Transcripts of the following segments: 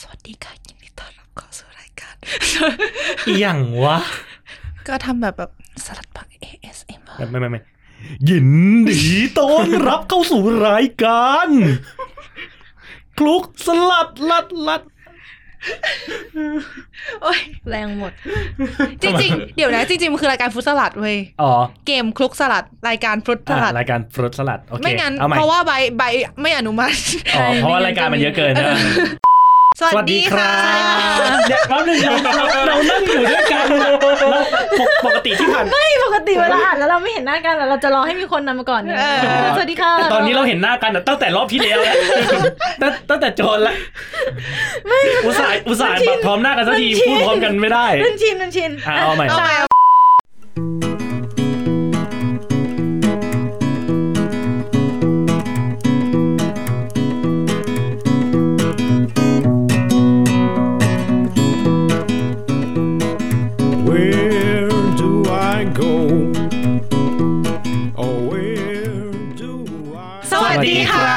สวัสดีค่ะยินดีต้อนรับเข้าสู่รายการ อีหยังวะ ก็ทำแบบแบบสลัดผัก ASMR ไม่ไม่ไม่ยินดีต้อนรับเข้าสู่รายการคลุกสลัดลัดลัด โอ้ยแรงหมด จ ทำไม ริงๆ เดี๋ยวนะ จริงๆ มันคือรายการฟรุตสลัดเว้ย อ๋อ เกมคลุกสลัด รายการฟรุตส อ่ะ ลัด รายการฟรุตสลัดโอเค ไม่งั้น เอาใหม่ เพราะว่าใบใบไม่อนุมัติ อ๋อเพราะว่ารายการมันเยอะเกินนะ สวัสดีครับเดี๋ยวแป๊บนึงเราเรานั่งอยู่ด้วยกันเราปกปกติที่ผ่าน ปกติเวลาอ่านแล้วเราไม่เห็นหน้ากันหรอกเราจะรอให้มีคนนำมาก่อนเนี่ย เออ สวัสดีค่ะ แต่ตอนนี้เราเห็นหน้ากันอะตั้งแต่รอบที่แล้วแล้วตั้งตั้งแต่โจรละอุตส่าห์อุตส่าห์แบบพร้อมหน้ากันสักทีพูดพร้อมกันไม่ได้ นันชินนันชิน อ่ะเอาใหม่ เอาไปเอา Oh, สวัสดีค่ะ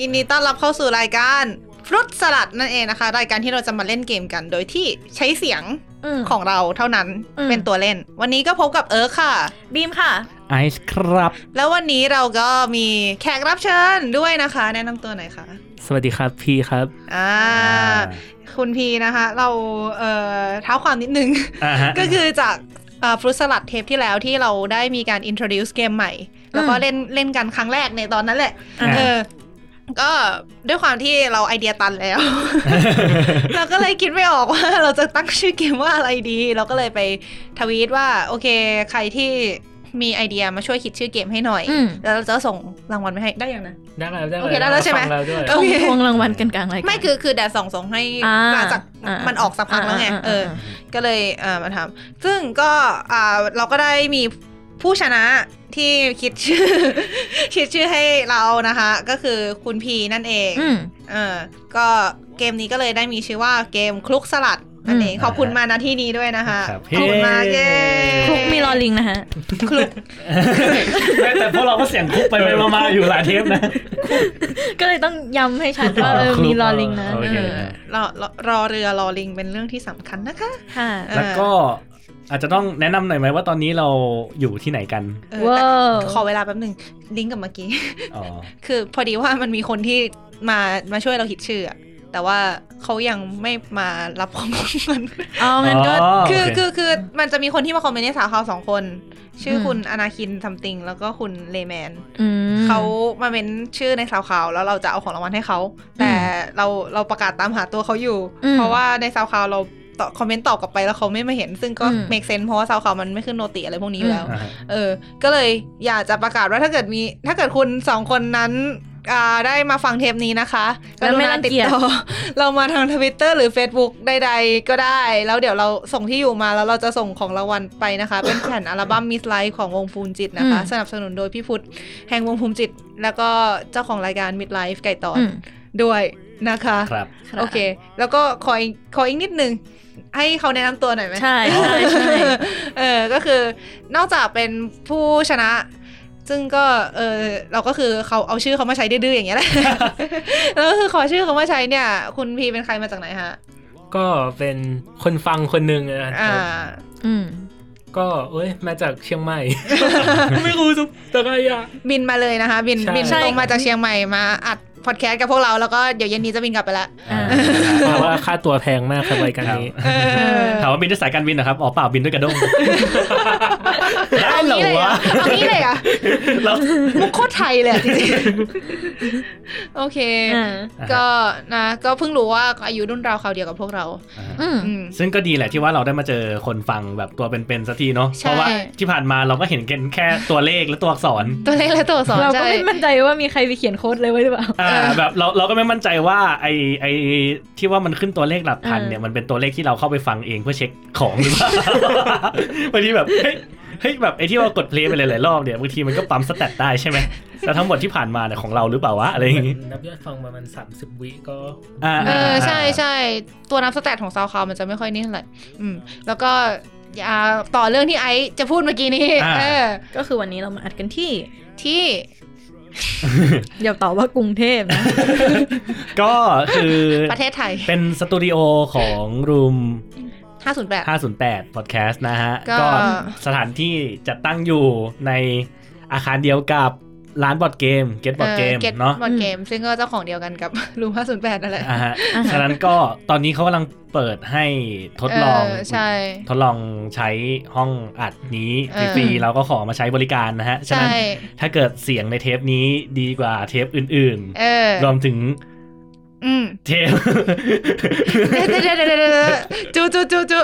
ยินดีต้อนรับเข้าสู่รายการฟรุตสลัดนั่นเองนะคะ รายการที่เราจะมาเล่นเกมกัน โดยที่ใช้เสียง อืม ของเราเท่านั้น อืม เป็นตัวเล่น วันนี้ก็พบกับเอิร์กค่ะ บีมค่ะ ไอซ์ครับ แล้ววันนี้เราก็มีแขกรับเชิญด้วยนะคะ แนะนำตัวหน่อยค่ะ สวัสดีครับพี่ครับ อ่า คุณพีนะคะ เราเอ่อเท้าความนิดนึง อ่าฮะ ก็คือจากฟรุตสลัดเทปที่แล้วที่เราได้มีการ introduce เกมใหม่ แล้วก็เล่นเล่นกันครั้งแรกในตอนนั้นแหละ อ่า เออ ก็ด้วยความที่เราไอเดียตันแล้ว เราก็เลยคิดไม่ออกว่า เราจะตั้งชื่อเกมว่าอะไรดี เราก็เลยไปทวีตว่า โอเค ใครที่มีไอเดียมาช่วยคิดชื่อเกมให้หน่อย อืม แล้วเราจะส่งรางวัลไปให้ได้ยังนะ ได้แล้วได้ โอเคได้แล้วใช่ไหม ฟังแล้วด้วย โอ ทวง เค ทวงรางวัลกันกลางรายการ ไม่คือคือแดดส่องส่งให้ อ่า หลังจาก อ่ามั มันออกสักพักแล้วไง อ่าอ่าอ่า เออ ก็เลยเอ่อมาทำซึ่งก็อ่าเราก็ได้มีผู้ชนะที่คิดชื่อ คิดชื่อให้เรานะคะ ก็คือคุณพีนั่นเอง อืม เออก็เกมนี้ก็เลยได้มีชื่อว่าเกมคลุกสลัดนั่นเอง อืม ขอบคุณมาณที่นี้ด้วยนะคะ ครับ ขอบคุณมากเย้ คลุกมีลอลิงนะฮะ คลุก แม้แต่พวกเราก็เสียงคุกไปไปมาๆอยู่หลายเทปนะ ก็เลยต้องย้ำให้ชัดว่าเออ คลุก มีลอลิงนะ โอเค เออรอรอรอเรือรอลิงเป็นเรื่องที่สำคัญนะคะ ค่ะ เออ แล้วก็อาจจะต้องแนะนำหน่อยไหมว่าตอนนี้เราอยู่ที่ไหนกัน เออแต่ ว้าว ขอเวลาแป๊บหนึ่งลิงก์กับเมื่อกี้ อ๋อ คือพอดีว่ามันมีคนที่มามาช่วยเราคิดชื่ออะแต่ว่าเขายังไม่มารับข้อมูล มัน เอางั้นก็ อ๋อ คือ โเค คือคือมันจะมีคนที่มาคอมเมนต์ในสาวข่าวสองคน ชื่ออ ม คุณอนาคินซัมติงแล้วก็คุณเลแมน อืม เขามาเม้นชื่อในสาวข่าวแล้วเราจะเอาของรางวัลให้เขา แต่เราเราประกาศตามหาตัวเขาอยู่ อืม เพราะว่าในสาวข่าวเราตอบคอมเมนต์ตอบกลับไปแล้วเขาไม่มาเห็น ซึ่งก็ อืม เมกเซนเพราะว่าสาวข่าวมันไม่ขึ้นโนติอะไรพวกนี้อยู่แล้ว อ่าฮะ เออ ก็เลยอยากจะประกาศว่าถ้าเกิดมี ถ้าเกิดคุณสองคนนั้นอ่าได้มาฟังเทปนี้นะคะ แล้วกไม่รุณา รัง ติด เกียจ ต่อ เรามาทางทวิตเตอร์หรือ Facebook ใดๆ ก็ได้ แล้วเดี๋ยวเราส่งที่อยู่มาแล้วเราจะส่งของรางวัลไปนะคะ เป็นแผ่นอัลบั้มมิสไลท์ของวงภูมิจิตนะคะ อืม สนับสนุนโดยพี่พุทธแห่งวงภูมิจิต แล้วก็เจ้าของรายการมิดไลฟ์ไก่ตอน อืม ด้วยนะคะ ครับ โอเค แล้วก็ขออีกขออีกนิดนึง ให้เขาแนะนำตัวหน่อยไหม ใช่ใช่ใช่ เออ ก็คือนอกจากเป็นผู้ชนะ ซึ่งก็เออเราก็คือเขาเอาชื่อเขามาใช้ดื้อๆอย่างเงี้ยแหละ แล้วก็คือขอชื่อเขามาใช้เนี่ย คุณพีเป็นใครมาจากไหนฮะ ก็เป็นคนฟังคนหนึ่งนะค อ่า รับ อืม ก็เอ้ยมาจากเชียงใหม่ ไม่รู้จะแต่ไงอ่ะ บินมาเลยนะคะ บิน ใช่ บิน ใช่ ตรงมาจากเชียงใหม่มาอัดพอดแคสต์กับพวกเราแล้วก็เดี๋ยวเย็นนี้จะบินกลับไปละ อ่า เพราะว่าค่าตัวแพงมากครับรายการนี้ เออ ถามว่าบินด้วยสายการบินนะครับ อ๋อเปล่าบินด้วยกระด้ง ได้เหรอ นี้เลยเหร วะ อเอางี้เลยเหรอ่ะ เรา มุกโคตรไทยเลยอะจริงๆ โอเค อ่า ก็นะก็เพิ่งรู้ว่าอายุรุ่นราวคราวเดียวกับพวกเรา อ่าฮะ อืม อืม ซึ่งก็ดีแหละที่ว่าเราได้มาเจอคนฟังแบบตัวเป็นๆสักทีเนาะ ใช่ เพราะว่าที่ผ่านมาเราก็เห็นกันแค่ตัวเลขและตัวอักษร ตัวเล็กและตัวอักษร เราก็ ใช่ ไม่มั่นใจว่ามีใครไปเขียนโค้ดเลยไว้หรือเปล่า อ่า เออ แบบเราเราก็ไม่มั่นใจว่าไอไอที่ว่ามันขึ้นตัวเลขหลักพัน เออ เนี่ยมันเป็นตัวเลขที่เราเข้าไปฟังเองเพื่อเช็คของหรือเปล่า บางทีแบบเฮ้ยเฮ้ยแบบไอที่เรากดเพลย์ไปหลายๆรอบเนี่ยบางทีมันก็ปั๊มสแตทได้ ใช่ไหมแต่ทั้งหมดที่ผ่านมาเนี่ยของเราหรือเปล่าวะอะไรอย่างงี้ นับยอดฟังประมาณ30 วิก็ อ่า เออ ๆๆ ใช่ใช่ตัวนับสแตทของซาวคาวมันจะไม่ค่อยนี่เท่าไหร่อืม แล้วก็อ่าต่อเรื่องที่ไอซ์จะพูดเมื่อกี้นี้ า เออ ก็คือวันนี้เรามาอัดกันที่ ที่ อย่าตอบว่ากรุงเทพนะ ก็คือ ประเทศไทย เป็นสตูดิโอของรูม 508 508 Podcast นะฮะ ก็ ก็สถานที่จัดตั้งอยู่ในอาคารเดียวกับร้านบอร์ดเกม เกตบอร์ดเกมเนาะ บอดเกม ซึ่งก็เจ้าของเดียวกันกับ รูม508นั่นแหละ อ่าฮะฉะนั้นก็ตอนนี้เขากำลังเปิดให้ทดลอง เใช่ ทดลองใช้ห้องอัดนี้ เออ ฟรีๆเราก็ขอมาใช้บริการนะฮะ ฉะ ใช่ นั้นถ้าเกิดเสียงในเทปนี้ดีกว่าเทปอื่น เออ ๆ รวมถึง อืม เท ป เดี๋ยวเดี๋ยวเดี๋ยวเดี๋ยวเดี๋ยวจูจูจูจู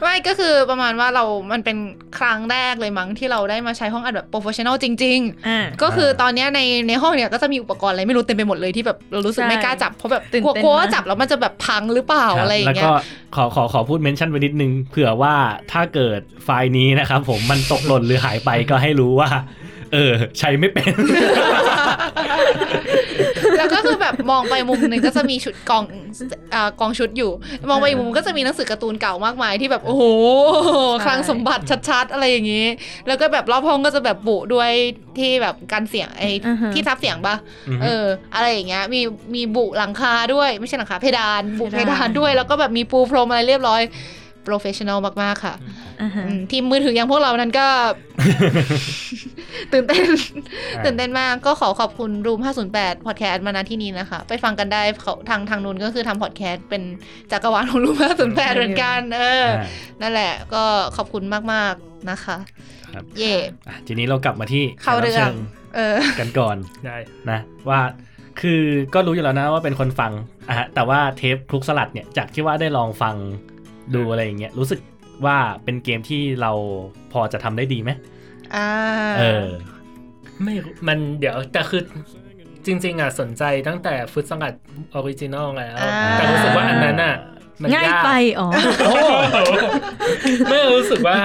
ไม่ก็คือประมาณว่าเรา มันเป็นครั้งแรกเลยมั้งที่เราได้มาใช้ห้องอัดแบบโปรเฟชชั่นอลจริง อ่า ๆ ก็คือตอนเนี้ยในในห้องเนี่ยก็จะมีอุปกรณ์อะไรไม่รู้เต็มไปหมดเลยที่แบบเรารู้สึก ใช่ ไม่กล้าจับเพราะแบบ ตื่น กลัว เต้น กลัว มาก ว่าจับแล้วมันจะแบบพังหรือเปล่า ครับ อะไรอย่าง แล้ว เงี้ ก็ ย ขอขอขอพูดเมนชั่นไปนิดนึงเผื่อว่าถ้าเกิดไฟล์นี้นะครับผมมันตกหล่นหรือหายไปก็ให้รู้ว่า เออ ใช้ไม่เป็น แล้วก็คือแบบมองไปมุมหนึ่งก็จะมีชุดกอง เอ่อกองชุดอยู่ มองไปอีกมุมก็จะมีหนังสือการ์ตูนเก่ามากมายที่แบบโอ้โห ใช่ คลังสมบัติชัดๆ อะไรอย่างนี้ แล้วก็แบบรอบห้องก็จะแบบบุด้วยที่แบบการเสียงไอ้ อ่าฮะ ที่ทับเสียงปะเออ อะไรอย่างเงี้ยมีมีบุหลังคาด้วย ไม่ใช่หลังคาเพดาน บุเพ เพดาน ดานด้วย แล้วก็แบบมีปูพรมอะไรเรียบร้อยโปรเฟชชั่นอลมากๆค่ะ อ่าฮะ อืมทีมมือถืออย่างพวกเรานั้นก็ ตื่นเต้น ตื่นเต้นมากก็ขอขอบคุณ Room 508 Podcast มาณที่นี้นะคะ ไปฟังกันได้เขาทางทางนู้นก็คือทำ podcast เป็นจักรวาลของ Room 508เหมือนกัน เออ นั่นแหละก็ขอบคุณมาก ๆ นะคะ ครับ เย่ อ่ะทีนี้เรากลับมาที่ เข้าเรื่อง แขกบชิญ เออ กันก่อน ได้ นะว่าคือก็รู้อยู่แล้วนะว่าเป็นคนฟังอ่ะฮะแต่ว่าเทปคลุกสลัดเนี่ยจากที่ว่าได้ลองฟังดูอะไรอย่างเงี้ยรู้สึกว่าเป็นเกมที่เราพอจะทำได้ดีไหม อ่า เออ ไม่รู้มันเดี๋ยวแต่คือจริง ๆอ่ะสนใจตั้งแต่ฟุตสังกัดออริจินอลแล้ว อ่า แต่รู้สึกว่าอันนั้นอ่ะมัน ง่ายไป อ๋อ โอ้โหไม่รู้สึกว่า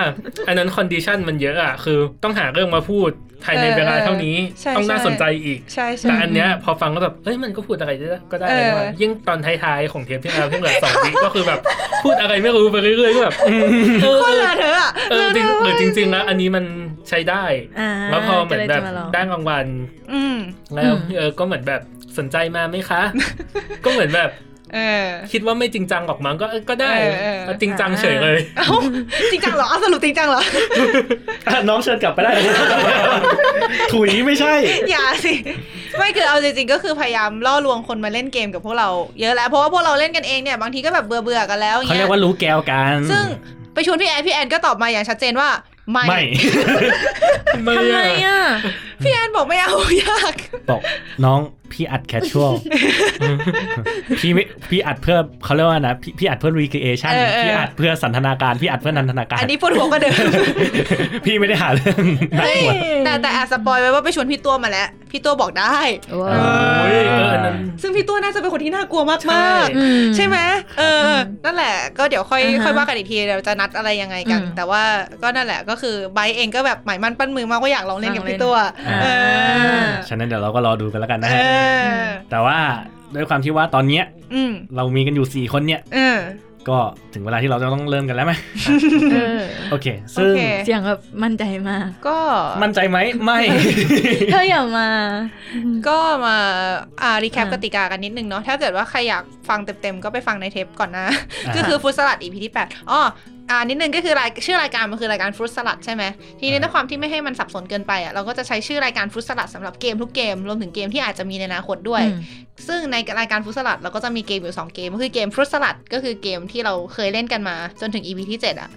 อันนั้นคอนดิชันมันเยอะอ่ะคือต้องหาเรื่องมาพูดภายในเวลาเท่านี้ ใช่ ต้องน่า ใช่ สนใจอีก ใช่ แต่ ใช่ อันเนี้ยพอฟังก็แบบเอ้ยมันก็พูดอะไรได้ก็ได้ เออ ว่ะยิ่งตอนท้ายๆของเทปที่แล้วที่เหลือสองวิ ก็คือแบบพูดอะไรไม่รู้ไปเรื่อยๆก็แบบอืมเออ โคตรละเธออะ เออจริงหรือจริงๆแล้วอันนี้มันใช้ได้ อ่า แล้วพอเหมือนแบบ ก็ลยจะาลอง ได้รางวัล อืม แล้ว อืม เออก็เหมือนแบบสนใจมาไหมคะ ก็เหมือนแบบ เออ คิดว่าไม่จริงจังหรอกมั้งก็เออก็ได้ เออเออ ก็จริงจังเฉยเลย เอ้าจริงจังเหรอเอาสรุปจริงจังเหรอ อ่ะ น้องเชิญกลับไปได้ ถุยไม่ใช่ อย่าสิ ไม่คือเอาจริงๆก็คือพยายามล่อลวงคนมาเล่นเกมกับพวกเราเยอะแล้วเพราะว่าพวกเราเล่นกันเองเนี่ยบางทีก็แบบเบื่อเบื่อๆกันแล้วอย่าง เขาเรี เงี้ ย ย กว่ารู้แก้วกัน ซึ่งไปชวนพี่แอนพี่แอนก็ตอบมาอย่างชัดเจนว่าไม่ ไม่ ทำไมอ่ะ พี่แอนบอกไม่เอา ยาก บอกน้องพี่อัดแคชชวล พี่ไม่พี่อัดเพื่อเขาเรียกว่านะพี่พี่อัดเพื่อรีคเอชันพี่อัดเพื่อสันทนาการพี่อัดเพื่อนันทนาการ อันนี้ปวดหัวก็เดิม พี่ไม่ได้หาเรื่องน่ากลัว แต่แต่แอาสปอยไว้ว่าไปชวนพี่ตัวมาแล้ว พี่ตัวบอกได้ โอ้ยเอออันนั้น ซึ่งพี่ตัวน่าจะเป็นคนที่น่ากลัวมากมใช่ากๆใช่ไหมเอออ นั่นแหละ ก็เดี๋ยวค่อย อ่าฮะ ค่อยว่ากันอีกทีเดี๋ยวจะนัดอะไรยังไงกัน อืม แต่ว่าก็นั่นแหละก็คือไบร์ทเองก็แบบหมายมั่นปั้นมือมากว่าอยากลองเล่นกับพี่ตัว อ่า เออ ฉะนั้นเดี๋ยวเราก็รอดูกันแล้วกันนะ เอ ฮะ อ แต่ว่าด้วยความที่ว่าตอนเนี้ย อืม เรามีกันอยู่ 4 คนเนี่ย เออ ก็ถึงเวลาที่เราจะต้องเริ่มกันแล้วไหม เออ โอเค ซึ่ง โอเค เสียงแบบมั่นใจมาก ก็ มั่นใจไหมไม่ เธออย่ามา ก็มาอ่ารีแคป อ่ะ กติกากันนิดนึงเนาะถ้าเกิดว่าใครอยากฟังเต็มๆ ก็ไปฟังในเทปก่อนนะ อ่า ก็คือฟุตสลัดอีพีที่ 8อ๋ออ่านิดนึงก็คือรายชื่อรายการมันคือรายการฟรุตสลัดใช่ไหมทีนี้ด้วยความที่ไม่ให้มันสับสนเกินไปอ่ะเราก็จะใช้ชื่อรายการฟรุตสลัดสำหรับเกมทุกเกมรวมถึงเกมที่อาจจะมีในอนาคตด้วย อืม ซึ่งในรายการฟรุตสลัดเราก็จะมีเกมอยู่ 2 เกมก็คือเกมฟรุตสลัดก็คือเกมที่เราเคยเล่นกันมา จนถึง EP ที่ 7 อ่ะ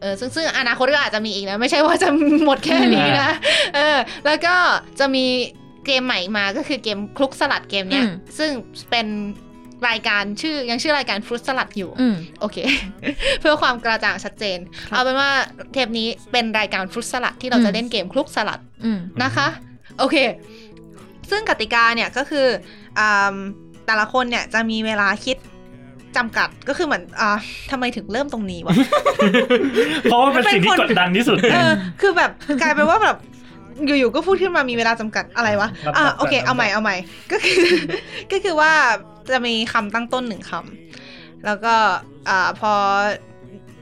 เออซึ่งซึ่งอนาคตก็อาจจะมีอีกนะ ไม่ใช่ว่าจะหมดแค่ นี้นะเออแล้วก็จะมีเกมใหม่มาก็คือเกมคลุกสลัดเกมเนี้ย อืม ซึ่งเป็นรายการชื่อยังชื่อรายการฟรุตสลัดอยู่ อืม โอเค เพื่อความกระจ่างชัดเจน ครับ เอาเป็นว่าเทปนี้เป็นรายการฟรุตสลัดที่เราจะเล่นเกมคลุกสลัด อืม นะคะ โอเค ซึ่งกติกาเนี่ยก็คืออ่าแต่ละคนเนี่ยจะมีเวลาคิดจำกัดก็คือเหมือนอ่าทำไมถึงเริ่มตรงนี้วะ เพราะว่าเป็นสิ่งที่กดดันที่สุด เออคือแบบกลายเป็นว่าแบบอยู่ๆก็พูดขึ้นมามีเวลาจำกัดอะไรวะอ่า ลำดับ โอเค ลำดับ เอาใหม่เอาใหม่ก็คือ ก็คือว่าจะมีคำตั้งต้นหนึ่งคำแล้วก็อ่าพอ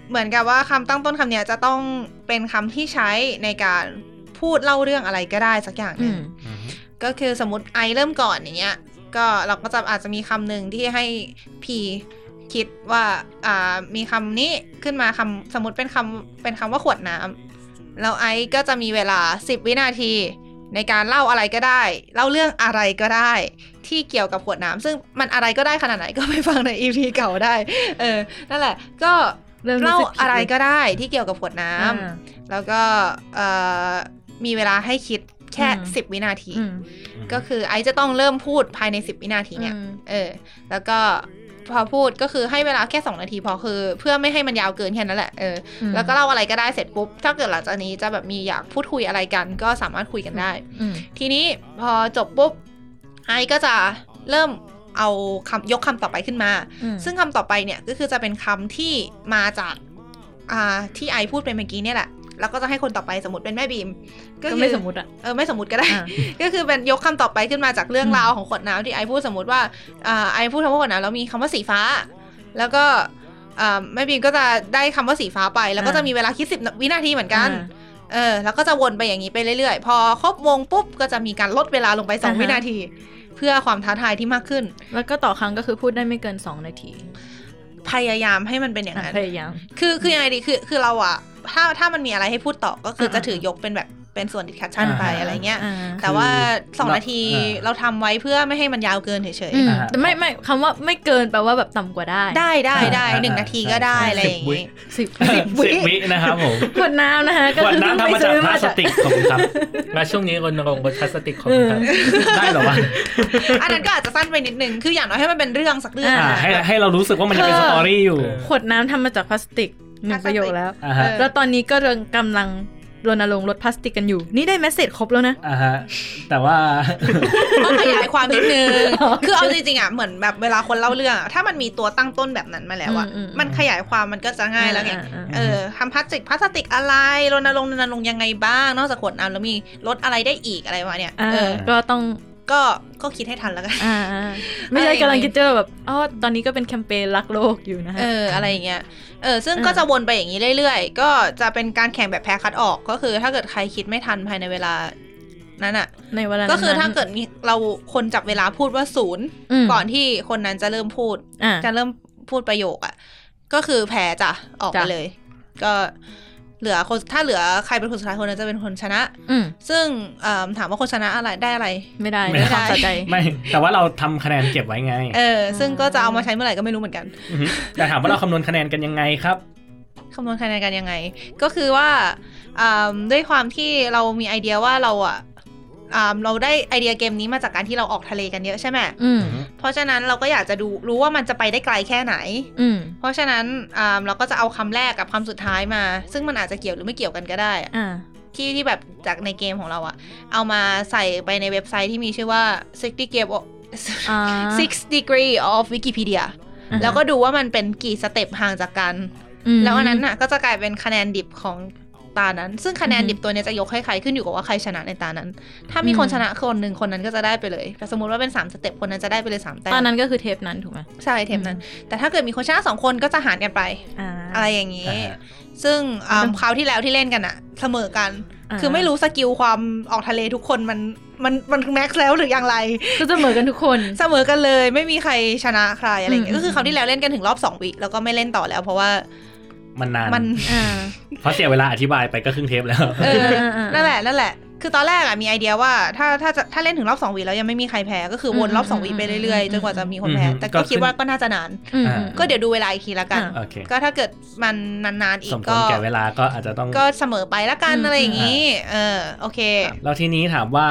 เหมือนกับว่าคำตั้งต้นคำเนี้ยจะต้องเป็นคำที่ใช้ในการพูดเล่าเรื่องอะไรก็ได้สักอย่างหนึ่ง ก็คือสมมติไอเริ่มก่อนอย่างเงี้ย ก็เราก็จะอาจจะมีคำหนึ่งที่ให้พีคิดว่าอ่ามีคำนี้ขึ้นมาคำสมมติเป็นคำเป็นคำว่าขวดน้ำแล้วไอซ์ก็จะมีเวลา 10 วินาที ในการเล่าอะไรก็ได้ เล่าเรื่องอะไรก็ได้ ที่เกี่ยวกับขวดน้ำซึ่งมันอะไรก็ได้ขนาดไหนก็ไปฟังใน EP เก่าได้เออนั่นแหละก็ เริ่มรู้สึกเล่าผิดอะไรก็ได้ที่เกี่ยวกับขวดน้ อ่า ำ แล้วก็เอ่อมีเวลาให้คิดแค่ อืม 10 วินาที อืม ก็คือไอซ์จะต้องเริ่มพูดภายใน 10 วินาทีเนี่ย อืม เออแล้วก็พอพูดก็คือให้เวลาแค่ 2 นาทีพอคือ เพื่อไม่ให้มันยาวเกินแค่นั้นแหละเออ อืม แล้วก็เล่าอะไรก็ได้เสร็จปุ๊บ ถ้าเกิดหลังจากนี้จะแบบมีอยากพูดคุยอะไรกัน ก็สามารถคุยกันได้ อืม ทีนี้พอจบปุ๊บไอซ์ก็จะเริ่มเอาคำยกคำต่อไปขึ้นมา อืม ซึ่งคำต่อไปเนี่ยก็คือจะเป็นคำที่มาจากอ่าที่ไอพูดไปเมื่อกี้เนี่ยแหละ แล้วก็จะให้คนต่อไปสมมติเป็นแม่บีม ก็ คือ ไม่สมมุติอ่ะ เออไม่สมมติก็ได้ อ่า ก็คือเป็นยกคำต่อไปขึ้นมาจากเรื่องราวของขวดน้ำที่ไอพูดสมมติว่าอ่าไอพูดคำว่าขวดน้ำแล้วมีคำว่าสีฟ้า แล้วก็อ่าแม่บีมก็จะได้คำว่าสีฟ้าไป แล้วก็จะมีเวลาคิดสิบวินาทีเหมือนกัน อ่า เออแล้วก็จะวนไปอย่างนี้ไปเรื่อยๆ พอครบวงปุ๊บก็จะมีการลดเวลาลงไปสอง อ่าฮะ วินาที เพื่อความท้าทายที่มากขึ้น แล้วก็ต่อครั้งก็คือพูดได้ไม่เกิน 2 นาที พยายามให้มันเป็นอย่างนั้น พยายาม คือคือยังไงดีคือคือเราอะถ้าถ้ามันมีอะไรให้พูดต่อก็คือ อ่า จะถือยกเป็นแบบเป็นส่วน discussion ไปอะไรเงี้ย อ่า แต่ว่า คือ 2 นาที อ่า เราทำไว้เพื่อไม่ให้มันยาวเกินเฉย อืม อ่าฮะ แต่ไม่ไม่คำว่าไม่เกินแปลว่าแบบต่ำกว่าได้ ๆ ได้ได้ได้ อ่า หนึ่งนาทีก็ได้ ใช่ อะไรอย่างงี้ สิบวิ สิบ สิบวินะครับผม ขวดน้ำนะคะก็ ขวด คือ น้ำทำมาจากพลาสติกของครับ และช่วงนี้รณรงค์บนพลาสติกของคุณครับ ได้เหรอวะ อันนั้นก็อาจจะสั้นไปนิดนึง คืออย่างน้อยให้มันเป็นเรื่องสักเรื่อง อ่าให้ แบบ ให้เรารู้สึกว่ามันยังเป็นสตอรี่อยู่ ขวดน้ำทำมาจากพลาสติกหนึ่งประโยคแล้ว อ่าฮะ เออ แล้วตอนนี้ก็กำลังรณรงค์ลดพลาสติกกันอยู่ นี่ได้แมสเซจครบแล้วนะ อ่าฮะ แต่ว่า ก็ขยายความนิดนึง คือเอาจริงๆอ่ะเหมือนแบบเวลาคนเล่าเรื่องอะถ้ามันมีตัวตั้งต้นแบบนั้นมาแล้วอ่ะ อืมอืม มันขยายความมันก็จะง่ายแล้วไง อ่า เออทำพลาสติกพลาสติกอะไรรณรงค์รณรงค์ยังไงบ้าง นอกจากขวดน้ำแล้วมีลดอะไรได้อีกอะไรวะเนี่ย อ่า เออ ก็ต้อง ก็ก็คิดให้ทันแล้วกัน อ่าอ่าไม่ใช่ อะไรอย่างงี้ กำลังคิดจะแบบอ๋อตอนนี้ก็เป็นแคมเปญรักโลกอยู่นะคะ เอออะไรอย่างเงี้ยเออซึ่ง อ่า ก็จะวนไปอย่างนี้เรื่อยๆ ก็จะเป็นการแข่งแบบแพ้คัดออกก็คือถ้าเกิดใครคิดไม่ทันภายในเวลานั้นอ่ะ ในเวลา ก็คือ นั้นๆ ถ้าเกิดมีเราคนจับเวลาพูดว่าศูนย์ ม ก่อนที่คนนั้นจะเริ่มพูด อ่า จะเริ่มพูดประโยคอ่ะ ก็คือแพ้จ้ะออกไป จ้ะ เลย ก็เหลือคนถ้าเหลือใครเป็นคนสุดท้ายคนนั้นจะเป็นคนชนะ อืม ซึ่งเอิ่มถามว่าคนชนะอะไรได้อะไร ไม่ได้ ไม่ ไม่ ได้ ได้สะใจ ไม่ แต่ว่าเราทำคะแนนเก็บไว้ไง เออ ซึ่ง อ่า ก็จะเอามาใช้เมื่อไหร่ก็ไม่รู้เหมือนกัน อือฮึแต่ถามว่าเราคำนวณคะแนนกันยังไงครับ คำนวณคะแนนกันยังไง ก็คือว่าอืมด้วยความที่เรามีไอเดียว่าเราอ่ะอืมเราได้ไอเดียเกมนี้มาจากการที่เราออกทะเลกันเยอะใช่ไหม อืม เพราะฉะนั้นเราก็อยากจะดูรู้ว่ามันจะไปได้ไกลแค่ไหน อืม เพราะฉะนั้นอืมเราก็จะเอาคำแรกกับคำสุดท้ายมา ซึ่งมันอาจจะเกี่ยวหรือไม่เกี่ยวกันก็ได้อะ อ่า ที่ที่แบบจากในเกมของเราอ่ะ เอามาใส่ไปในเว็บไซต์ที่มีชื่อว่า six degree of อ่า six degree of Wikipedia อ่า แล้วก็ดูว่ามันเป็นกี่สเต็ปห่างจากกัน ม แล้วอันนั้นน่ะก็จะกลายเป็นคะแนนดิบของตานั้น ซึ่งคะแนน อือฮึ ดิบตัวเนี้ยจะยกให้ใครขึ้นอยู่กับว่าใครชนะในตานั้น ถ้ามีคน อืม ชนะคนหนึ่งคนนั้นก็จะได้ไปเลยแต่สมมติว่าเป็น 3 สเต็ปคนนั้นจะได้ไปเลย 3 แต้ ตอน ม นั้นก็คือเทปนั้นถูกไหม ใช่เทมนั้น แต่ถ้าเกิดมีคนชนะ 2 คนก็จะหารกันไป อ่า อะไรอย่างนี้ อ่าฮะ ซึ่งอ่ะ มันต้อง คราวที่แล้วที่เล่นกันอะเสมอกัน อ่า คือไม่รู้สกิลความออกทะเลทุกคนมันมันมันแม็กซ์แล้วหรืออย่างไร คือเสมอกันทุกคน เสมอกันเลยไม่มีใครชนะใครอะไรอย่างเงี้ย อืม ก็คือคราวที่แล้วเล่นกันถึงรอบสองวิแล้วก็ไม่เล่นต่อแล้ว เพราะว่า มันนาน มัน อ่า เพราะเสียเวลาอธิบายไปก็ครึ่งเทปแล้ว เออ าอ่า นั่นแหละนั่นแหละ คือตอนแรกอะมีไอเดียว่าถ้าถ้าจะถ้าเล่นถึงรอบสองวีแล้วยังไม่มีใครแพ้ก็คือวนรอบสองวีไปเรื่อย อืม ๆจนกว่าจะมีคนแพ้ อืม แต่ก็ ก็ขึ้น คิดว่าก็น่าจะนาน อืม อ่า ก็เดี๋ยวดูเวลาอีกทีละกัน อ่า โอเค ก็ถ้าเกิดมันนานๆอี ส ก มคว ก็ รแก่เวลาก็อาจจะต้อง ก็เสมอไปละกัน อืม อะไรอย่างนี้ เออโอเค เราทีนี้ถามว่า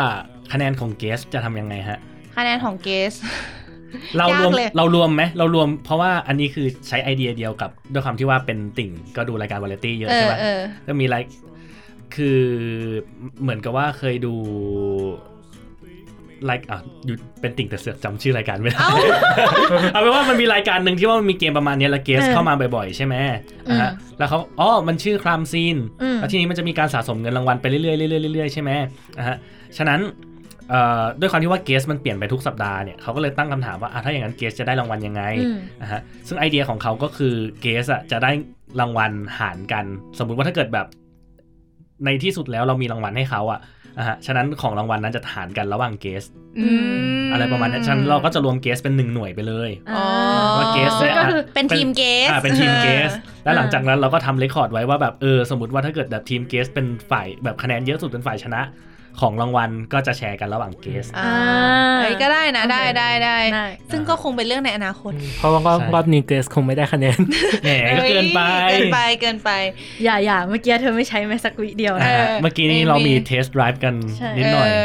คะแนนของเกสจะทำยังไงฮะ คะแนนของเกส เรารวม ยากเลย เรารวมไหมเรารวมเพราะว่าอันนี้คือใช้ไอเดียเดียวกับด้วยความที่ว่าเป็นติ่งก็ดูรายการวาไรตี้เยอะ เอ ใช่ อ ไหม เออ ก็มีรายคือเหมือนกับว่าเคยดูรายอ่ะอยู่เป็นติ่งแต่เสือกจำชื่อรายการไม่ได้ เอ้า เอาเป็นว่ามันมีรายการหนึ่งที่ว่ามันมีเกมประมาณเนี้ยแล้วเกส เออ เข้ามาบ่อยๆ ใช่ไหมอ่ะฮะแล้วเขาอ๋อมันชื่อครามซีน อืม แล้วทีนี้มันจะมีการสะสมเงินรางวัลไปเรื่อยๆเรื่อยๆเรื่อยๆใช่ไหมอ่ะฮะฉะนั้นเอ่อด้วยความที่ว่าเกสมันเปลี่ยนไปทุกสัปดาห์เนี่ยเขาก็เลยตั้งคำถามว่าอ่ะถ้าอย่างนั้นเกสจะได้รางวัลยังไง อืม อ่ะฮะซึ่งไอเดียของเขาก็คือเกสอ่ะจะได้รางวัลหารกัน สมมุติว่าถ้าเกิดแบบในที่สุดแล้วเรามีรางวัลให้เขาอ่ะ อ่ะฮะฉะนั้นของรางวัลนั้นจะหารกันระหว่างเกส อืม อะไรประมาณเนี้ยฉะนันเราก็จะรวมเกสเป็นหนึ่งหน่วยไปเลย อ๋อ ว่าเกสเนี่ย ก็ อ่ะ คือเป็นทีมเกส อ่าเป็นทีมเกส ออ แล้วหลังจากนั้นเราก็ทำเรคคอร์ดไว้ว่าแบบเออสมมติว่าถ้าเกิดแบบทีมเกสเป็นฝ่ายแบบคะแนนเยอะสุดเป็นฝ่ายชนะ ของรางวัลก็จะแชร์กันระหว่างเกส อ่าเอ้ยก็ได้นะได้ได้ได้ ได้ ซึ่งก็คงเป็นเรื่องในอนาคต เพราะว่ารอบ ใช่ รอบนี้เกรสคงไม่ได้คะแนน แหมก็เกินไป เอ้ยเกินไปเกินไป อย่าอย่าเมื่อกี้เธอไม่ใช้แม้สักวิเดียว เอ นะ อ่า อ ฮะเมื่อกี้นี้เรามี มี เทสต์ไดรฟ์กัน ใช่ นิดหน่อย เ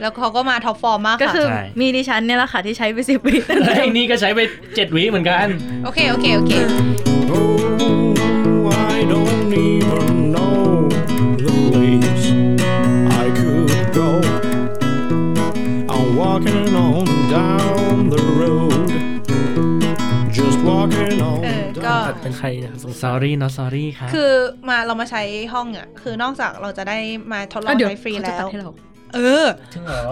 แล้วเขาก็มาท็อปฟอร์มมาก ก็ ค่ะ คือ ใช่ มีดิฉันเนี่ยแหละค่ะที่ใช้ไปสิบวิ ไอ้นี่ก็ใช้ไป 7 วิเหมือนกัน โอเค โอเค โอเค Oh, I don't even know the place I could go. I'm walking on down the road. Just walking เออ on ก็ down. เป็นใครเนะสงสาร sorry not sorry ครับ คือมาเรามาใช้ห้องอ่ะ คือนอกจากเราจะได้มาทดลอง อ่ะเดี๋ยว ใช้ฟรี เขา แล้ จะ ว ตัดให้เรา เออ ถึงเหรอ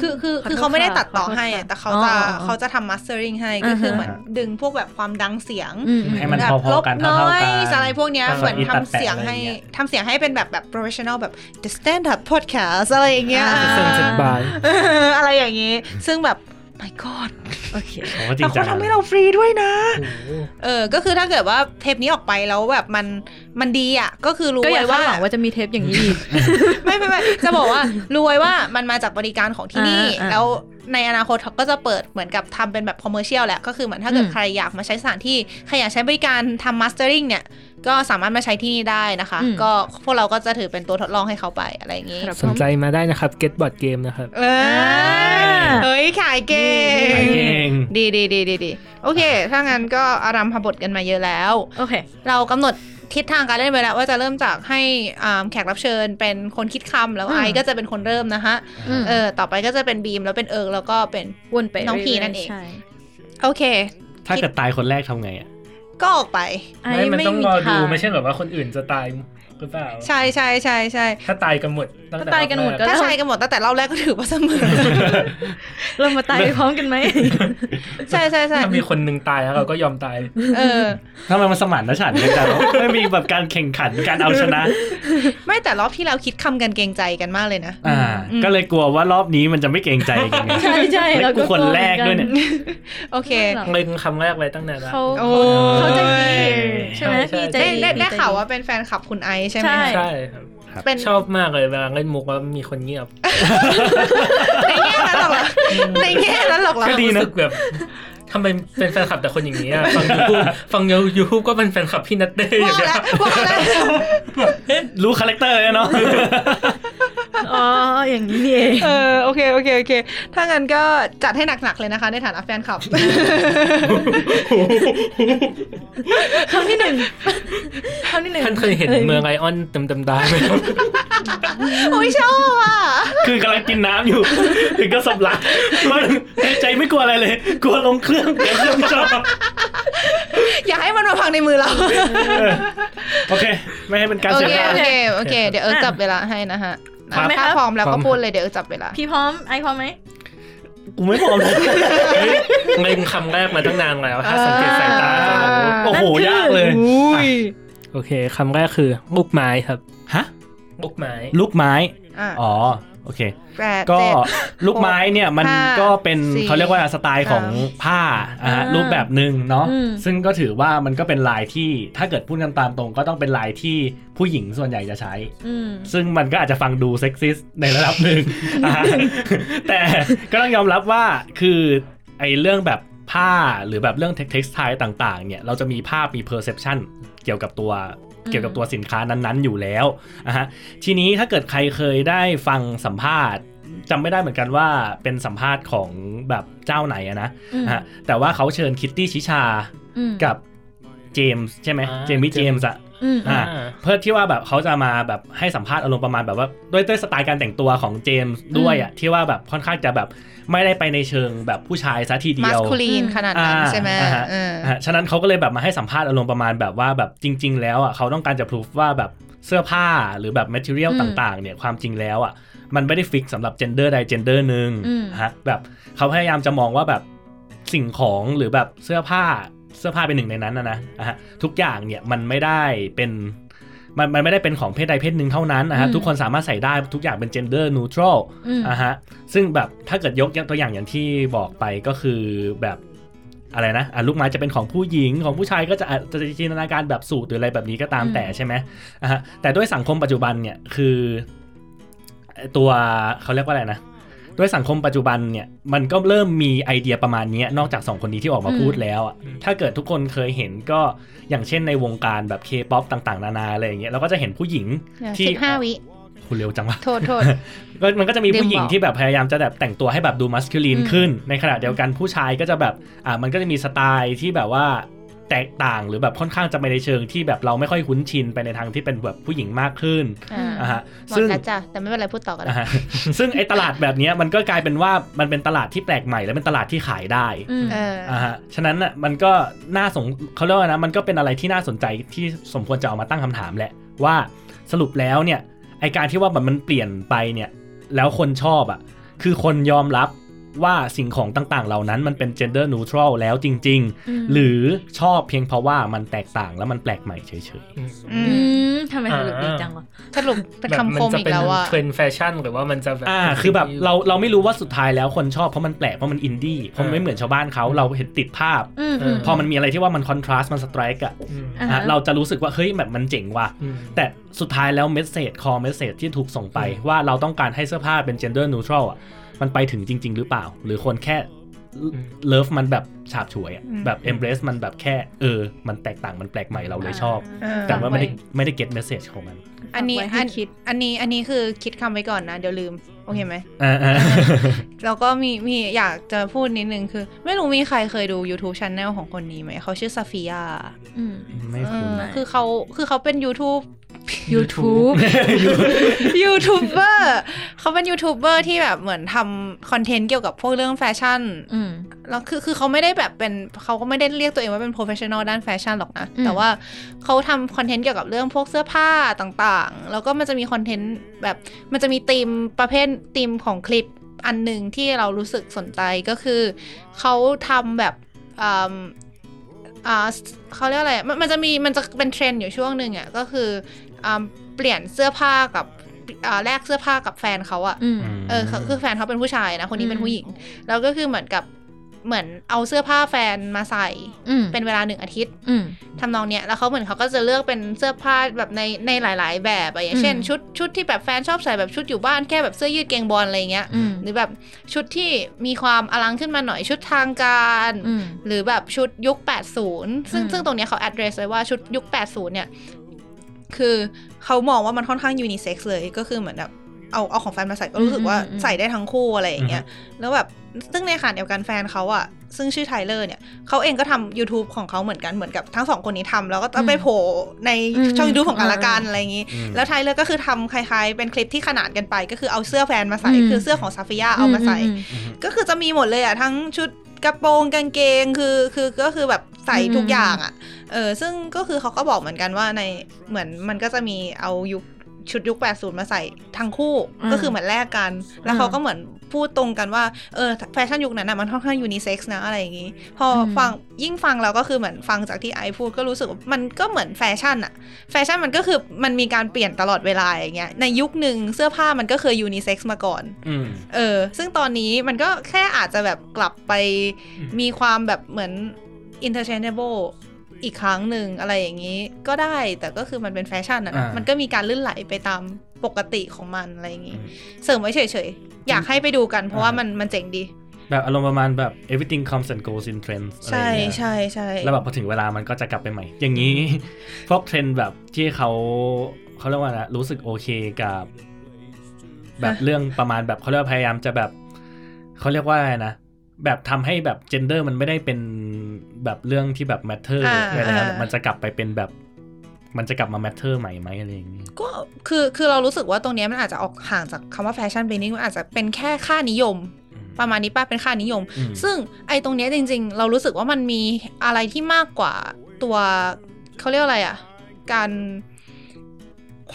คือคือ ขอโทษ คือเขาไม่ได้ตัดต่อ ค่ะ ให้อะแต่เขาจะ อ๋ออ๋ออ๋อ เขาจะทำมาสเตอริงให้ก็คือ อ่าฮะ เหมือนดึงพวกแบบความดังเสียง อืมอืม ให้มัน แบบ พอๆกัน ลบ เท่าๆกัอยนอะไรพวกเนี้ย ก็ เหมือน ตัด ทำ แปะ เสียงให้ อะไรอย่างทำเงี้ยเสียงให้เป็นแบบแบบ professional แบบ the stand up podcast อะไรอย่างเงี้ย อ่า เซนเซนบาย เออ อะไรอย่างงี้ ซึ่งแบบ my god โอเค ผมว่าจริ แต่ งจั เขา ง ทำให้เราฟรีด้วยนะ เออ ก็คือถ้าเกิดว่าเทปนี้ออกไปแล้วแบบมันมันดีอ่ะ ก็คือรู้ ก็อ ไว้ ย่าคา ว่า ดหวังว่าจะมีเทปอย่างนี้อีก ไม่ไม่ไม่จะบอกว่ารู้ไว้ว่ามันมาจากบริการของที่นี่ อ่าอ่า แล้วในอนาคตเขาก็จะเปิดเหมือนกับทำเป็นแบบคอมเมอร์เชียลแหละ ก็คือเหมือนถ้าเกิด อืม ใครอยากมาใช้สถานที่ ใครอยากใช้บริการทำมาสเตอริงเนี่ย ก็สามารถมาใช้ที่นี่ได้นะคะ ก็พวกเราก็จะถือเป็นตัวทดลองให้เขาไปอะไรอย่างงี้ สนใจมาได้นะครับ Get Board Game นะครับ เออเฮ้ยขายเก่ ขาย ง เก่ง ดีดีดีดีดีโอเค ถ้างั้นก็อารัมพบทกันมาเยอะแล้ว โอเค เรากำหนดทิศทางการเล่นไปแล้วว่าจะเริ่มจากให้อ่าแขกรับเชิญเป็นคนคิดคำแล้ว อืม ไอซ์ก็จะเป็นคนเริ่มนะฮะ อืม เออต่อไปก็จะเป็นบีมแล้วเป็นเอิร์กแล้วก็เป็น วนไป น้องพี รื่ยๆ นั่นเอง ใช่ โอเค ถ้าเกิดตายคนแรกทำไงอ่ะ ก็ออกไป ไอ้ ไม่มัน ไม่ ต้อง มี รอดู ทาง ไม่ใช่แบบว่าคนอื่นจะตายหรือเปล่า ใช่ใช่ใช่ใช่ ถ้าตายกันหมดงแต่ ถ้าตายกันหมดก็ ถ้าใช่กันหมดตั้งแต่เราแรกก็ถือว่าเสมอ เรามาตายไปพร้อมกันไหม ใช่ใช่ใช่ ถ้ามีคนหนึ่งตายแล้วเราก็ยอมตาย เออ ทำไมมันสมานนะ ฉันท์กันจัง ไม่มีแบบการแข่งขันการเอาชนะ ไม่แต่รอบที่เราคิดคำกันเกรงใจกันมากเลยนะ อ่า อืม ก็เลยกลัวว่ารอบนี้มันจะไม่เกรงใจกันไง ใช่ใช่ ไม่ เรา กู ก็ คนแรกด้วยเนี่ย โอเค เล็งคำแรกไว้ตั้งแต่แรก เขา โอ้ เขาจะดี ย ใช่ไหม ใช่ ดีใจ ได้ ดี ได้ได้ ใจ ข่าวว่าเป็นแฟนคลับคุณไอซ์ใช่ไหม ใช่ ใช่ครับ เป็น ชอบมากเลยเวลาเล่นมุกแล้วมีคนเงียบ ในแง่นั้นหรอกเหรอในแง่นั้นหรอกเหรอ ก็ดีนะ รู้สึกแบบทำไมเป็นแฟนคลับแต่คนอย่างนี้อะฟังยูทูบฟังยูทูบก็เป็นแฟนคลับพี่นัทเด้อ ว่า ย่างเงี้ย แล้วว่าแล้ว เอ๊ะรู้คาแรคเตอร์เลยเนาะ อ๋ออย่างนี้นี่เอง เออโอเคโอเคโอเค ถ้างั้นก็จัดให้หนักๆเลยนะคะ ในฐานะแฟนคลับ คำที่หนึ่งคำที่หนึ่ง ท่านเคยเห็นเมืองไอออนเต็มเต็มๆตาไหมครับ โอ้ยชอบอ่ะ คือกำลังกินน้ำอยู่ ถึงก็สำลักว่าใจไม่กลัวอะไรเลย กลัวลงเครื่องเดี๋ยวเครื่องจอด อย่าให้มันมาพังในมือเรา โอเค ไม่ให้เป็นการ โอ เสีย เค เวลา โอเคโอเค เดี๋ยวเอิร์กจับเวลาให้นะฮะ พร้อมไหมครับ ถ้าพร้อมแล้วก็พูดเลยเดี๋ยวเอิร์กจับเวลา พี่พร้อมไอพร้อมไหม กูไม่พร้อมเลย เล็งคำแรกมาตั้งนานแล้วถ้าสังเกตสายตาจะรู้ อ่า โอ้โหยากเลย โอเคคำแรกคือลูกไม้ครับ ฮะ ลูกไม้ ลูกไม้ อ่ะ อ๋อ โอเค แปด ก็ เจ็ด ลูกไม้เนี่ยมัน ห้า ก็เป็น สี่ เขาเรียกว่าสไตล์ของ สาม ผ้าอ่ะฮะ อ่ารู รูปแบบหนึ่งเนาะ อืม ซึ่งก็ถือว่ามันก็เป็นลายที่ถ้าเกิดพูดกันตามตรง ก็ต้องเป็นลายที่ผู้หญิงส่วนใหญ่จะใช้ อืม ซึ่งมันก็อาจจะฟังดูเซ็กซิสในระดับหนึ่งอ่ะฮะแต่ก็ต้องยอมรับว่าคือไอ้เรื่องแบบผ้าหรือแบบเรื่องเท็กซ์ไทต่างๆเนี่ยเราจะมีภาพมีเพอร์เซพชันเกี่ยวกับตัว ม เกี่ยวกับตัวสินค้านั้นๆอยู่แล้วอ่ะฮะทีนี้ถ้าเกิดใครเคยได้ฟังสัมภาษณ์จำไม่ได้เหมือนกันว่าเป็นสัมภาษณ์ของแบบเจ้าไหนอะนะ อืม อ่ะฮะแต่ว่าเขาเชิญคิตตี้ชิชา อืม กับเจมส์ใช่ไหม อ่า เจมี่เจมส์อะ อืม อ่า เพื่อที่ว่าแบบเขาจะมาแบบให้สัมภาษณ์อารมณ์ประมาณแบบว่าด้วยด้วยสไตล์การแต่งตัวของเจมส์ด้วยอ่ะที่ว่าแบบค่อนข้างจะแบบไม่ได้ไปในเชิงแบบผู้ชายซะทีเดี มัส ยว คูลีนขนาดนั้น อ่า ใช่ไหม อ่าฮะ เออ อ่ะฉะนั้นเขาก็เลยแบบมาให้สัมภาษณ์อารมณ์ประมาณแบบว่าแบบจริง ๆ แล้วอ่ะเขาต้องการจะพิสูจว่าแบบเสื้อผ้าหรือแบบแมทเทียล อืม ต่างๆเนี่ยความจริงแล้วอ่ะมันไม่ได้ฟิกสำหรับเจนเดอร์ใดเจนเดอร์หนึ่ง อืม ฮะแบบเขาพยายามจะมองว่าแบบสิ่งของหรือแบบเสื้อผ้าเสื้อผ้าเป็นหนึ่งในนั้นนะนะอ่ะฮะทุกอย่างเนี่ยมันไม่ได้เป็น มันมันไม่ได้เป็นของเพศใดเพศหนึ่งเท่านั้นนะฮะ อืม ทุกคนสามารถใส่ได้ทุกอย่างเป็น gender neutral อืม อ่ะฮะซึ่งแบบถ้าเกิดยกตัวอย่างอย่างที่บอกไปก็คือแบบอะไรนะอ่ะลูกไม้จะเป็นของผู้หญิงของผู้ชายก็จะอาจจะจินตนาการแบบสูตรหรืออะไรแบบนี้ก็ตามแต่ใช่ไหมอ่ะฮะแต่ด้วยสังคมปัจจุบันเนี่ยคือไอ้ตัวเขาเรียกว่าอะไรนะ ด้วยสังคมปัจจุบันเนี่ยมันก็เริ่มมีไอเดียประมาณเนี้ยนอกจากสองคนนี้ที่ออกมาพูดแล้วอะ อืม ถ้าเกิดทุกคนเคยเห็นก็อย่างเช่นในวงการแบบเคป๊อปต่างๆ นานาอะไรอย่างเงี้ยเราก็จะเห็นผู้หญิงที่ สิบห้าวิ คุณเร็วจังวะ โทษโทษ ก็มันก็จะมี ลืม ผู้หญิง บอก ที่แบบพยายามจะแบบแต่งตัวให้แบบดูมัสคิลีน อืม ขึ้น ในขณะเดียวกันผู้ชายก็จะแบบอ่ามันก็จะมีสไตล์ที่แบบว่าแตกต่างหรือแบบค่อนข้างจะไปในเชิงที่แบบเราไม่ค่อยคุ้นชินไปในทางที่เป็นแบบผู้หญิงมากขึ้น อ่า อ่ะฮะ หมด ซึ่ง แล้วจ้ะแต่ไม่เป็นไรพูดต่อกัน อ่ะฮะซึ่งไอ้ตลาดแบบเนี้ยมันก็กลายเป็นว่ามันเป็นตลาดที่แปลกใหม่และเป็นตลาดที่ขายได้ อืม เอออ อ่าฮะฉะนั้นน่ะมันก็น่าสงเขาเรียกว่านะมันก็เป็นอะไรที่น่าสนใจที่สมควรจะเอามาตั้งคำถามแหละว่าสรุปแล้วเนี่ยไอการที่ว่าแบบมันเปลี่ยนไปเนี่ยแล้วคนชอบอะ่ะคือคนยอมรับว่าสิ่งของต่างๆ เหล่านั้นมันเป็น gender neutral แล้วจริง อืม ๆ หรือชอบเพียงเพราะว่ามันแตกต่างและมันแปลกใหม่เฉย อืม อื อื ม มทำไมสรุปดีจังวะ สรุปเป็นคำคมอีกแล้วอ่ะ เทรนด์แฟชั่นหรือว่ามันจะแบบ ๆอ่าคือแบบเราเราไม่รู้ว่าสุดท้ายแล้วคนชอบเพราะมันแปลกเพราะมันอินดี้เพราะมันไม่เหมือนชาวบ้านเขาเราเห็นติดภาพ อืม พอมันมีอะไรที่ว่ามันคอนทราสต์มันสไตรกอะ อืม อ่ะ อ่ะเราจะรู้สึกว่าเฮ้ยแบบมันเจ๋งว่ะ อืม แต่สุดท้ายแล้วเมสเซจคอเมสเซจที่ถูกส่งไป อืม ว่าเราต้องการให้เสื้อผ้าเป็น gender neutral อ่ะมันไปถึงจริง ๆ หรือเปล่า หรือคนแค่เลิฟมันแบบฉาบฉวยอ่ะ อืม แบบ embrace มันแบบแค่เออ มันแตกต่างมันแปลกใหม่เราเลยชอบ เออ แต่ว่าไม่ได้ไม่ได้ get message ของมัน อันนี้ ฝากไว้ให้ อัน คิด อันนี้อันนี้คือคิดคำไว้ก่อนนะ เดี๋ยวลืม โอเคไหม อ่า แล้วก็มีมีอยากจะพูดนิดนึงคือ ไม่รู้มีใครเคยดู YouTube Channel ของคนนี้ไหม เขาชื่อซาฟิยา อืม ๆไม่คุ้น เออ นะ คือเขาคือเขาเป็น YouTube YouTube ยูทูบเบอร์ เขาเป็นยูทูบเบอร์ที่แบบเหมือนทำคอนเทนต์เกี่ยวกับพวกเรื่องแฟชั่น อืม แล้วคือคือเขาไม่ได้แบบเป็นเขาก็ไม่ได้เรียกตัวเองว่าเป็น professional ด้านแฟชั่นหรอกนะ อืม แต่ว่าเขาทำคอนเทนต์เกี่ยวกับเรื่องพวกเสื้อผ้าต่างๆ แล้วก็มันจะมีคอนเทนต์แบบมันจะมีธีมประเภทธีมของคลิปอันหนึ่งที่เรารู้สึกสนใจก็คือเขาทำแบบอ่าอ่าเขาเรียกอะไรมันมันจะมีมันจะเป็นเทรนด์อยู่ช่วงหนึ่งอะ่ะก็คืออ่าเปลี่ยนเสื้อผ้ากับอ่าแลกเสื้อผ้ากับแฟนเขาอ่ะ อืม ม เออเขาคือแฟนเขาเป็นผู้ชายนะ คนนี้ อืม เป็นผู้หญิง แล้วก็คือเหมือนกับเหมือนเอาเสื้อผ้าแฟนมาใส่ อืม เป็นเวลาหนึ่งอาทิตย์ อืม ทำนองเนี้ยแล้วเขาเหมือนเขาก็จะเลือกเป็นเสื้อผ้าแบบในในหลาย ๆ แบบอะอย่างเช่น อืม ชุดชุดที่แบบแฟนชอบใส่แบบชุดอยู่บ้านแค่แบบเสื้อยืดเกงบอลอะไรอย่างเงี้ย อืม หรือแบบชุดที่มีความอลังขึ้นมาหน่อยชุดทางการ อืม หรือแบบชุดยุค 80 ซึ่ง อืม ซึ่งตรงเนี้ยเขา address ไว้ว่าชุดยุค 80 เนี่ย คือเขามองว่ามันค่อนข้าง unisex เลยก็คือเหมือนแบบเอาเอาของแฟนมาใส่ก็รู้สึกว่าใส่ได้ทั้งคู่อะไรอย่างเงี้ยแล้วแบบซึ่งในขณะเดียวกันแฟนเขาอะซึ่งชื่อไทเลอร์เนี่ยเขาเองก็ทำ YouTube ของเขาเหมือนกันเหมือนกับทั้งสองคนนี้ทำแล้วก็ต้องไปโผล่ในช่อง YouTube ของกันละกันอะไรอย่างงี้ ม แล้วไทเลอร์ก็คือทำคล้ายๆ เป็นคลิปที่ขนาดกันไป ก็คือเอาเสื้อแฟนมาใส่ อืม คือเสื้อของซาฟิยาเอามาใส่ อืม ก็คือจะมีหมดเลยอ่ะ ทั้งชุดกระโปรงกางเกงคือคือก็คือแบบใส่ อืม ทุกอย่างอ่ะเออซึ่งก็คือเขาก็บอกเหมือนกันว่าในเหมือนมันก็จะมีเอายุคชุดยุค 80 มาใส่ทั้งคู่ ก็คือเหมือนแลกกัน แล้วเขาก็เหมือนพูดตรงกันว่าเออแฟชั่นยุคนั้นนะมันค่อนข้างยูนิเซ็กซ์นะอะไรอย่างงี้ พอฟังยิ่งฟังเราก็คือเหมือนฟังจากที่ไอพูดก็รู้สึกว่ามันก็เหมือนแฟชั่นอะ แฟชั่นมันก็คือมันมีการเปลี่ยนตลอดเวลาอย่างเงี้ยในยุคหนึ่งเสื้อผ้ามันก็เคยยูนิเซ็กซ์มาก่อน อืม เออ ซึ่งตอนนี้มันก็แค่อาจจะแบบกลับไป อืม มีความแบบเหมือน interchangeable อีกครั้งหนึ่งอะไรอย่างนี้ก็ได้ แต่ก็คือมันเป็นแฟชั่นอะนะ อ่ามั มันก็มีการลื่นไหลไปตามปกติของมันอะไรอย่างนี้ อืม เสริมไว้เฉยๆ อยากให้ไปดูกันเพราะว่า อ่ามั มันมันเจ๋งดี แบบอารมณ์ประมาณแบบ everything comes and goes in trends อะไรอ ใช่ ย่างเงี้ย ใช่ใช่ แล้วแบบพอถึงเวลามันก็จะกลับไปใหม่ อย่างนี้ พวกเทรนด์แบบที่เขาเขาเรียกว่านะรู้สึกโอเคกับ แบบเรื่องประมาณแบบเขาเรียกว่าพยายามจะแบบเขาเรียกว่าอะไรนะ แบบทำให้แบบเจนเดอร์มันไม่ได้เป็นแบบเรื่องที่แบบแมทเทอร์ อ่า อะไรนะ อ่ามั มันจะกลับไปเป็นแบบ มันจะกลับมาแมทเทอร์ใหม่ไหมอะไรอย่างนี้ ก็คือคือเรารู้สึกว่าตรงเนี้ยมันอาจจะออกห่างจากคำว่าแฟชั่นไปนิดนึงมันอาจจะเป็นแค่ค่านิยม ประมาณนี้ป้าเป็นค่านิยม อืม ซึ่งไอ้ตรงเนี้ยจริง ๆ เรารู้สึกว่ามันมีอะไรที่มากกว่าตัวเขาเรียกอะไรอะ่ะ การ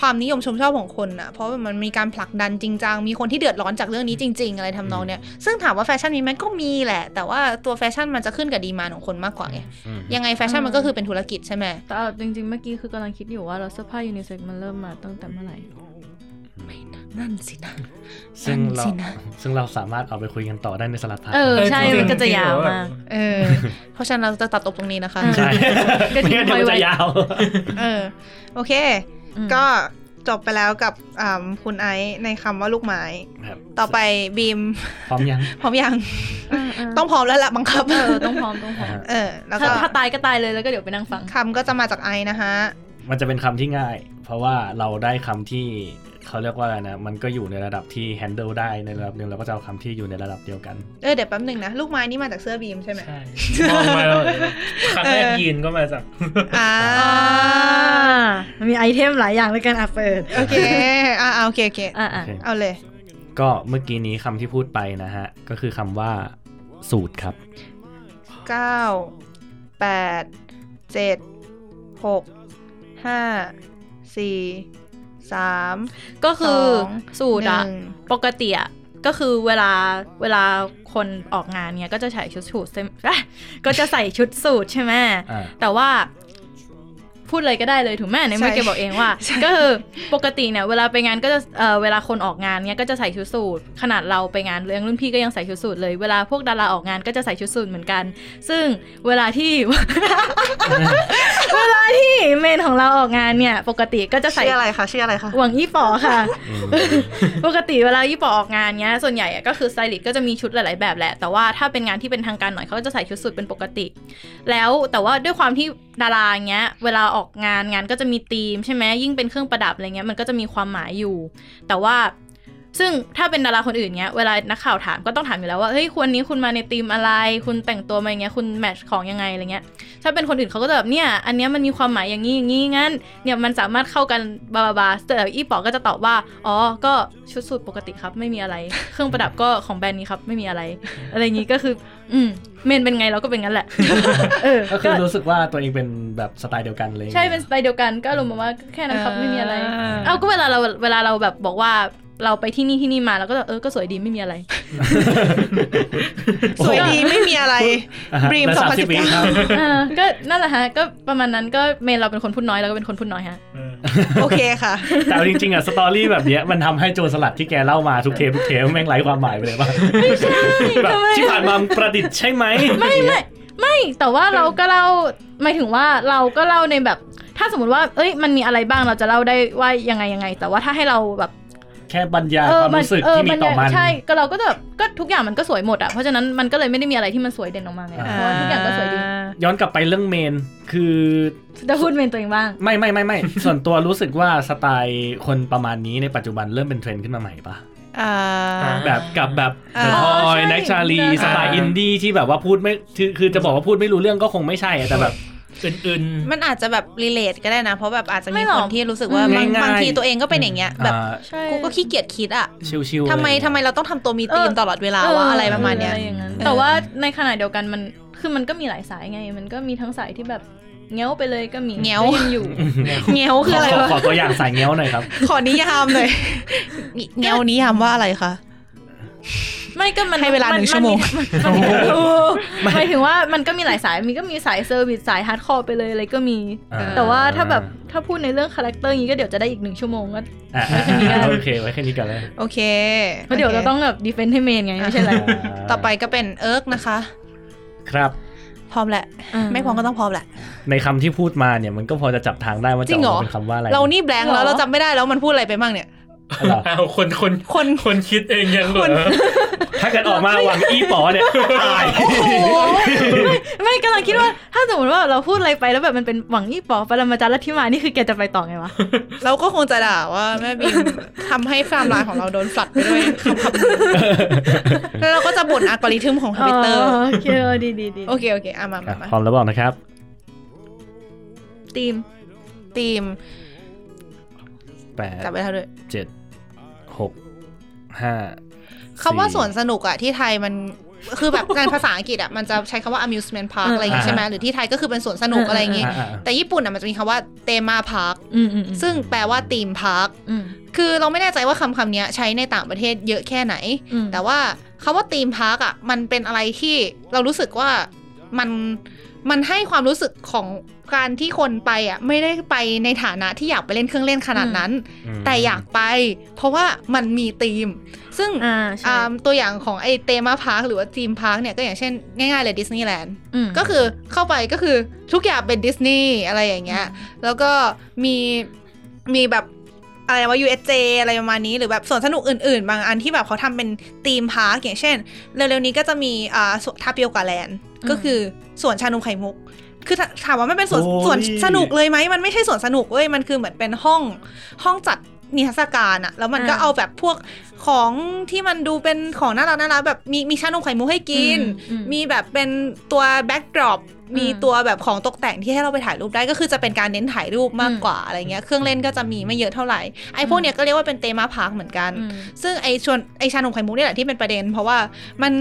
ความนิยมชมชอบของคนอะเพราะมันมีการผลักดันจริงจังมีคนที่เดือดร้อนจากเรื่องนี้จริง ๆ อะไรทำนองเนี้ยซึ่งถามว่าแฟชั่นมีไหมก็มีแหละ แต่ว่าตัวแฟชั่นมันจะขึ้นกับดีมานด์ของคนมากกว่าไง อืม ยังไงแฟชั่นมันก็คือเป็นธุรกิจใช่ไหม แต่เอาจริงๆ เมื่อกี้คือกำลังคิดอยู่ว่าเราเสื้อผ้ายูนิเซ็กมันเริ่มมาตั้งแต่เมื่อไหร่ นั่นสินะ ซึ่งเรา นั่นสินะ ซึ่งเราสามารถเอาไปคุยกันต่อได้ในสลัดพัก เออ ใช่ จริงๆ มันก็จะยาวมาก เอ อ เพราะฉะนั้นเราจะตัดตบตรงนี้นะคะ อ่า ใช่ ก็ไม่ทิ้ง งั้นเดี๋ยวมัน ไว้ จะยาว เออ โอเค อืม ก็จบไปแล้วกับอ่าคุณไอซ์ในคำว่าลูกไม้ ครับ ต่อไปบีม พร้อมยัง พร้อมยัง าๆ ต้องพร้อมแล้วล่ะบังคับ เออต้องพร้อมต้องพร้อม เออ แล้ว ถ้า ก็ ถ้าตายก็ตายเลยแล้วก็เดี๋ยวไปนั่งฟัง คำก็จะมาจากไอซ์นะฮะ มันจะเป็นคำที่ง่าย เพราะว่าเราได้คำที่เขาเรียกว่าอะไรนะ มันก็อยู่ในระดับที่ handle ได้ในระดับหนึ่งเราก็จะเอาคำที่อยู่ในระดับเดียวกัน เออเดี๋ยวแป๊บหนึ่งนะ ลูกไม้นี่มาจากเสื้อบีมใช่ไหม ใช่มองมาแล้วครั้งแรก เออ ยีนก็มาจาก อ่า มันมีไอเทมหลายอย่างเลยกันอ่ะเปิด โอเค อ่าโอเคโอเค อ่า โอเค เอาเลย ก็เมื่อกี้นี้คำที่พูดไปนะฮะ ก็คือคำว่าสูตรครับ เก้าแปดเจ็ดหกห้าสี่สาม ๆก็คือสูตร ห อะ นึ่ง ปกติอะก็คือเวลาเวลาคนออกงานเนี่ยก็จะใส่ชุดสูทใช่ไหม อ่ะก็จะใส่ชุดสูทใช่ไหม อ่า แต่ว่าพูดเลยก็ได้เลยถูกไหมในเมื่อแกบอกเองว่า ก็คือปกติเนี่ยเวลาไปงานก็จะเอ่อเวลาคนออกงานเนี่ยก็จะใส่ชุดสูทขนาดเราไปงานเลี้ยงรุ่นพี่ก็ยังใส่ชุดสูทเลยเวลาพวกดาราออกงานก็จะใส่ชุดสูทเหมือนกัน ซึ่งเวลาที่ เวลาที่เมนของเราออกงานเนี่ยปกติก็จะใส่ ชื่ออะไรคะชื่ออะไรคะ หวังยี่ปอค่ะ ปกติเวลายี่ปอออกงานเนี้ยส่วนใหญ่อะก็คือสไตลิสต์ก็จะมีชุดหลาย ๆ แบบแหละ แต่ว่าถ้าเป็นงานที่เป็นทางการหน่อยเขาก็จะใส่ชุดสุดเป็นปกติ แล้วแต่ว่าด้วยความที่ดาราอย่างเงี้ย เวลาออกงานงานก็จะมีธีมใช่ไหมยิ่งเป็นเครื่องประดับอะไรเงี้ยมันก็จะมีความหมายอยู่ แต่ว่าซึ่งถ้าเป็นดาราคนอื่นเงี้ยเวลานักข่าวถามก็ต้องถามอยู่แล้วว่าเฮ้ยคนนี้คุณมาในธีมอะไร คุณแต่งตัวมาอย่างเงี้ยคุณแมทช์ของยังไงอะไรเงี้ย ถ้าเป็นคนอื่นเขาก็จะแบบเนี่ยอันเนี้ยมันมีความหมายอย่างนี้อย่างนี้งั้น เนี่ยมันสามารถเข้ากันบาบาบาแต่อีป๋อก็จะตอบว่า อ๋อ ก็ชุดสูทปกติครับ ไม่มีอะไร เครื่องประดับก็ของแบรนด์นี้ครับ ไม่มีอะไร อะไรอย่างนี้ก็คือ อืม เมนเป็นไงเราก็เป็นงั้ นแหละ เออ ก็คื ก็ อรู้สึกว่าตัวเองเป็นแบบสไตล์เดียวกันเลย ใช่เป็นสไตล์เดียวกันก็อารมณ์แบบว่าแค่นั้นครับ ไม่มีอะไร อ่า เอาก็เวลาเราเวลาเราแบบบอกว่าเราไปที่นี่ที่นี่มาเราก็จะเออก็สวยดีไม่มีอะไร สวยดีไม่มีอะไร อ่าฮะ Dream และสามสิบ 2019 วิครับ เออก็นั่นแหละฮะ ก็ประมาณนั้นก็เมนเราเป็นคนพูดน้อยเราก็เป็นคนพูดน้อยฮะ โอเคค่ะ แต่เอาจริงๆอ่ะสตอรี่แบบเนี้ยมันทำให้โจรสลัดที่แกเล่ามาทุกเทปทุกเทปแม่งไร้ความหมายไปเลยป่ะไม่ใช่แบบ ทำไม ที่ผ่านมามันประดิษฐ์ใช่ไหม ไม่ไม่ไม่แต่ว่าเราก็เล่าหมายถึงว่าเราก็เล่าในแบบ ถ้าสมมติว่า เอ้ยมันมีอะไรบ้างเราจะเล่าได้ว่ายังไงยังไง แต่ว่าถ้าให้เราแบบ แค่บรรยายความรู้สึก เออ ที่มีต่อมัน ใช่ก็เราก็จะแบบก็ทุกอย่างมันก็สวยหมดอ่ะเพราะฉะนั้นมันก็เลยไม่ได้มีอะไรที่มันสวยเด่นออกมาไง อ่า เพราะว่าทุกอย่างก็สวยดี ย้อนกลับไปเรื่องเมน คือ จะพูดเมนตัวเองบ้าง ไม่ไม่ไม่ไม่ ส่วนตัวรู้สึกว่าสไตล์คนประมาณนี้ในปัจจุบันเริ่มเป็นเทรนด์ขึ้นมาใหม่ปะ อ่า อ่า แบบกับแบบ อ่า เดอะทอย ใช่ แน็กชาลี ได้ สไตล์อินดี้ที่แบบว่าพูดไม่คือคือจะบอกว่าพูดไม่รู้เรื่องก็คงไม่ใช่อะแต่แบบ อื่นๆ มันอาจจะแบบรีเลทก็ได้นะ เพราะแบบอาจจะ ไม่ มี หร ค อก นที่รู้สึกว่าบาง ง่ายๆ บางทีตัวเองก็เป็นอย่างเงี้ยแบบ อ่า ใช่ กูก็ขี้เกียจคิดอะ ชิวๆ ทำไม อะรอย่างเงี้ย ทำไมเราต้องทำตัวมีธีมตลอดเวลาว่าอะไรประมาณเนี้ย อออง เออ แต่ว่าในขณะเดียวกันมันคือมันก็มีหลายสายไง มันก็มีทั้งสายที่แบบเงี้ยวไปเลยก็มี เงี้ยว ก็ยังอยู่ เงี้ยวคืออะไร ข วะ ขอตัวอย่างสายเงี้ยวหน่อยครับ ขอนิยามหน่อยเงี้ยวนิยามว่าอะไรคะ ไม่ก็มัน ให้เวลาหนึ่งชั่วโมง นมัน มันมันหมายถึงว่ามันก็มีหลายสายมีก็มีสายเซอร์วิสสายฮาร์ดคอร์ไปเลยอะไรก็มี อ่า แต่ว่าถ้าแบบถ้าพูดในเรื่องคาแรคเตอร์อย่างนี้ก็เดี๋ยวจะได้อีกหนึ่งชั่วโมงก็ อ่ะ ไว้โอแค่นี้ก็ได้เค ไว้แค่นี้ก่อนเลย โอเค เพราะเดี๋ยวเราต้องแบบดีเฟนต์ให้เมนไง ไม่ใช่อะไร ต่อไปก็เป็นเอิร์กนะคะ ครับ พร้อมแหละ ไม่พร้อมก็ต้องพร้อมแหละ ในคำที่พูดมาเนี่ยมันก็พอจะจับทางได้ว่า จริ จะ งเหร อ อ อกมาเป็นคำว่าอะไร เรานี่แบงค์แล้วเราจำไม่ได้แล้วมันพูดอะไรไปบ้างเนี่ย เหรอ อ้าวคนคน คน คนคิดเองยังเหร ค อน ถ้าเกิดออกมาหวังอีป๋อเนี่ยตาย ไม่กำลังคิดว่าถ้าสมมติว่าเราพูดอะไรไปแล้วแบบมันเป็นหวังอี้ป๋อปรมาจารย์ลัทธิมานี่คือแกจะไปต่อไง วะ เราก็คงจะด่าว่าแม่บีมทำให้ฟาร์มไลน์ของเราโดนฟลัดไปด้วยคำคำนี้แล้วเราก็จะบ่นอัลกอริทึมของทวิตเตอร์ โอเคเออดีดีดี โอเค โอเคอ่ะมามา อ่ะ มา พร้อมแล้วบอกนะครับ ทีม ทีม แปด จับไปแล้วด้วย เจ็ดหกห้า คำว่าสวนสนุกอะที่ไทยมัน คือแบบในภาษาอังกฤษอ่ะมันจะใช้คำว่า amusement park อะไรอย่างงี้ อ่า ใช่ไหมหรือที่ไทยก็คือเป็นสวนสนุกอะไรอย่างงี้ อ่าอ่า แต่ญี่ปุ่นอ่ะมันจะมีคำว่า tema park อืมอืมอืม ซึ่งแปลว่า theme park อืม คือเราไม่แน่ใจว่าคำคำเนี้ยใช้ในต่างประเทศเยอะแค่ไหน อืม แต่ว่าคำว่าธีมพาร์กอ่ะมันเป็นอะไรที่เรารู้สึกว่ามันมันให้ความรู้สึกของการที่คนไปอ่ะไม่ได้ไปในฐานะที่อยากไปเล่นเครื่องเล่นขนาดนั้น ม แต่อยากไป เพราะว่ามันมีธีม ซึ่ง อ่าใช่ อ่าตัวอย่างของไอเตมาพาร์คหรือว่าธีมพาร์คเนี่ยก็อย่างเช่นง่ายๆเลยดิสนีย์แลนด์ อืม ก็คือเข้าไปก็คือทุกอย่างเป็นดิสนีย์อะไรอย่างเงี้ย แล้วก็มีมีแบบอะไรว่า USJ อะไรประมาณนี้หรือแบบสวนสนุกอื่นๆ บางอันที่แบบเขาทำเป็นธีมพาร์คอย่างเช่น เร็วๆนี้ก็จะมีอ่าสวนทาเปียกาแลนด์ อืม ก็คือสวนชานมไข่มุก คือถถามว่ามันเป็นสวน โอ้ย สวนสนุกเลยไหมมันไม่ใช่สวนสนุกเว้ยมันคือเหมือนเป็นห้องห้องจัดนิทรรศการอะแล้วมันก็เอาแบบพวกของที่มันดูเป็นของน่ารักน่ารักแบบมีมีชานมไข่มุกให้กิน อือื มีแบบเป็นตัวแบ็กดรอป ม มีตัวแบบของตกแต่งที่ให้เราไปถ่ายรูปได้ก็คือจะเป็นการเน้นถ่ายรูปมาก อืม กว่าอะไรเงี้ยเครื่องเล่นก็จะมีไม่เยอะเท่าไหร่ไอ้พวกเนี้ยก็เรียกว่าเป็นเตมาพาร์คเหมือนกัน อืม ซึ่งไอชวนไอชานมไข่มุกเนี่ยแหละที่เป็นประเด็น เพราะว่ามัน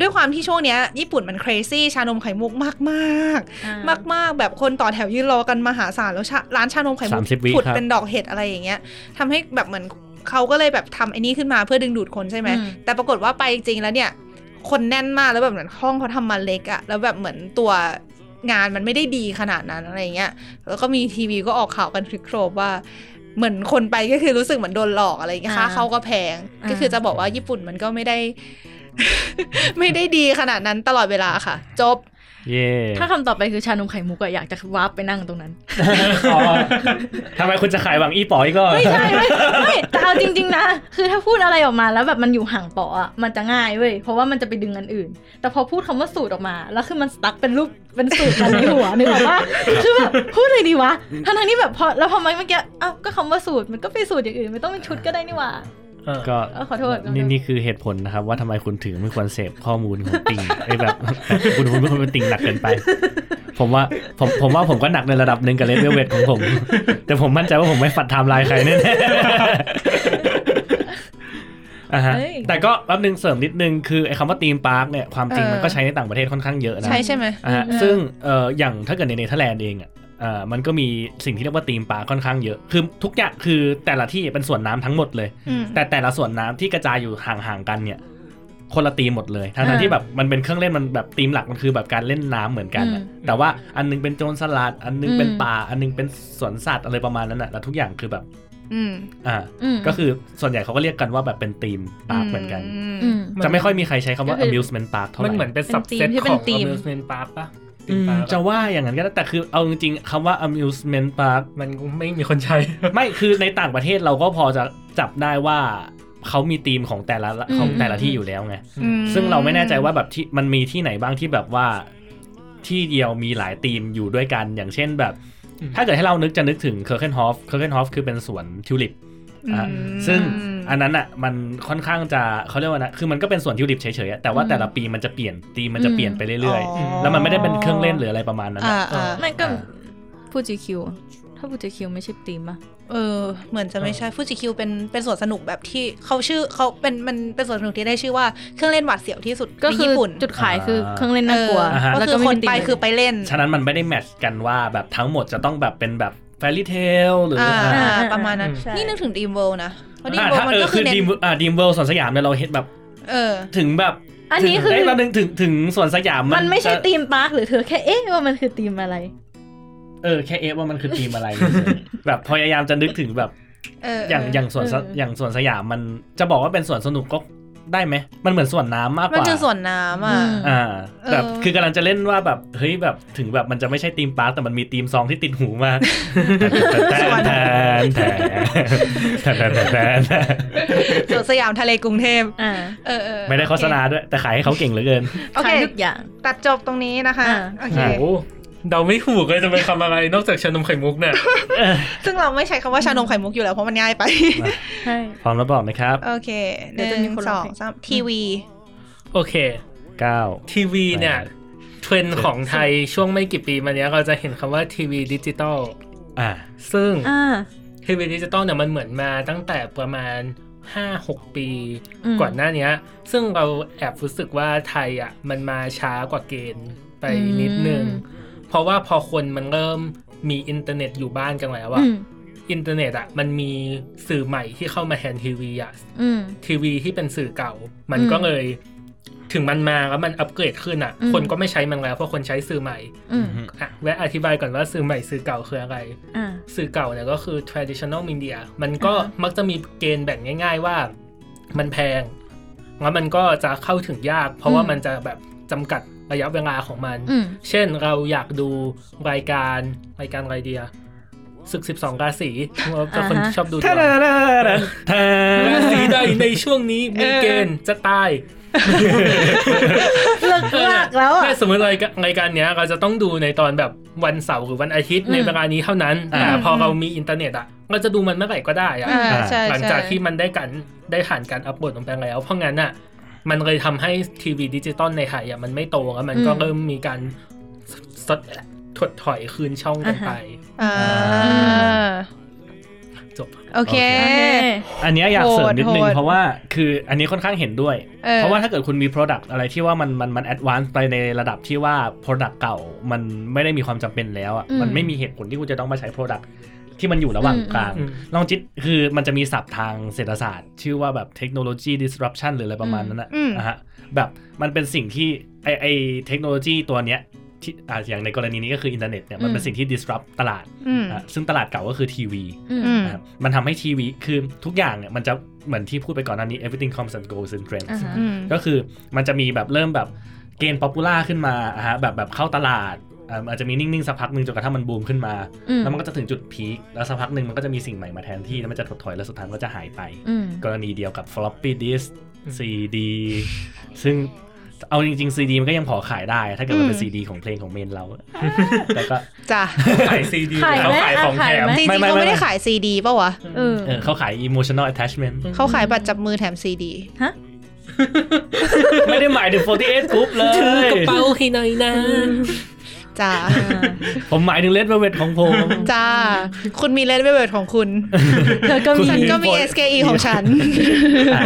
ด้วยความที่ช่วงเนี้ยญี่ปุ่นมัน crazy ชานมไข่มุกมากมาก อ่า มากมากๆแบบคนต่อแถวยืนรอกันมหาศาลแล้วชะร้านชานมไข่มุก 30วิ ผุด ครับ เป็นดอกเห็ดอะไรอย่างเงี้ยทำให้แบบเหมือนเขาก็เลยแบบทำไอ้นี่ขึ้นมาเพื่อดึงดูดคนใช่ไหม อืม แต่ปรากฏว่าไปจริงๆแล้วเนี่ย คนแน่นมากแล้วแบบเหมือนห้องเขาทำมาเล็กอะแล้วแบบเหมือนตัวงานมันไม่ได้ดีขนาดนั้นอะไรเงี้ยแล้วก็มีทีวีก็ออกข่าวกันคลึกโครมว่าเหมือนคนไปก็คือรู้สึกเหมือนโดนหลอกอะไรเงี้ย อ่า ค่าเข้าก็แพง อ่า ก็คือจะบอกว่าญี่ปุ่นมันก็ไม่ได้ ไม่ได้ดีขนาดนั้นตลอดเวลาค่ะ จบ เย่ ถ้าคำต่อไปคือชานมไข่มุกอะอยากจะวาร์ปไปนั่งตรงนั้น อ๋อทำไม คุณจะขายหวังอีป๋ออีกก็ ไม่ใช่ไม่ไม่แต่เอาจริง ๆ นะ คือถ้าพูดอะไรออกมาแล้วแบบมันอยู่ห่างปออะมันจะง่ายเว้ยเพราะว่ามันจะไปดึงอันอื่น แต่พอพูดคำว่าสูตรออกมา แล้วคือมันสตั๊กเป็นรูปเป็นสูตรกันใน หัว นึกออกปะคือแบบพูดอะไรดีวะทั้งทที่แบบพอแล้วพอมันเมื่อกี้อ้าวก็คำว่าสูตรมันก็ไปนสูตรอย่างอื่นไม่ต้องเป็นชุดก็ได้นี่หว่า เออ ก็ เออขอโทษขอโทษ นี่นี่คือเหตุผลนะครับ ว่าทำไมคุณถึงไม่ควรเสพข้อมูลของติ่ง ไอ้แบบ คุณคุณเป็นคนเป็นติ่งหนักเกินไป ผมว่าผมผมว่าผมก็หนักในระดับหนึ่งกับเลเวลเวทของผม แต่ผมมั่นใจว่าผมไม่ฝัดไทม์ไลน์ใครแน่ๆอ่าฮะ เฮ้ย แต่ก็แป๊บนึงเสริมนิดนึงคือไอ้คำว่าตีมปาร์คเนี่ยความจริงมันก็ใช้ในต่างประเทศค่อนข้างเยอะนะ ใช่ใช่ไหม อ่ะซึ่งเอ่ออย่างถ้าเกิดในเนเธอร์แลนด์เองอ่ะอ่ามันก็มีสิ่งที่เรียกว่าธีมปาร์คค่อนข้างเยอะ คือทุกอย่างคือแต่ละที่เป็นส่วนน้ำทั้งหมดเลย อืม แต่แต่ละส่วนน้ำที่กระจายอยู่ห่างๆกันเนี่ย คนละธีมหมดเลยทั้งนั้น อ่า ที่แบบมันเป็นเครื่องเล่นมันแบบธีมหลักมันคือแบบการเล่นน้ำเหมือนกันอะ อืม แต่ว่าอันนึงเป็นโจรสลัดอันนึงเป็น อืม ป่าอันนึงเป็นสวนสัตว์อะไรประมาณนั้นแหละแล้วทุกอย่างคือแบบ อืม อ่าก็คือส่วนใหญ่เขาก็เรียกกันว่าแบบเป็นธีมปาร์คเหมือนกัน อื อื ม ม จะไม่ค่อยมีใครใช้คำว่า ก็คือ amusement park เท่าไห มัน ร่ เหมือนเป็น เป็นธี subset มที่เป็ ข น อง ธีม amusement park ปะ อืม จะ จะว่าอย่างนั้นก็ได้แต่คือเอาจริงๆคำว่า amusement park มันไม่มีคนใช้ ไม่คือในต่างประเทศเราก็พอจะจับได้ว่าเขามีธีมของแต่ละ อืม ของแต่ละที่อยู่แล้วไง ซึ่งเราไม่แน่ใจว่าแบบที่มันมีที่ไหนบ้างที่แบบว่าที่เดียวมีหลายธีมอยู่ด้วยกัน อย่างเช่นแบบ อืม ถ้าเกิดให้เรานึกจะนึกถึงเคอร์เคนฮอฟเคอร์เคนฮอฟคือเป็นสวนทิวลิปอ่ะ อืม ซึ่งอันนั้นอ่ะมันค่อนข้างจะเขาเรียกว่านะคือมันก็เป็นสวนทิวลิปเฉยๆอะแต่ว่าแต่ละปีมันจะเปลี่ยนธีมมันจะเปลี่ยนไปเรื่อย อ๋อ ๆ แล้วมันไม่ได้เป็นเครื่องเล่นหรืออะไรประมาณนั้นอะ อ่าอ่า ไม่ก็ อ่า พูดจีคิวถ้าพูดจีคิวไม่ใช่ตีมปะ เออเหมือนจะไม่ใช่ฟูจิคิวเป็นเป็นสวนสนุกแบบที่เขาชื่อเขาเป็นมันเป็นสวนสนุกที่ได้ชื่อว่าเครื่องเล่นหวาดเสียวที่สุด ก็ ใน คือ ญี่ปุ่น จุดขายคือเครื่องเล่นน่ากลัว เออ อ่าฮะ ก็ แล้ว คื ก็ อ ม่ คน มีธีม ไปคือไปเล่น ฉะนั้นมันไม่ได้แมทช์กันว่าแบบทั้งหมดจะต้องแบบเป็นแบบแฟรี่เทลหรือ อ่า อะไร อ่าประมาณนั้น อืม ใช่ นี่นึกถึงดีมเวิลด์นะเพราะดีมเวิลอ่าถ้า ด์มัน เออ ก็ คื คือ อเน้น ดีมอ่าดีมเวิลด์สวนสยามเนี่ยเราเห็นแบบ เออ ถึงแบบ อันนี้ ถึง คือ เยเรานึงถึงถึงสวนสยาม มันไม่ใช่ จะ ตีมปาร์คหรือเธอแค่เอ๊ะว่ามันคือตีมอะไร เออแค่เอฟว่ามันคือทีมอะไรเฉยๆแบบพยายามจะนึกถึงแบบ เออ อย่างอย่างสวนส เอออ อย่างสวนสยามมันจะบอกว่าเป็นสวนสนุกก็ได้ไหมมันเหมือนสวนน้ำมากก มัน ว่า คือสวนน้ำอ่ะ อืม อ่าแบบ เออ คือกำลังจะเล่นว่าแบบเฮ้ยแบบถึงแบบมันจะไม่ใช่ทีมปาร์คแต่มันมีทีมซองที่ติดหูมากแทนแทนแทนแทนแทนแทนแทน สวนสยามทะเลกรุงเทพ อ่า เออเออ ไม่ได้โฆษณาด้วย แต่ขายให้เขาเก่งเหลือเกิน โอเค ขายทุกอย่าง ตัดจบตรงนี้นะคะ อ่า โอเค อ่า โอ้เดาไม่ถูกเลยจะเป็นคำอะไรนอกจากชานมไข่มุกเนี่ย ซึ่งเราไม่ใช้คำว่าชานมไข่มุกอยู่แล้วเพราะมันง่ายไป ใช่ พร้อมแล้วบอกนะครับ โอเค เดี๋ยวจะมีคน ห ร้ ส อ อง ง เพลง สามทีวี โอเค 9 ทีวีเนี่ย ใช่ เทรนด์ของไทยช่วงไม่กี่ปีมาเนี้ยเราจะเห็นคำว่าทีวีดิจิตอล อ่า ซึ่ง อ่า ทีวีดิจิตอลเนี่ยมันเหมือนมาตั้งแต่ประมาณ 5 6 ปี อืม ก่อนหน้าเนี้ย ซึ่งเราแอบรู้สึกว่าไทยอ่ะมันมาช้ากว่าเกณฑ์ไปนิดนึง อืม เพราะว่าพอคนมันเริ่มมีอินเทอร์เน็ตอยู่บ้านกันแล้วอะ อืม อินเทอร์เน็ตอะมันมีสื่อใหม่ที่เข้ามาแทนทีวีอะ อืม ทีวีที่เป็นสื่อเก่า มันก็ อืม เลย ถึงมันมาแล้วมันอัปเกรดขึ้นอ่ะ อืม คนก็ไม่ใช้มันแล้วเพราะคนใช้สื่อใหม่ อืม อ่ะแวะอธิบายก่อนว่าสื่อใหม่สื่อเก่าคืออะไร อ่า สื่อเก่าเนี่ยก็คือ traditional media มันก็ อ่าฮะ มักจะมีเกณฑ์แบ่งง่าย ๆว่า มันแพง แล้วมันก็จะเข้าถึงยาก เพราะว่ามันจะแบบจำกัดระยะเวลาของมัน อืม เช่นเราอยากดูรายการรายการอะไรเดียศึก 12ราศีเพราะว่าเป็นคนชอบดูดว ท่าง ดาดาดาท่า ราศีใดในช่วงนี้มีเกณฑ์จะตาย เลิกลากแล้วอ่ะ ถ้าสมมติรายการรายการเนี้ยเราจะต้องดูในตอนแบบวันเสาร์หรือวันอาทิตย์ อืม ในเวลานี้เท่านั้น แต่ อืม พอเรามีอินเทอร์เน็ตอ่ะเราจะดูมันเมื่อไหร่ก็ได้อะ อ่าใช่ หลังจาก ใช่ ที่มันได้การได้ผ่านการอัปโหลดลงไปแล้ว เพราะงั้นอ่ะมันเลยทำให้ทีวีดิจิตอลในไทยอ่ะมันไม่โตแล้วมันก็ อืม เริ่มมีการสดถดถอยคืนช่องกันไป อ่า จบ โอเค โอเค อันเนี้ยอยากเสริมนิดนึง โหดโหด เพราะว่าคืออันนี้ค่อนข้างเห็นด้วย ออ เพราะว่าถ้าเกิดคุณมี Product อะไรที่ว่ามันมันมันแอดวานซ์ไปในระดับที่ว่า Product เก่ามันไม่ได้มีความจำเป็นแล้วอ่ะ อืม มันไม่มีเหตุผลที่คุณจะต้องมาใช้ Product ที่มันอยู่ระหว่าง อืม กลาง อืม ลองจิตคือมันจะมีศัพท์ทางเศรษฐศาสตร์ ชื่อว่าแบบเทคโนโลยี disruption หรืออะไรประมาณนั้นนะ อืม นะฮะแบบมันเป็นสิ่งที่ไอไอเทคโนโลยีตัวเนี้ยที่อ่ะอย่างในกรณีนี้ก็คืออินเทอร์เน็ตเนี่ยมันเป็น อืม สิ่งที่ disrupt ตลาด อืม อ่ะซึ่งตลาดเก่าก็คือทีวี อืม อืม นะครับมันทำให้ทีวีคือทุกอย่างเนี่ยมันจะเหมือนที่พูดไปก่อนหน้านี้ everything comes and goes in trends อ่าฮะ อืม ก็คือมันจะมีแบบเริ่มแบบเกณฑ์ป๊อปปูล่าขึ้นมาอะฮะแบบแบบเข้าตลาดอ่าอาจจะมีนิ่ง ๆ สักพักหนึ่งจนกระทั่งมันบูมขึ้นมา อืม แล้วมันก็จะถึงจุดพีคแล้วสักพักหนึ่งมันก็จะมีสิ่งใหม่มาแทนที่ แล้วมันจะถดถอยแล้วสุดท้ายมันก็จะหายไป อืม กรณีเดียวกับ floppy disk CD ซึ่งเอาจริง ๆ CD มันก็ยังพอขายได้ ถ้าเกิดมันเป็น อืม CD ของเพลงของเมนเราแต่ก็ จ้ะ ขายซีดี ขายไหม เขาขายของแถ ขาย ม ไหม จริง ไม่ ๆ ไม่ เขาไม่ ไม่ ได้ขายซีดีป่าวะ เออ เออเขาขาย emotional attachment เขาขายบัตรจับมือแถมซีดี ไม่ได้หมายถึง48 group เลย ให้หน่อยนะ จ้า ผมหมายถึงเลดเวเวตของผม จ้า คุณมีเลดเวเวทของคุณ เธอก็มี ฉันก็มี มีคน SKE ของฉัน อ่ะ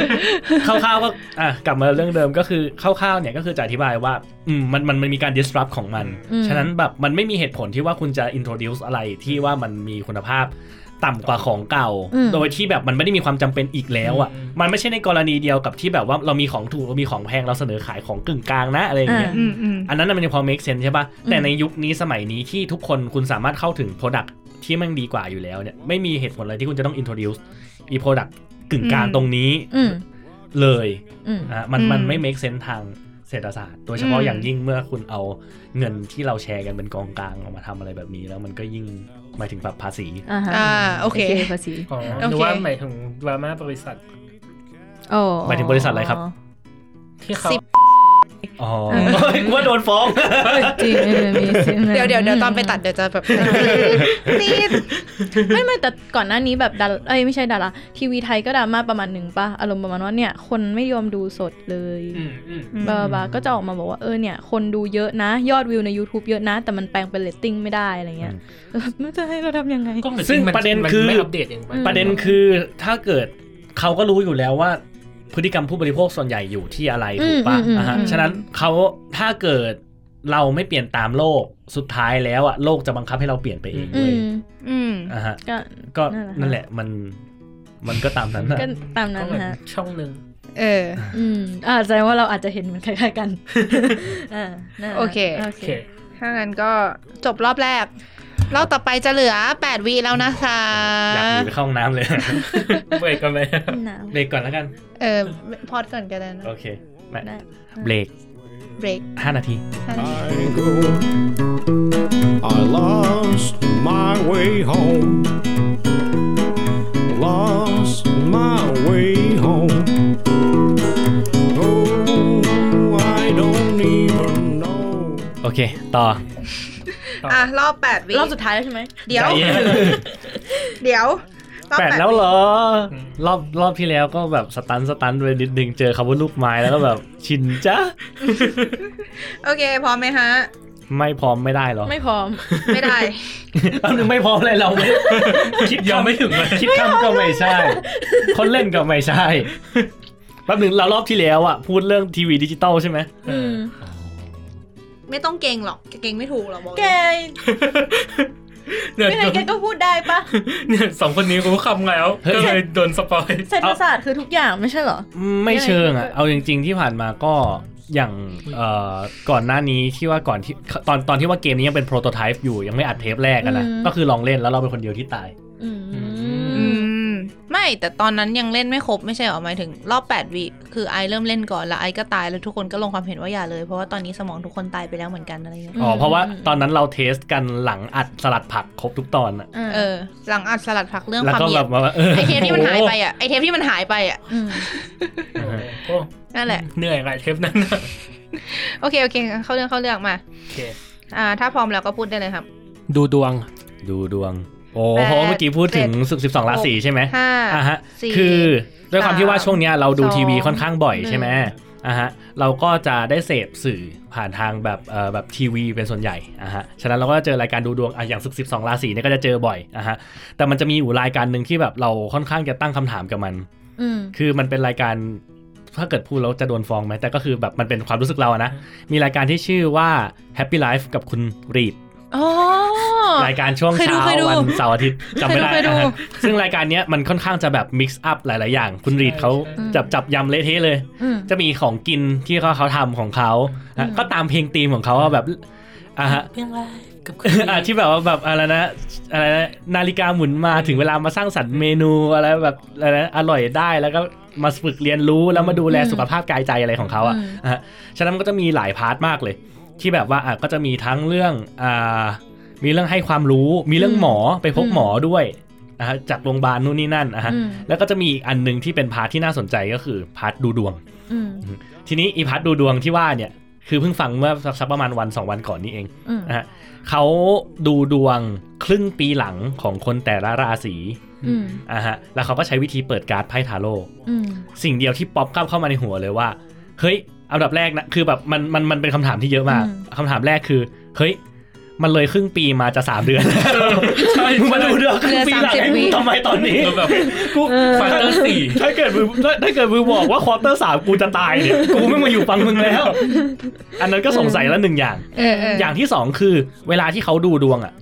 คร่าวๆก็อ่ะกลับมาเรื่องเดิมก็คือคร่าวๆเนี่ยก็คือจะอธิบายว่าอืมมันมันมันมีการ disrupt ของมัน อืม ฉะนั้นแบบมันไม่มีเหตุผลที่ว่าคุณจะ introduce อะไรที่ว่ามันมีคุณภาพต่ำกว่าของเก่า อืม โดยที่แบบมันไม่ได้มีความจำเป็นอีกแล้วอ่ะมันไม่ใช่ในกรณีเดียวกับที่แบบว่าเรามีของถูกเรามีของแพงเราเสนอขายของกึ่งกลางนะอะไรอย่างเงี้ย อืมอืม อันนั้นนะมันยังพอ make sense ใช่ปะ่ะ อืม แต่ในยุคนี้สมัยนี้ที่ทุกคนคุณสามารถเข้าถึง product ที่มันดีกว่าอยู่แล้วเนี่ย ไม่มีเหตุผลอะไรที่คุณจะต้อง introduce อี product กึ่งกลาง อืม ตรงนี้ อืม เลย อืม นะฮะมัน อืม มันไม่ make sense ทางเศรษฐศาสตร์ โดยเฉพาะ อืม อย่างยิ่งเมื่อคุณเอาเงินที่เราแชร์กันเป็นกองกลางเออกมาทำอะไรแบบนี้ แล้วมันก็ยิ่งหมายถึงแบบภาษี อ่าฮะ อ่าโอเค ภาษี อ๋อ โอเค หรือว่าหมายถึงดราม่าบริษัท โอ้ หมายถึงบริษัทอะไรครับ ที่เขา สิบ อ๋อ กูว่าโดนฟ้อง จริงเออมีสิ เดี๋ยวเดี๋ยวเดี๋ยวตอนไปตัดเดี๋ยวจะแบบนี่ ไม่ไม่แต่ก่อนหน้านี้แบบดาราเอ้ยไม่ใช่ดาราทีวีไทยก็ดราม่าประมาณหนึ่งป่ะ อารมณ์ประมาณว่าเนี่ยคนไม่ยอมดูสดเลย อืมอืม บาบาก็จะออกมาบอกว่าเออเนี่ยคนดูเยอะนะ ยอดวิวใน YouTube เยอะนะ แต่มันแปลงเป็นเรตติ้งไม่ได้อะไรเงี้ยเออไม่จะให้เราทำยังไง ก็หมือ ซึ่ง มั ประเด็น มั คือ ไม่อัปเดตเอง ประเด็นคือถ้าเกิดเขาก็รู้อยู่แล้วว่าพฤติกรรมผู้บริโภคส่วนใหญ่อยู่ที่อะไร อืม ถูกปะ อืม อ่ะฮะ อืม ฉะนั้นเขาถ้าเกิดเราไม่เปลี่ยนตามโลกสุดท้ายแล้วอะโลกจะบังคับให้เราเปลี่ยนไปเอง อื เว้ย ม อืม อ่ะฮะ ก็ ก็ นั่ นั่น น แห แห ละ ละ มันมันก็ตามนั้นนะ ก็ตาม ก็ นั้น เหมือน ฮะ ช่องหนึ่ง เออ อืมอ่าแสดงว่าเราอาจจะเห็นเหมือนคล้ายๆ กัน อ่าน่า โอเค โอ โอ เค เค ถ้างั้นก็จบรอบแรก รอบต่อไปจะเหลือ 8วีแล้วนะคะ อยากหนีไปเข้าห้องน้ำเลย เบรกกันไหม หนาว เบรกก่อนแล้วกัน เออพอดก่อนก็ได้นะ โอเคแม่ ได้ เบรก เบรก 5 นาที I go. I lost my way home. Lost my way home. Oh, I don't even know. โอเค ต่อ อ่ะ รอบแปดวิ รอบสุดท้ายแล้วใช่ไหม เดี๋ยว ใจเย็น เดี๋ยวรอบ แปดแล้วเหรอ อืม รอบรอบที่แล้วก็แบบสตันสตันไปนิดนึงเจอคำว่าลูกไม้แล้วก็แบบชินจ้ะ โอเค พร้อมไหมฮะ ไม่พร้อมไม่ได้เหรอ ไม่พร้อม ไม่ได้ อันนึงไม่พร้อมเลยเราไม่ได้คิด ยังไม่ถึงเลย คิดคำก็ไม่ใช่ คนเล่นก็ไม่ใช่แป๊บหนึ่งเรารอบที่แล้วอ่ะพูดเรื่องทีวีดิจิตอลใช่ไหม อืม ไม่ต้องเก่งหรอกเก่งไม่ถูกหรอกบอกเลย แก เนี่ย ไม่ไรแกก็พูดได้ปะ เนี่ยสองคนนี้รู้คำแล้ว ก็เลยโดนสปอย เศรษฐศาสตร์คือทุกอย่างไม่ใช่เหรอ ไม่เชิงอ่ะเอาจริง ๆ ที่ผ่านมาก็อย่างเอ่อก่อนหน้านี้ที่ว่าก่อนที่ตอนตอนที่ว่าเกมนี้ยังเป็นโปรโตไทป์อยู่ยังไม่อัดเทปแรกอะนะ อืม ก็คือลองเล่นแล้วเราเป็นคนเดียวที่ตาย อื อื ม มไม่แต่ตอนนั้นยังเล่นไม่ครบไม่ใช่หรอหมายถึงรอบ8วิคือไอเริ่มเล่นก่อนแล้วไอก็ตายแล้วทุกคนก็ลงความเห็นว่าอย่าเลยเพราะว่าตอนนี้สมองทุกคนตายไปแล้วเหมือนกันอะไรเงี้ย อ๋อ อืม เพราะว่า อืม ตอนนั้นเราเทสกันหลังอัดสลัดผักครบทุกตอนอะ เออหลังอัดสลัดผักเรื่อง แล้ว ความ ก็ เหยียแบด บว่าเออ ไอเทปที่มันหายไปอ่ะไอเทปที่มันหายไปอ่ะ ม โอ้ นั่นแหละ เหนื่อยหลายเทปนั้นนะ โอเคโอเคเข้าเรื่องเข้าเรื่องมา โอเค อ่าถ้าพร้อมแล้วก็พูดได้เลยครับ ดูดวง ดูดวง โอ้ แปด เพราะว่าเมื่อกี้พูดถึง เจ็ด สุกสิบสองราศีใช่ไหม ห้า อ่ะฮะ สี่ คือด้วยความที่ว่าช่วงเนี้ยเราดู สอง ทีวีค่อนข้างบ่อย หนึ่ง ใช่ไหมอ่ะฮะเราก็จะได้เสพสื่อผ่านทางแบบเอ่อแบบทีวีเป็นส่วนใหญ่อ่ะฮะฉะนั้นเราก็จะเจอรายการดูดวงอ่ะอย่างสุกสิบสองราศีเนี่ยก็จะเจอบ่อยอ่ะฮะแต่มันจะมีอยู่รายการหนึ่งที่แบบเราค่อนข้างจะตั้งคำถามกับมัน อืม คือมันเป็นรายการถ้าเกิดพูดแล้วจะโดนฟ้องไหมแต่ก็คือแบบมันเป็นความรู้สึกเราอะนะ มีรายการที่ชื่อว่า Happy Life กับคุณรีด อ๋อ รายการช่วง เคยดู เช้า เคยดู วันเสาร์อาทิตย์จำไม่ได้ เคยดู นะฮะซึ่งรายการเนี้ยมันค่อนข้างจะแบบ mix up หลาย ๆ อย่าง คุณรีดเขา ใช่ จับจับยำเละเทะเลย อืม จะมีของกินที่เขาเขาทำของเขานะก็ตามเพลงธีมของเขาว่าแบบอ่ะฮะ เพียงไรกับ อ่ะ ที่แบบว่าแบบอะไรนะอะไรนะนาฬิกาหมุนมาถึงเวลามาสร้างสรรค์เมนูอะไรแบบอะไรนะอร่อยได้แล้วก็มาฝึกเรียนรู้แล้วมาดูแล อืม สุขภาพกายใจอะไรของเขาอ่ะ อืม นะฮะฉะนั้นมันก็จะมีหลายพาร์ทมากเลย ที่แบบว่าอ่ะก็จะมีทั้งเรื่องอ่ามีเรื่องให้ความรู้ มีเรื่องหมอไปพบหมอด้วยนะฮะจากโรงพยาบาลนู่นนี่นั่นนะฮะ อืม แล้วก็จะมีอีกอันหนึ่งที่เป็นพาร์ทที่น่าสนใจก็คือพาร์ทดูดวง อืม ทีนี้อีพาร์ทดูดวงที่ว่าเนี่ยคือเพิ่งฟังเมื่อสักประมาณวันสองวันก่อนนี่เอง อืม นะฮะเขาดูดวงครึ่งปีหลังของคนแต่ละราศี อืม อ่ะฮะ แล้วเขาก็ใช้วิธีเปิดการ์ดไพ่ทาโร่ อืม สิ่งเดียวที่ป๊อปเข้ามาในหัวเลยว่า เฮ้ยอันดับแรกนะคือแบบมันมันมันเป็นคำถามที่เยอะมาก อืม คำถามแรกคือ เฮ้ย มันเลยครึ่งปีมาจะสามเดือน ใช่ มึงมาดูดวงครึ่งปีหลังให้ เหลือ30วิ มึงทำไมตอนนี้ เออแบบกูฟันเตอร์สี่ ถ้าเกิดมึงถ้าถ้าเกิดมึงบอกว่าควอเตอร์สามกูจะตายเนี่ยกูไม่มาอยู่ฟังมึงแล้ว อันนั้นก็สงสัยละหนึ่งอย่าง เออเออ อ อย่าง ที่สองคือเวลาที่เขาดูดวงอ่ะ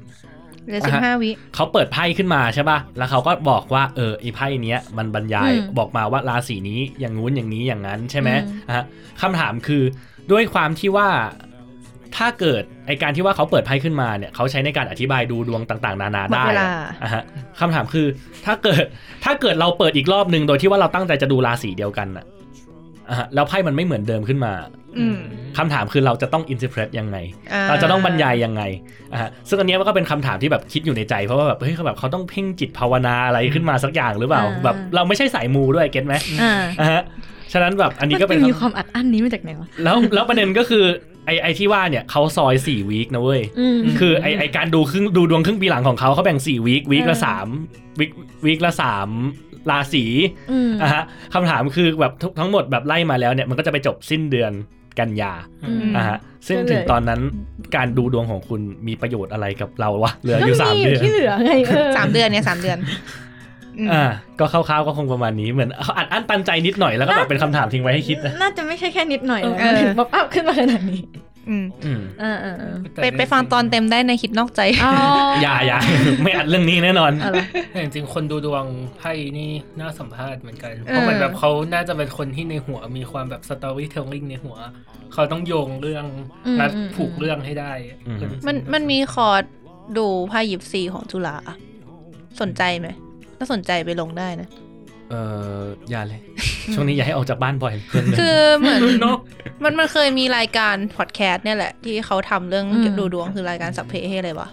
เหลือสิบห้าวิ เขาเปิดไพ่ขึ้นมาใช่ป่ะ แล้วเขาก็บอกว่าเออไอไพ่เนี้ยมันบรรยาย อืม บอกมาว่าราศีนี้อย่างงู้นอย่างนี้อย่างนั้นใช่ไหม อืม อ่ะฮะคำถามคือด้วยความที่ว่าถ้าเกิดไอการที่ว่าเขาเปิดไพ่ขึ้นมาเนี่ยเขาใช้ในการอธิบายดูดวงต่างๆ นานาหมดได้เวลา อ่ะฮะคำถามคือถ้าเกิดถ้าเกิดเราเปิดอีกรอบหนึ่งโดยที่ว่าเราตั้งใจจะดูราศีเดียวกันอะอ่ะฮะแล้วไพ่มันไม่เหมือนเดิมขึ้นมา อืม คำถามคือเราจะต้องอินเทอร์เพรตยังไง เราจะต้องบรรยายยังไงอ่ะฮะซึ่งอันเนี้ยมันก็เป็นคำถามที่แบบคิดอยู่ในใจ เพราะว่าแบบเฮ้ยเขาแบบเขาต้องเพ่งจิตภาวนาอะไรขึ้นมาสักอย่างหรือเปล่า อ่า แบบเราไม่ใช่สายมูด้วยเก็ตไหม อ่า อ่ะฮะ ฉะนั้นแบบอันนี้ก็เป็น มั คำ มีความอัดอั้นนี้มาจากไหนวะ แล้วแล้วประเด็นก็คือไอไอที่ว่าเนี่ยเขาซอย4ี่วีคนะเว้ย อืม คือไอไอการดูครึ่งดูดวงครึ่งปีหลังของเขาเขาแบ่ง4วีควีคละ อ่า สามวีควีคละสามราศี อืม อ่ะฮะคำถามคือแบบทุกทั้งหมดแบบไล่มาแล้วเนี่ยมันก็จะไปจบสิ้นเดือนกันยา อืม อ่าฮะซึ่ง ก็เลย ถึงตอนนั้นการดูดวงของคุณมีประโยชน์อะไรกับเราวะเหลืออยู่สามเดือน ที่เหลือไงเออ สามเดือนเนี่ยสามเดือนอืม อ่าก็คร่าวๆก็คงประมาณนี้เหมือนเขาอัดอั้นตันใจนิดหน่อยแล้วก็แบบเป็นคำถามทิ้งไว้ให้คิดนะ น่าจะไม่ใช่แค่นิดหน่อยนะถึงป๊อปอัพขึ้นมาขนาดนี้ อืม อืม อ่าอ่าอ่า ไปไปฟังตอนเต็มได้ในคิดนอกใจ อ๋อ อย่าอย่า ไม่อัดเรื่องนี้แน่นอน อะไร แต่จริงๆคนดูดวงไพ่นี่น่าสัมภาษณ์เหมือนกัน เออ เพราะเหมือนแบบเขาน่าจะเป็นคนที่ในหัวมีความแบบสตอรี่เทลลิ่งในหัว เขาต้องโยงเรื่อง อืม และ อืม ผูกเรื่องให้ได้ อืม มันมันมีคอร์สดูไพ่ยิปซีของจุฬาอะสนใจไหมถ้าสนใจไปลงได้นะ เอออย่าเลย ช่วงนี้อย่าให้ออกจากบ้านบ่อยเพื่อนเลย คือเหมือน เนาะ มันมันเคยมีรายการพอดแคสต์เนี่ยแหละ ที่เขาทำเรื่อง อืม ดูดวงคือรายการสัพเพให้เลยวะ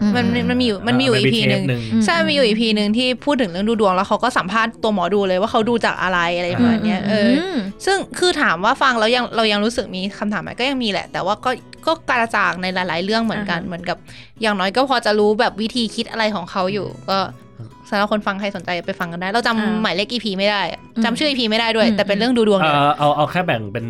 อื มันมันมีอยู่มันมีอยู่ า EP เทป หนึ่ง ใช่มีอยู่อีพีหนึ่งที่พูดถึงเรื่องดูดวงแล้วเขาก็สัมภาษณ์ตัวหมอดูเลยว่าเขาดูจากอะไรอะไรประมาณเนี้ยเออ ม ซึ่งคือถามว่าฟังแล้วยังเรายังรู้สึกมีคำถามไหมก็ยังมีแหละ แต่ว่าก็ก็กระจ่างในหลาย ๆ เรื่องเหมือนกัน อ่าฮะ เหมือนกับ อย่างน้อยก็พอจะรู้แบบวิธีคิดอะไรของเขาอยู่ ก็สำหรับคนฟังใครสนใจไปฟังกันได้ เราจำหมายเลข EP ไม่ได้อะจำชื่อ EP ไม่ได้ด้วย แต่เป็นเรื่องดูดวง เอ เนี่ย อเอาเอาแค่แบ่งเป็น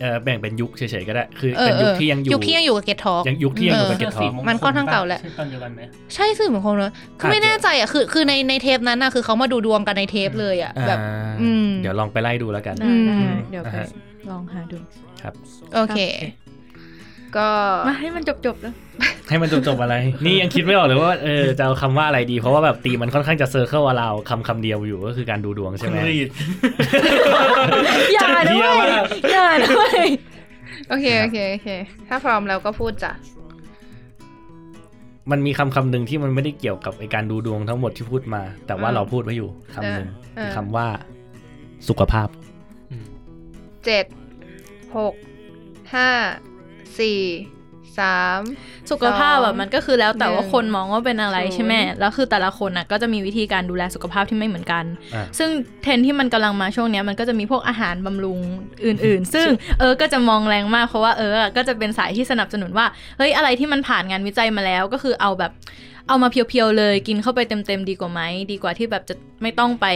เอ่อแบ่งเป็นยุคเฉยๆก็ได้ คือ เอ เป็ อนเอ ยุค อ ที่ยังอยู่ ยุคที่ยังอยู่กับเกตทอก ยังยุคที่ยังอยู่กับ เออ เก็ตทอง มันค่อนข้างเก่าแหละ ใช่ตอนเดียวกันไหม ใช่สื่อเหมือนคนเลยคือไม่แน่ใจอ่ะคือคือในในเทปนั้นน่ะคือเขามาดูดวงกันในเทปเลยอ่ะแบบ อืม เดี๋ยวลองไปไล่ดูแล้วกัน ได้ อื ได้ ม เดี๋ยวไป อ่าฮะ ลองหาดู โอเค โอเค ก็ มาให้มันจบๆแล้ว ให้มันจบๆอะไร นี่ยังคิดไม่ออกเลยว่าเออจะเอาคำว่าอะไรดี เพราะว่าแบบตีมมันค่อนข้างจะเซอร์เคิลเราคำคำเดียวอยู่ก็คือการดูดวงใช่ไหม อย่า จะเที่ ด้ยววอะ ยอย่าด้วย โอเคโอเคโอเค ถ้าพร้อมแล้วก็พูดจ้ะ มันมีคำคำหนึ่งที่มันไม่ได้เกี่ยวกับไอการดูดวงทั้งหมดที่พูดมา แต่ว่าเราพูดไว้อยู่คำหนึ่งคือคำว่าสุขภาพ เจ็ดหกห้าสี่สาม สุขภาพแบบมันก็คือแล้วแต่ว่าคนมองว่าเป็นอะไร ศูนย์ ใช่ไหมแล้วคือแต่ละคนน่ะก็จะมีวิธีการดูแลสุขภาพที่ไม่เหมือนกัน อ่ะ ซึ่งเทรนด์ที่มันกำลังมาช่วงเนี้ยมันก็จะมีพวกอาหารบำรุงอื่น ๆ ซึ่งเออก็จะมองแรงมากเพราะว่าเออก็จะเป็นสายที่สนับสนุนว่าเฮ้ยอะไรที่มันผ่านงานวิจัยมาแล้วก็คือเอาแบบเอามาเพียวๆเลยกินเข้าไปเต็มๆดีกว่าไหมดีกว่าที่แบบจะไม่ต้องไป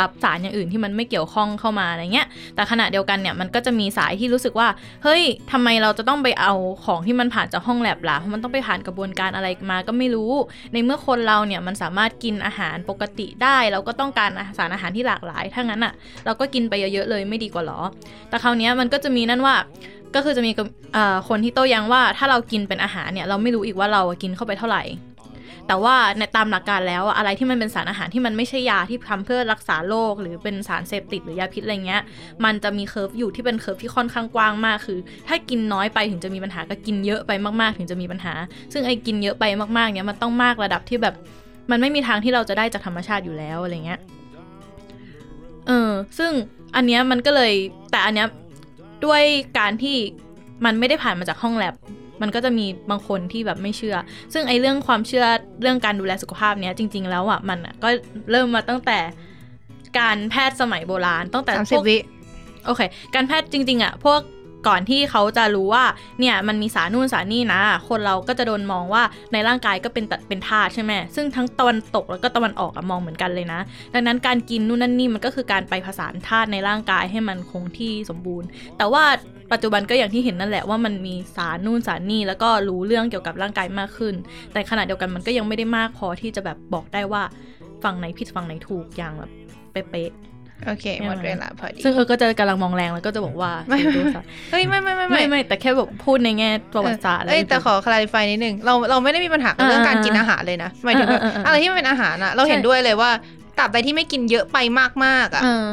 รับสารอย่างอื่นที่มันไม่เกี่ยวข้องเข้ามาอะไรเงี้ย แต่ขณะเดียวกันเนี่ยมันก็จะมีสายที่รู้สึกว่า เฮ้ยทำไมเราจะต้องไปเอาของที่มันผ่านจากห้องแลบล่ะเพราะมันต้องไปผ่านกระบวนการอะไรมาก็ไม่รู้ ในเมื่อคนเราเนี่ยมันสามารถกินอาหารปกติได้ เราก็ต้องการอาหารสารอาหารที่หลากหลายถ้างั้นอ่ะ เราก็กินไปเยอะๆเลยไม่ดีกว่าหรอ แต่คราวเนี้ยมันก็จะมีนั่นว่า ก็คือจะมีกับเอ่อคนที่โต้แย้งว่าถ้าเรากินเป็นอาหารเนี่ยเราไม่รู้อีกว่าเราอะกินเข้าไปเท่าไหร่ แต่ว่าในตามหลักการแล้วอะอะไรที่มันเป็นสารอาหารที่มันไม่ใช่ยาที่ทำเพื่อรักษาโรคหรือเป็นสารเสพติดหรือยาพิษอะไรเงี้ย มันจะมีเคิร์ฟอยู่ที่เป็นเคิร์ฟที่ค่อนข้างกว้างมากคือ ถ้ากินน้อยไปถึงจะมีปัญหาก็กินเยอะไปมากๆ ถึงจะมีปัญหา ซึ่งไอ้กินเยอะไปมากๆเนี่ยมันต้องมากระดับที่แบบ มันไม่มีทางที่เราจะได้จากธรรมชาติอยู่แล้วอะไรเงี้ยเออซึ่งอันเนี้ยมันก็เลยแต่อันเนี้ยด้วยการที่มันไม่ได้ผ่านมาจากห้องแลบ มันก็จะมีบางคนที่แบบไม่เชื่อ ซึ่งไอ้เรื่องความเชื่อเรื่องการดูแลสุขภาพเนี้ยจริง ๆ แล้วอ่ะมันอะก็เริ่มมาตั้งแต่การแพทย์สมัยโบราณตั้งแต่ สาม พ สิบ วก วิ โอเค การแพทย์จริง ๆอะพวกก่อนที่เขาจะรู้ว่าเนี่ยมันมีสารนู่นสารนี่นะ คนเราก็จะโดนมองว่าในร่างกายก็เป็นตะเป็นธาตุใช่ไหมซึ่งทั้งตะวันตกแล้วก็ตะวันออกอะมองเหมือนกันเลยนะ ดังนั้นการกินนู่นนั่นนี่มันก็คือการไปผสานธาตุในร่างกายให้มันคงที่สมบูรณ์ แต่ว่าปัจจุบันก็อย่างที่เห็นนั่นแหละว่ามันมีสารนู่นสารนี่แล้วก็รู้เรื่องเกี่ยวกับร่างกายมากขึ้น แต่ขณะเดียวกันมันก็ยังไม่ได้มากพอที่จะแบบบอกได้ว่าฝั่งไหนผิดฝั่งไหนถูกอย่างแบบเป๊ะ โอเคหมดเวลาพอดี ซึ่งเออก็จะกำลังมองแรงแล้วก็จะบอกว่า ไม่ ไม่รู้สา เฮ้ยไม่ไม่ไม่ ไม่ไม่แต่แค่แบบพูดในแง่ประวัติศาสตร์อะไร เอ้ยแต่ขอ clarify นิดนึงเราเราไม่ได้มีปัญหากับเรื่อง อ่า การกินอาหารเลยนะหมายถึงแบบ อ่าอ่าอ่า อะไรที่มันเป็นอาหารอะเราเห็น ใช่ ด้วยเลยว่าตราบใดที่ไม่กินเยอะไปมากๆอะ เออ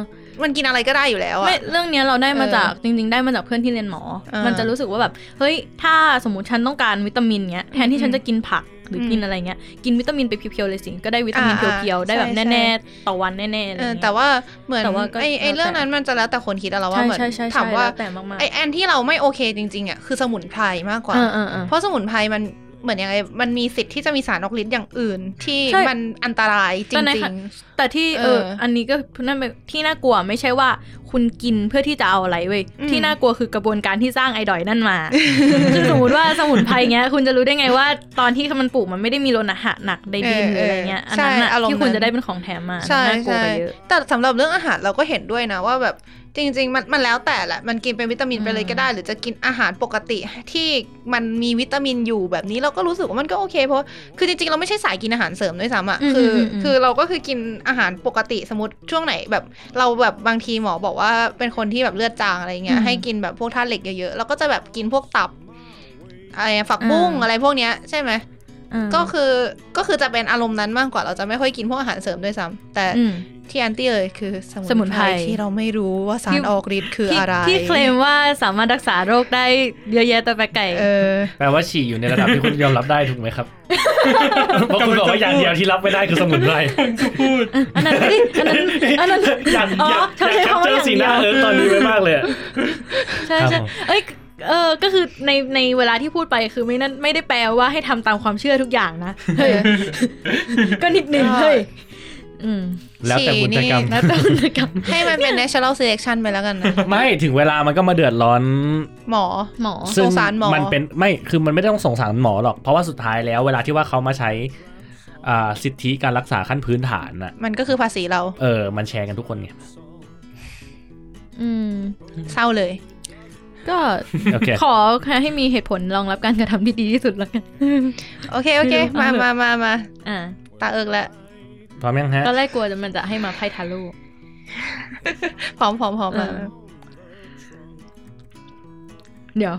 มันกินอะไรก็ได้อยู่แล้วอะ ไม่เรื่องเนี้ยเราได้มา เออ จากจริง ๆ ได้มาจากเพื่อนที่เรียนหมอ เออ มันจะรู้สึกว่าแบบเฮ้ยถ้าสมมติฉันต้องการวิตามินเนี้ยแทนที่ฉันจะกินผักหรืออ ม กินอะไรเงี้ยกินวิตามินไปเพียวๆเลยสิก็ได้วิตามิน อ่าอ่า เพียวๆได้แบบ ใช่ แน่ๆต่อวันแน่ๆอะไร เออ เงี้ย แต่ว่าเหมือน แต่ว่าก็ ไอไอ แล้วแต่ เรื่องนั้นมันจะแล้วแต่คนคิดอะเราว่า ใช่ เหมือน ใช่ใช่ ถามว่า แล้แต่มาก ไอแอนที่เราไม่โอเคจริงๆอะคือสมุนไพรมากก ๆ ว่า เออเออเออ เพราะสมุนไพรมันเหมือนยังไงมันมีสิทธิ์ที่จะมีสารออกฤทธิ์อย่างอื่น ที่ ใช่ มันอันตรายจ แต่ใน ริ ขณะ ง แต่ที่เออ เอออั อันนี้ก็นั่นเป็นที่น่ากลัวไม่ใช่ว่าคุณกินเพื่อที่จะเอาอะไรเว้ย อืม ที่น่ากลัวคือกระบวนการที่สร้างไอดอยนั่นมาคือสมมติว่าสมุนไพรเงี้ย คุณจะรู้ได้ไงว่าตอนที่มันปลูกมันไม่ได้มีโลหะหนักในดินหรืออะไรเงี้ยอันนั้นน่ะ ใช่อารมณ์ ที่คุณ นั้น จะได้เป็นของแถมมา ใช่ น่ากลัว ใช่ ไปเยอะ แต่สำหรับเรื่องอาหารเราก็เห็นด้วยนะว่าแบบจริง ๆ มันมันแล้วแต่แหละ มันกินเป็นวิตามิน อืม ไปเลยก็ได้ หรือจะกินอาหารปกติที่มันมีวิตามินอยู่แบบนี้เราก็รู้สึกว่ามันก็โอเคเพราะคือจริง ๆ เราไม่ใช่สายกินอาหารเสริมด้วยซ้ำอ่ะคืออ ม คือเราก็คือกินอาหารปกติสมมติช่วงไหนแบบเราแบบบางทีหมอบอกว่าเป็นคนที่แบบเลือดจางอะไรเงี้ยให้กินแบบพวกธาตุเหล็กเยอะๆเราก็จะแบบกินพวกตับอะไรฝักบุ้งอะไรพวกเนี้ยใช่ไหม อ่า ก็คือก็คือจะเป็นอารมณ์นั้นมากกว่าเราจะไม่ค่อยกินพวกอาหารเสริมด้วยซ้ำแต่ อืม ที่แอนตี้เลยคือส สมุ มุน น ไพ ไพ ร ร ที่เราไม่รู้ว่าสา ที่ รออกฤทธิ์คือ ที่ อะไร ที่เคลมว่าสามารถรักษาโรคได้เยอะแยะแต่ไปไก่ เออ แปลว่าฉี่อยู่ในระดับที่คุณยอมรับได้ถูกไหมครับ เพราะคุณบอกว่าอย่างเดียวที่รับไม่ได้คือสมุนไพร พูด อันนั้นเอ้ยอันนั้นอันนั้น อยาก อ๋อ อยาก เธอใช้ อยาก คำ เจ ว่าอ อย่าง สีหเดีย น้าว เออตอนนี้ไว้มากเลยอะ ใช่ ครับ ใช่ ผม เอ้ยเออก็คือในในเวลาที่พูดไปคือไม่นั่นไม่ได้แปลว่าให้ทำตามความเชื่อทุกอย่างนะ เออ ก็นิดนึง ก็ เฮ้ยอืม แล้วแต่บุญกรรม แล้วแต่คุณกับ ให้มันเป็น natural selection ไปแล้วกันนะ ไม่ถึงเวลามันก็มาเดือดร้อน หมอ หมอ สงสารหมอ มันเป็นไม่คือมันไม่ได้ต้องสงสารหมอหรอก เพราะว่าสุดท้ายแล้วเวลาที่ว่าเขามาใช้อ่าสิทธิการรักษาขั้นพื้นฐานน่ะ มันก็คือภาษีเรา เออ มันแชร์กันทุกคนไง อืม เศร้าเลย ก็ โอ เค ขอให้มีเหตุผลรองรับการกระทำที่ดีที่สุดแล้วกัน โอเคโอเค มามามามา อ่า ตาเอิกแล้ว พร้อมยังฮะ ตอนแรกกลัวมันจะให้มาไพ่ทาโร่ พร้อมพร้อมพร้อมมา เออ เดี๋ยว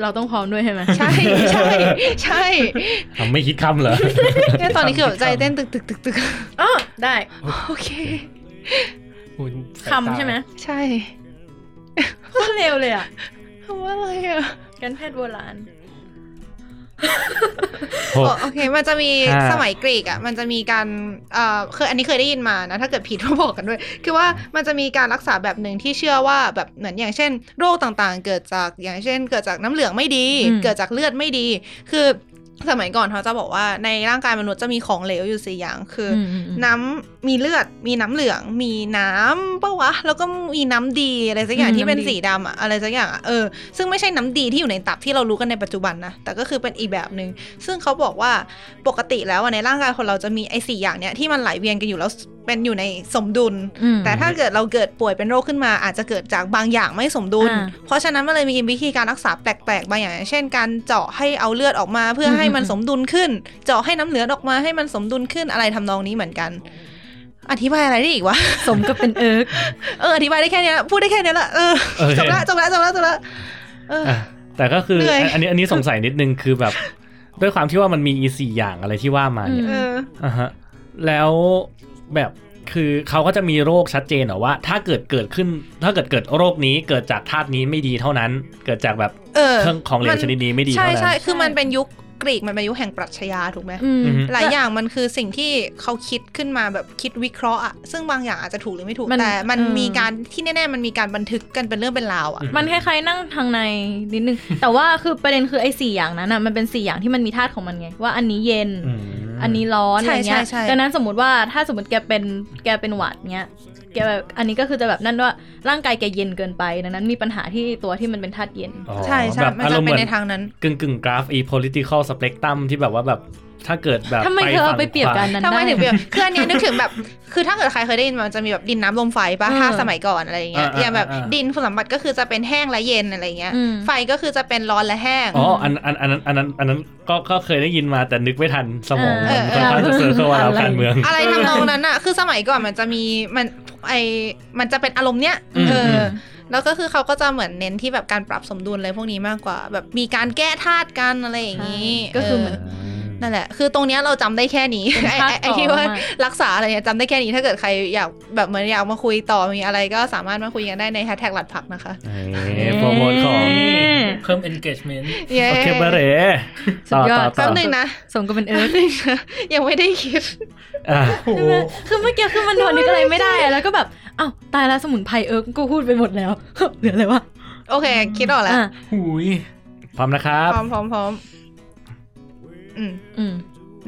เราต้องพร้อมด้วยใช่ไหม ใช่ใช่ใช่ ทำไม่คิดคำเหรอ เนี่ยตอนนี้คือแบบใจเต้นตึกตึกตึกตึก อ๋อได้ โอเค อุ๊ย คำใช่ไหม ใช่ โคตรเร็วเลยอ่ะ คำว่าอะไรอ่ะ การแพทย์โบราณ หก โอโอเค มันจะมี ห้า สมัยกรีกอ่ะมันจะมีการเอ่อคืออันนี้เคยได้ยินมานะถ้าเกิดผิดก็บอกกันด้วย คือว่ามันจะมีการรักษาแบบหนึ่งที่เชื่อว่าแบบเหมือนอย่างเช่น โรคต่างๆ เกิดจากอย่างเช่น เกิดจากน้ำเหลืองไม่ดี อืม เกิดจากเลือดไม่ดี คือสมัยก่อนเขาจะบอกว่าในร่างกายมนุษย์จะมีของเหลวอยู่สี่อย่างคืออ นะ น้ำมีเลือดมีน้ำเหลือง มีน้ำปะวะ แล้วก็มีน้ำดีอะไรสักอย่าง อืม ที่เป็น น้ำดี สีดำอะอะไรสักอย่างอะเออซึ่งไม่ใช่น้ำดีที่อยู่ในตับที่เรารู้กันในปัจจุบันนะแต่ก็คือเป็นอีกแบบหนึง่งซึ่งเขาบอกว่าปกติแล้วอะในร่างกายคนเราจะมีไอ้สี่อย่างเนี้ยที่มันไหลเวียนกันอยู่แล้วเป็นอยู่ในสมดุล แต่ถ้าเกิดเราเกิดป่วยเป็นโรคขึ้นมา อาจจะเกิดจากบางอย่างไม่สมดุล อ่า เพราะฉะนั้นมันเลยมีวิธีการรักษาแปลกๆบางอย่างอย่าง เช่นการเจาะให้เอาเลือดออกมา เพื่อให้มัน อืม สมดุลขึ้น เจาะให้น้ำเหลืองออกมาให้มันสมดุลขึ้นอะไรทำนองนี้เหมือนกัน อธิบายอะไรได้อีกวะ สมกับเป็นเอิร์ก เอออธิบายได้แค่เนี้ยพูดได้แค่เนี้ยละเออ โอเค จบละจบละจบละจบละเออ อ่ะแต่ก็คือ เหนื่อย อันนี้อันนี้สงสัยนิดนึงคือ แบบ ด้วยความที่ว่ามันมีอีสี่อย่างอะไรที่ว่ามาเนี่ย เออ อ่ะฮะแล้วแบบคือเขาก็จะมีโรคชัดเจนเหรอว่า ถ้าเกิดเกิดขึ้น ถ้าเกิดเกิดโรคนี้เกิดจากธาตุนี้ไม่ดีเท่านั้น เกิดจากแบบ เออ เครื่องของเหล มั วชนิดนี้ไม่ดี ใช่ เท่านั้ ใช่ น คือมันเป็นยุคกรีกมันเป็นยุคแห่งปรัชญาถูกไหม อือฮึ หลายอย่างมันคือสิ่งที่เขาคิดขึ้นมาแบบคิดวิเคราะห์อะซึ่งบางอย่างอาจจะถูกหรือไม่ถูก มัน แต่มัน เออ มีการที่แน่ๆมันมีการบันทึกกันเป็นเรื่องเป็นราวอะ อืม มันคล้ายๆนั่งทางในนิดนึง แต่ว่าคือประเด็นคือไอ้สี่อย่างนั้นอ่ะมันเป็นสี่อย่างที่มันมีธาตุของมันไง ว่าอันนี้เย็น อืม อันนี้ร้อน ใช่ อะไร ใช่ เงี้ย ใช่ ดังนั้นสมมติว่าถ้าสมมติแกเป็นแกเป็นหวัดเงี้ยแกแบบอันนี้ก็คือจะแบบนั่นว่าร่างกายแกเย็นเกินไป ดังนั้นมีปัญหาที่ตัวที่มันเป็นธาตุเย็น อ๋อ ใช่ใช่ แบบ มัน อาร จะ มณ์ เป็นเหมือน ในทางนั้น กึ่งกึ่งกราฟ e political spectrum ที่แบบว่าแบบถ้าเกิดแบบ ทำไมเธอเอา ฝั่ง ไปเปรียบกันนั้น ทำไม ด้ ถึง แบบคืออันเนี้ยนึกถึงแบบ คือถ้าเกิดใครเคยได้ยินมันจะมีแบบดินน้ำลมไฟปะ เออ ถ้าสมัยก่อนอะไรอย่างเงี้ย อ่าอ่า อย่างแบบ อ่า ดินคุณสมบัติก็คือจะเป็นแห้งและเย็นอะไรอย่างเงี้ย อืม ไฟก็คือจะเป็นร้อนและแห้ง อ๋ออันอันอันนั้นอันนั้นอันนั้นก็ก็เคยได้ยินมาแต่นึกไม่ทันสมอง เอ มัน อ ค่อนข้างจะ เออ เซอร์เคิลว่าเรา อะไร การเมือง อะไรทำนองนั้นอะคือสมัยก่อนมันจะมีมันไอมันจะเป็นอารมณ์เนี้ย อืม เอออ ม แล้วก็คือเขาก็จะเหมือนเน้นที่แบบการปรับสมดุลอะไรพวกนี้มากกว่า แบบมีการแก้ธาตุกันอะไรอย่างนี้ ก็คือเหมือน นั่นแหละ คือตรงเนี้ยเราจำได้แค่นี้ เป็น ไอ้ ภาค ไอ้ไอ้ที่ว่า ต่อมา รักษาอะไรเนี่ยจำได้แค่นี้ถ้าเกิดใครอยากแบบเหมือนอยากมาคุยต่อมีอะไรก็สามารถมาคุยกันได้ในแฮชแท็กหลัดผักนะคะ เอ้ยโปรโมทของ เพิ่ม engagement เย้ โอเคเบเร่ สุ ต่ ด อย อด ต่อต่ แป๊ อบ หนึ่งนะ สมกับเป็นเอิ แป๊บร์ก หนึ่งนะยังไม่ได้คิด อ่ะ โอ้โห คือเมื่อกี้คือมันทนนึกอะไรไม่ได้อะแล้วก็แบบอ้าวตายแล้วสมุนไพรเอิร์กกูพูดไปหมดแล้ว เหลืออะไรวะ โอเค คิดออกแล้ว อ่ะ หูย พร้อมนะครับ พร้อมพร้อมพร้อมอืม อืม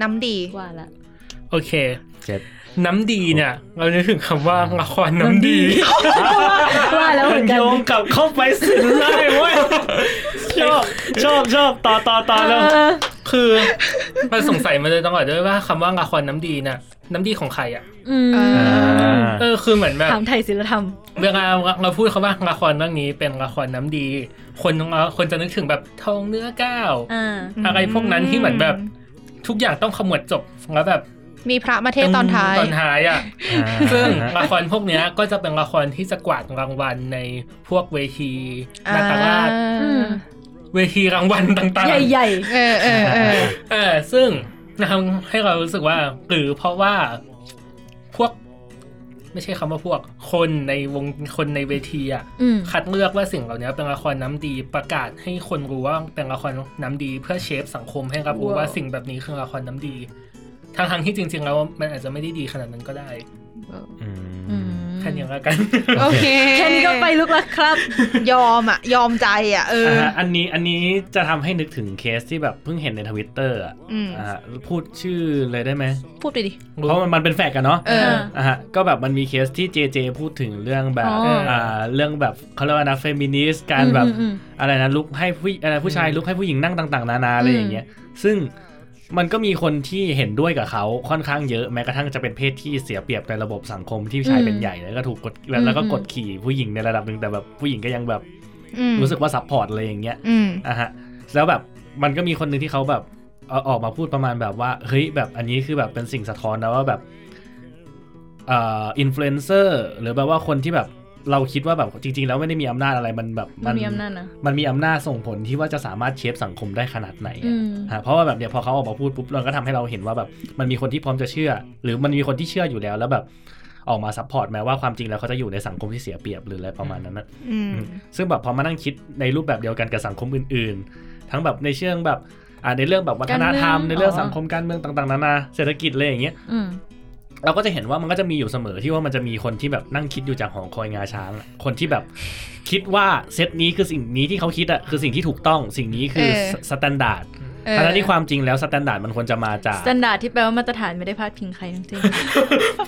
น้ำดี ว่าละ โอเค เจ็ด น้ำดีเนี่ย เรานึกถึงคำว่าละครน้ำดี ว่าแล้วเหมือนกัน โยงกลับเข้าไปสินได้เว้ยชอบชอบชอบต่อต่อต่อแล้ว คือเราสงสัยมาโดยตลอดด้วยว่าคำว่าละครน้ำดีน่ะ น้ำดีของใครอ่ะ อืม เออคือเหมือนแบบ ถามไทยศิลธรรม เวลาเราพูดคำว่าละครเรื่องนี้เป็นละครน้ำดี คนเราคนจะนึกถึงแบบทองเนื้อเก้าว อ่า อะไรพวกนั้นที่เหมือนแบบ ทุกอย่างต้องขมวดจบแล้วแบบ มีพระมาเทศน์ตอนท้าย ตอนท้ายอ่ะ ซึ่งละครพวกเนี้ยก็จะเป็นละครที่จะกวาดรางวัลในพวกเวทีนาตราช อืม เวทีรางวัลต่าง ใ ๆ หญ่ เออเออเออ เออซึ่งทำให้เรารู้สึกว่าหรือเพราะว่าพวก ไม่ใช่คำว่าพวก คนในวงคนในเวทีอ่ะ ๆอืม คัดเลือกว่าสิ่งเหล่านี้เป็นละครน้ำดีประกาศให้คนรู้ว่าเป็นละครน้ำดี เพื่อเชฟสังคมให้รับรู้ว่า ว้าว สิ่งแบบนี้คือละครน้ำดีทั้งทงๆที่จริง ๆ แล้วมันอาจจะไม่ได้ดีขนาดนั้นก็ได้ อืม แค่นี้แล้วกัน โอเค แค่นี้ก็ไปลุกแล้วครับ ยอมอ่ะ ยอมใจอ่ะ เออ อ่าฮะอันนี้อันนี้จะทำให้นึกถึงเคสที่แบบเพิ่งเห็นในทวิตเตอร์อ่ะ อืม อ่าพูดชื่อเลยได้ไหม พูดไปดิ เพราะมันมันเป็นแฟกกันเนาะ เออ อ่าฮะก็แบบมันมีเคสที่เจเจพูดถึงเรื่องแบบ อ๋ออ่ าเรื่องแบบเขาเรียกว่านะเฟมินิสต์การแบบ อืม อะไรนะลุกให้ผู้อะไรผู้ชาย อืม ลุกให้ผู้หญิงนั่งต่าง ๆ นานาอะไรอย่างเงี้ยซึ่งมันก็มีคนที่เห็นด้วยกับเขาค่อนข้างเยอะแม้กระทั่งจะเป็นเพศที่เสียเปรียบในระบบสังคมที่ผู้ชายเป็น อืม ใหญ่แล้วก็ถูกกดแล้วแล้วก็ อืม กดขี่ผู้หญิงในระดับหนึ่งแต่แบบผู้หญิงก็ยังแบบ อืม รู้สึกว่าซัพพอร์ตอะไรอย่างเงี้ย อืม อ่ะฮะแล้วแบบมันก็มีคนหนึ่งที่เขาแบบเอาออกมาพูดประมาณแบบว่าเฮ้ยแบบอันนี้คือแบบเป็นสิ่งสะท้อนนะว่าแบบเอ่ออินฟลูเอนเซอร์หรือแบบว่าคนที่แบบเราคิดว่าแบบจริง ๆ แล้วไม่ได้มีอำนาจอะไรมันแบบ มันมีอำนาจนะ มันมีอำนาจส่งผลที่ว่าจะสามารถเชฟสังคมได้ขนาดไหน อื อะ ม ฮะเพราะว่าแบบเนี่ยพอเขาออกมาพูดปุ๊บเราก็ทำให้เราเห็นว่าแบบมันมีคนที่พร้อมจะเชื่อ หรือมันมีคนที่เชื่ออยู่แล้วแล้วแบบออกมาซัพพอร์ตแม้ว่าความจริงแล้วเขาจะอยู่ในสังคมที่เสียเปรียบหรืออะไรประมาณนั้นนะ อืม ซึ่งแบบพอมานั่งคิดในรูปแบบเดียวกันกับสังคมอื่นๆ ทั้งแบบในเชิงแบบอ่าในเรื่องแบบวัฒนธรรม การเมือง ในเรื่อง อ๋อ สังคมการเมืองต่างๆนานาเศรษฐกิจอะไรอย่างเงี้ย อืม เราก็จะเห็นว่ามันก็จะมีอยู่เสมอที่ว่ามันจะมีคนที่แบบนั่งคิดอยู่จากหอคอยงาช้างอะคนที่แบบคิดว่าเซตนี้คือสิ่งนี้ที่เขาคิดอะคือสิ่งที่ถูกต้องสิ่งนี้คือ เออ สแตนดาร์ด เออ ทั้งๆที่ความจริงแล้วสแตนดาร์ดมันควรจะมาจาก สแตนดาร์ดที่แปลว่ามาตรฐานไม่ได้พาดพิงใครทั้งสิ้น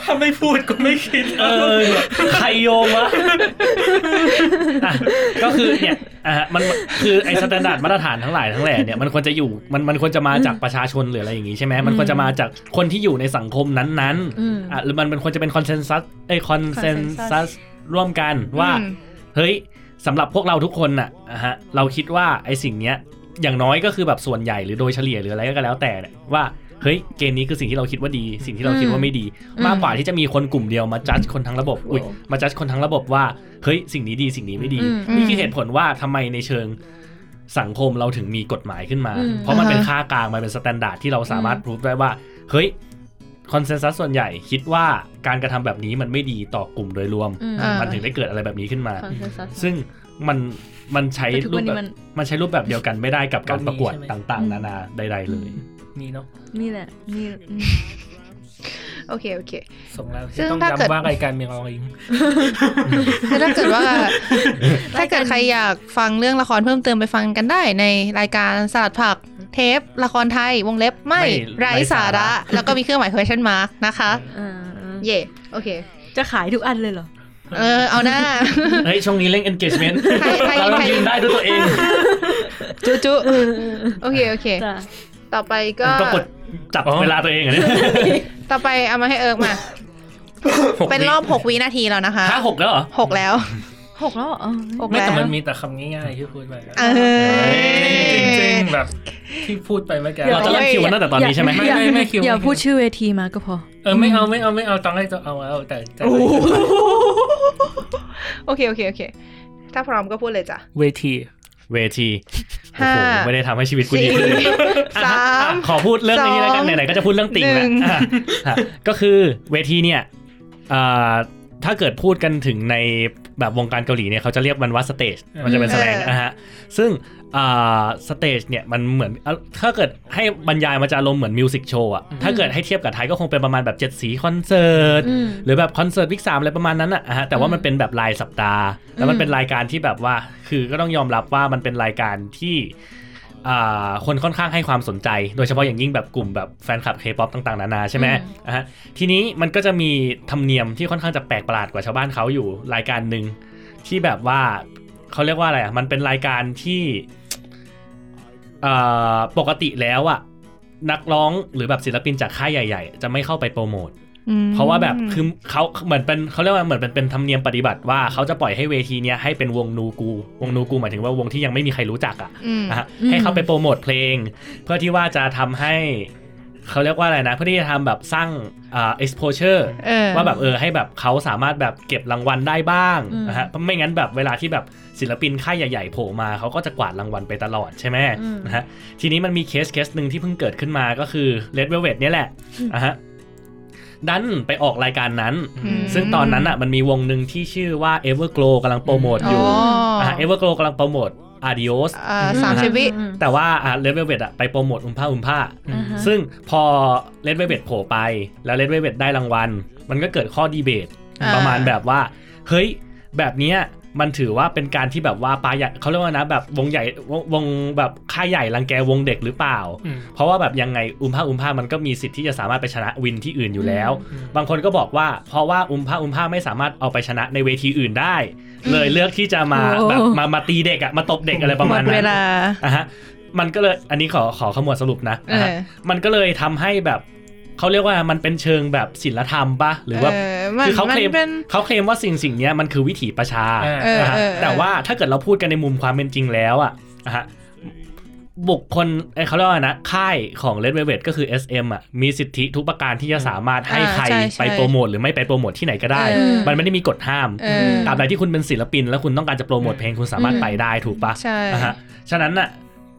ถ้าไม่พูดก็ไม่คิด เออใครโยมวะอ่ะก็คือเนี่ยอ่ะฮะมันคือไอ้สแตนดาร์ดมาตรฐานทั้งหลายทั้งแหล่เนี่ยมันควรจะอยู่มันมันควรจะมาจากประชาชนหรืออะไรอย่างงี้ใช่ไหมมันควรจะมาจากคนที่อยู่ในสังคมนั้น อืม ๆอ่ะหรือมันมันควรจะเป็นคอนเซนซัสเอ้คอนเซนซัสร่วมกันว่า อืม เฮ้ยสำหรับพวกเราทุกคนน่ะอะฮะเราคิดว่าไอ้สิ่งเนี้ยอย่างน้อยก็คือแบบส่วนใหญ่หรือโดยเฉลี่ยหรืออะไรก็แล้วแต่เนี่ยว่าเฮ้ยเกณฑ์นี้คือสิ่งที่เราคิดว่าดี สิ่งที่เราคิดว่าไม่ดี อืม มากกว่าที่จะมีคนกลุ่มเดียวมาจัดคนทั้งระบบอุยมาจัดคนทั้งระบบว่าเฮ้ยสิ่งนี้ดีสิ่งนี้ไม่ดี อืม นี่คือเหตุผลว่าทำไมในเชิงสังคมเราถึงมีกฎหมายขึ้นมา อืม เพราะมันเป็น อ่าฮะ ค่ากลางมันเป็นสแตนดาร์ดที่เราสามารถพูดได้ว่า เฮ้ยคอนเซนแซสส่วนใหญ่คิดว่าการกระทำแบบนี้มันไม่ดีต่อกลุ่มโดยรวม อืม มันถึงได้เกิดอะไรแบบนี้ขึ้นมา คอนเซนซัส ซึ่งมันมันใช้ แต่ทุก รู วั ป น แบ นี้ บ มัน มันใช้รูปแบบเดียวกันไม่ได้กับการประกวดต่าง ๆ นานาใด ๆ เลย มีเนาะ นี่แหละ นี่อืม โอเคโอเค ส่งแล้ว ซึ่ง ต้อง ถ้าเกิด ย้ำว่ารายการเมียงออิง แล้วถ้าเกิดว่า ถ้าเกิดใครอยากฟังเรื่องละครเพิ่มเติมไปฟังกันได้ในรายการสลัดผักเทป ละครไทยวงเล็บไม่ ไม่ ไร้ ไร้ สา สา ระ ระ แล้วก็มีเครื่องหมาย question mark นะคะ อ่า เย่โอเค จะขายทุกอันเลยเหรอ เออ เอาหน้า เฮ้ย ช่วงนี้เร่ง engagement ใครใคร เราต้อ ใค ง ร ยืนได้ด้วยตัวเอง จุจุโอเค โอเค จ้ะ ต่อไปก็ ต้องกดจับ อ๋อ เวลาตัวเองเหรอเนี่ย ต่อไปเอามาให้เอิร์กมา หก เป็น วิ รอบ 6 วินาทีแล้วนะคะ ห้าหกแล้วเหรอ หกแล้ว หกแล้วเหรออ๋อ หก ไม่ แล้ แต่ ว มันมีแต่คำง่ายๆที่พูดไป เอ จริงๆจริง อ ๆแบบที่พูดไปเมื่อกี้ เราจะเริ่มคิวกันตั้งแต่ตอนนี้ใช่ไหม ไม่ไม่ไม่คิว อย่าพูดชื่อเวทีมาก็พอ เออไม่เอาไม่เอาไม่เอาตอนแรกจะเอาแล้วแต่แต่ โอเค โอเค โอเค ถ้าพร้อมก็พูดเลยจ้ะ เวที เวทีโอ้ ห้า โหไม่ได้ทำให้ชีวิตกูดี สี่ ขึ้นเลย สาม ขอพูดเรื่องนี้แล้วสกันอง ไหนๆก็จะพูดเรื่องติ่ง หนึ่งแล้วอ่ะอ่ะก็คือเวทีเนี่ยอ่าถ้าเกิดพูดกันถึงในแบบวงการเกาหลีเนี่ยเขาจะเรียกมันว่าสเตจ มันจะเป็นแสดงนะฮะ ซึ่งสเตจเนี่ยมันเหมือนอ่ะถ้าเกิดให้บรรยายมันจะอารมณ์เหมือนมิวสิกโชว์อะถ้าเกิดให้เทียบกับไทยก็คงเป็นประมาณแบบเจ็ดสีคอนเสิร์ต อืม หรือแบบคอนเสิร์ตวิกสามอะไรประมาณนั้นอะอ่ะฮะแต่ว่ามันเป็นแบบรายสัปดาห์ แล้วมันเป็นรายการที่แบบว่า คือก็ต้องยอมรับว่ามันเป็นรายการที่อ่าคนค่อนข้างให้ความสนใจ โดยเฉพาะอย่างยิ่งแบบกลุ่มแบบแฟนคลับเคป๊อปต่างๆ นานาใช่ไหม อืม อ่ะฮะทีนี้มันก็จะมีธรรมเนียมที่ค่อนข้างจะแปลกประหลาดกว่าชาวบ้านเขาอยู่รายการหนึ่งที่แบบว่าเขาเรียกว่าอะไรอ่ะมันเป็นรายการที่เอ่อปกติแล้วอะนักร้องหรือแบบศิลปินจากค่ายใหญ่ ๆ จะไม่เข้าไปโปรโมท อืม เพราะว่าแบบคือเขาเหมือนเป็นเขาเรียกว่าเหมือนเป็นเป็นธรรมเนียมปฏิบัติว่าเขาจะปล่อยให้เวทีเนี้ยให้เป็นวงนูกู วงนูกูหมายถึงว่าวงที่ยังไม่มีใครรู้จักอะ อืม นะฮะ อืม ให้เขาไปโปรโมทเพลง เพื่อที่ว่าจะทำให้เขาเรียกว่าอะไรนะ เพื่อที่จะทำแบบสร้างอ่า exposure เออ ว่าแบบเออให้แบบเขาสามารถแบบเก็บรางวัลได้บ้าง อืม นะฮะเพราะไม่งั้นแบบเวลาที่แบบศิลปินค่ายใหญ่ๆโผล่มาเขาก็จะกวาดรางวัลไปตลอดใช่ไหมนะฮะทีนี้มันมีเคสเคสหนึ่งที่เพิ่งเกิดขึ้นมาก็คือ Red Velvet เนี่ยแหละนะฮะดันไปออกรายการนั้น อืม ซึ่งตอนนั้นอ่ะมันมีวงหนึ่งที่ชื่อว่า Everglow กำลังโปรโมทอยู่ อ๋ ะ Everglow กำลังโปรโมท Adios อ่าสามสิบวิ อืม แต่ว่าอ่ะ Red Velvet อ่ะไปโปรโมทอุ้มผ้าอุ้มผ้า อ่าฮะ ซึ่งพอเลดเวเบตโผล่ไปแล้วเลดเวเบตได้รางวัล มันก็เกิดข้อดีเบต อ่า ประมาณแบบว่า เฮ้ย แบบเนี้ยมันถือว่าเป็นการที่แบบว่าปลาใหญ่เขาเรียกว่านะแบบวงใหญ่วงวงแบบค่ายใหญ่รังแกวงเด็กหรือเปล่า อืม เพราะว่าแบบยังไงอุมผ้าอุมผ้ามันก็มีสิทธิ์ที่จะสามารถไปชนะวินที่อื่นอยู่แล้ว อืม บางคนก็บอกว่า เพราะว่าอุมผ้าอุมผ้าไม่สามารถเอาไปชนะในเวทีอื่นได้ เลยเลือกที่จะมา โอ้ แบบมามาตีเด็กอะมาตบเด็กอะไรประ หม มาณ ด นั้น เวลา อ่ะฮะมันก็เลยอันนี้ขอขอขมวดสรุปนะ เอออ่ ะฮะมันก็เลยทำให้แบบ เขาเรียกว่ามันเป็นเชิงแบบศิลธรรมปะหรือว่า เออมัน คืเขาเคลม มันเป็น เขาเคลมว่าสิ่งสิ่งเนี้ยมันคือวิถีประชา อ่า เออ นะฮะ เออเออ แต่ว่าถ้าเกิดเราพูดกันในมุมความเป็นจริงแล้วอ่ะนะฮะบุคคลเอ้ยเขาเรียกว่าอะไรนะค่ายของเลดเวเวตก็คือ SM อ่ะมีสิทธิทุกประการที่จะสามารถให้ อ่า ใคร ใช่ใช่ ไปโปรโมทหรือไม่ไปโปรโมทที่ไหนก็ได้ เออ มันไม่ได้มีกฎห้าม เออ ตราบใดที่คุณเป็นศิลปิน แล้วคุณต้องการจะโปรโมทเพลงคุณสามารถไปได้ถูกปะ ใช่ นะฮะฉะนั้นน่ะ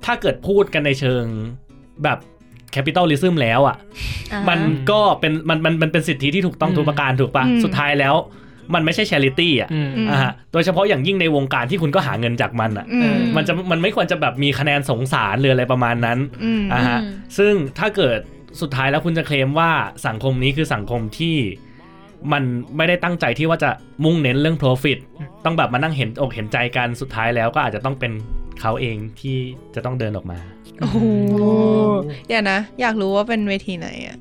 ถ้าเกิดพูดกันในเชิงแบบแคปิตอลลิซึมแล้วอ่ะ อ่า มันก็เป็นมันมันมันเป็นสิทธิที่ถูกต้อง อืม ทุกประการถูกปะ อืม สุดท้ายแล้ว มันไม่ใช่ช h ริตี้อ่ะ อืม อืม อ่าฮะโดยเฉพาะอย่างยิ่งในวงการที่คุณก็หาเงินจากมันอ่ะ อืม มันจะมันไม่ควรจะแบบมีคะแนนสงสารหรืออะไรประมาณนั้น อืม อ่าฮะ ซึ่งถ้าเกิดสุดท้ายแล้วคุณจะเคลมว่าสังคมนี้คือสังคมที่มันไม่ได้ตั้งใจที่ว่าจะมุ่งเน้นเรื่อง profit ต้องแบบมานั่งเห็นอกเห็นใจกันสุดท้ายแล้วก็อาจจะต้องเป็นเขาเองที่จะต้องเดินออกมา โอ้โหอย่านะ อยากรู้ว่าเป็นเวทีไหนอ่ะ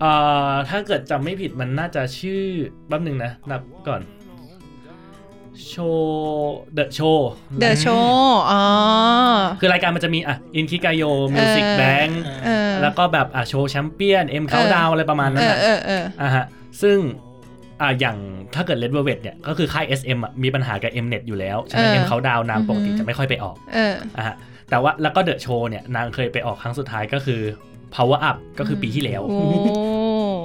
เอ่อถ้าเกิดจำไม่ผิดมันน่าจะชื่อแป๊บหนึ่งนะ นับก่อนโชว์เดอะโชว์ The Show อ๋อ คือรายการมันจะมีอ่ะอินคิกายโยมิวสิก เออ แบงค์ เออ แล้วก็แบบอ่ะโชว์แชมเปี้ยนเอ็ม เอ เขา อ ดาวอะไรประมาณนั้ เอน อ น่ะ เออเออ อ่าฮะซึ่งอ่าอย่างถ้าเกิดเลดเวเวตเนี่ยก็คือค่าย SM อ่ะมีปัญหากับ Mnet อยู่แล้วใช่ไหม เออ M เขาดาวน์นาง อือปกฮึติจะไม่ค่อยไปออก เออ อ่าฮะแต่ว่าแล้วก็เดอะโชว์เนี่ยนางเคยไปออกครั้งสุดท้ายก็คือ Power Up ก็คือปีที่แล้ว โอ้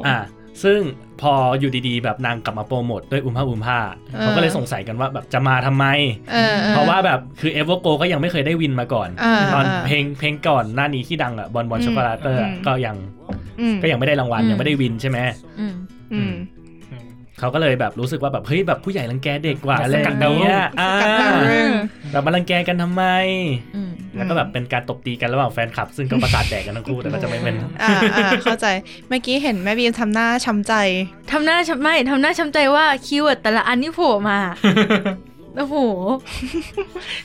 อ่าซึ่งพออยู่ดีๆ แบบนางกลับมาโปรโมทด้วยอุ้มผ้าอุ้มผ้าเขาก็เลยสงสัยกันว่าแบบจะมาทำไม เออออ เพราะว่าแบบคือเอเวอร์โกก็ยังไม่เคยได้วินมาก่อน อ่า ตอน อ่า เพลงเพลงก่อนหน้านี้ที่ดังอ่ะบอลบอล อืม ช็อกโกแลตเตอร์ อืม ก็ยัง อืม ก็ยังไม่ได้รางวัลยังไม่ได้วินใช่ไหม อืม อืม เขาก็เลยแบบรู้สึกว่าแบบเฮ้ยแบบผู้ใหญ่รังแกเด็กกว่า อย่า อะไร ส อ กั ย่างดดาวรุ่ เงี้ ง ยอ่า สกัดดาวรุ่ง แบบมารังแกกันทำไม อืม แล้วก็แบบเป็นการตบตีกันระหว่างแฟนคลับ ซึ่งก็ประสาทแดกกันทั้งคู่แต่ก็จะไม่เป็น อ่าอ่าเข้าใจ เมื่อกี้เห็นแม่บีมทำหน้าช้ำใจ ทำหน้าช้ำไม่ทำหน้าช้ำใจว่าคิวอะแต่ละอันที่โผล่ มา โอ้โห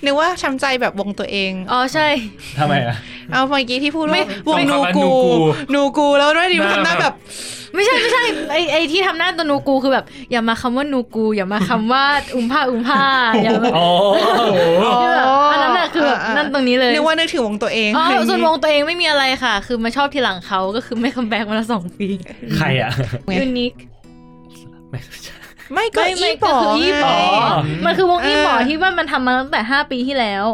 นึกว่าช้ำใจแบบวงตัวเอง อ๋อใช่ ทำไมอ่ะ เอาเมื่อกี้ที่พูด ไม่ ว่าวงนูกู วงนูกู นูกู แล้วแม่บีมทำหน้าแบบ ไม่ใช่ไม่ใช่ไอไอที่ทำหน้าตัวนูกูคือแบบ อย่ามาคำว่านูกู อย่ามาคำ ว่าอุมผ้าอุมผ้าอย่ามา อ๋อ คือแบบอันนั้นแหละคือแบบ อ่าอ่า นั่นตรงนี้เลย นึกว่านึกถึงวงตัวเอง อ๋อส่วนวงตัวเองไม่มีอะไรค่ะ คือมาชอบทีหลังเขาก็คือไม่คัมแบ็กมาละสองปี ใครอ่ะ ยูนิค ไม่รู้จัก ไม่ก็ ไม่ไม่ อี ก็ ป๋อ คืออีป๋อ ไง อ๋อ มันคือวงอีหมอ เออ ที่ว่ามันทำมาตั้งแต่ห้าปีที่แล้ว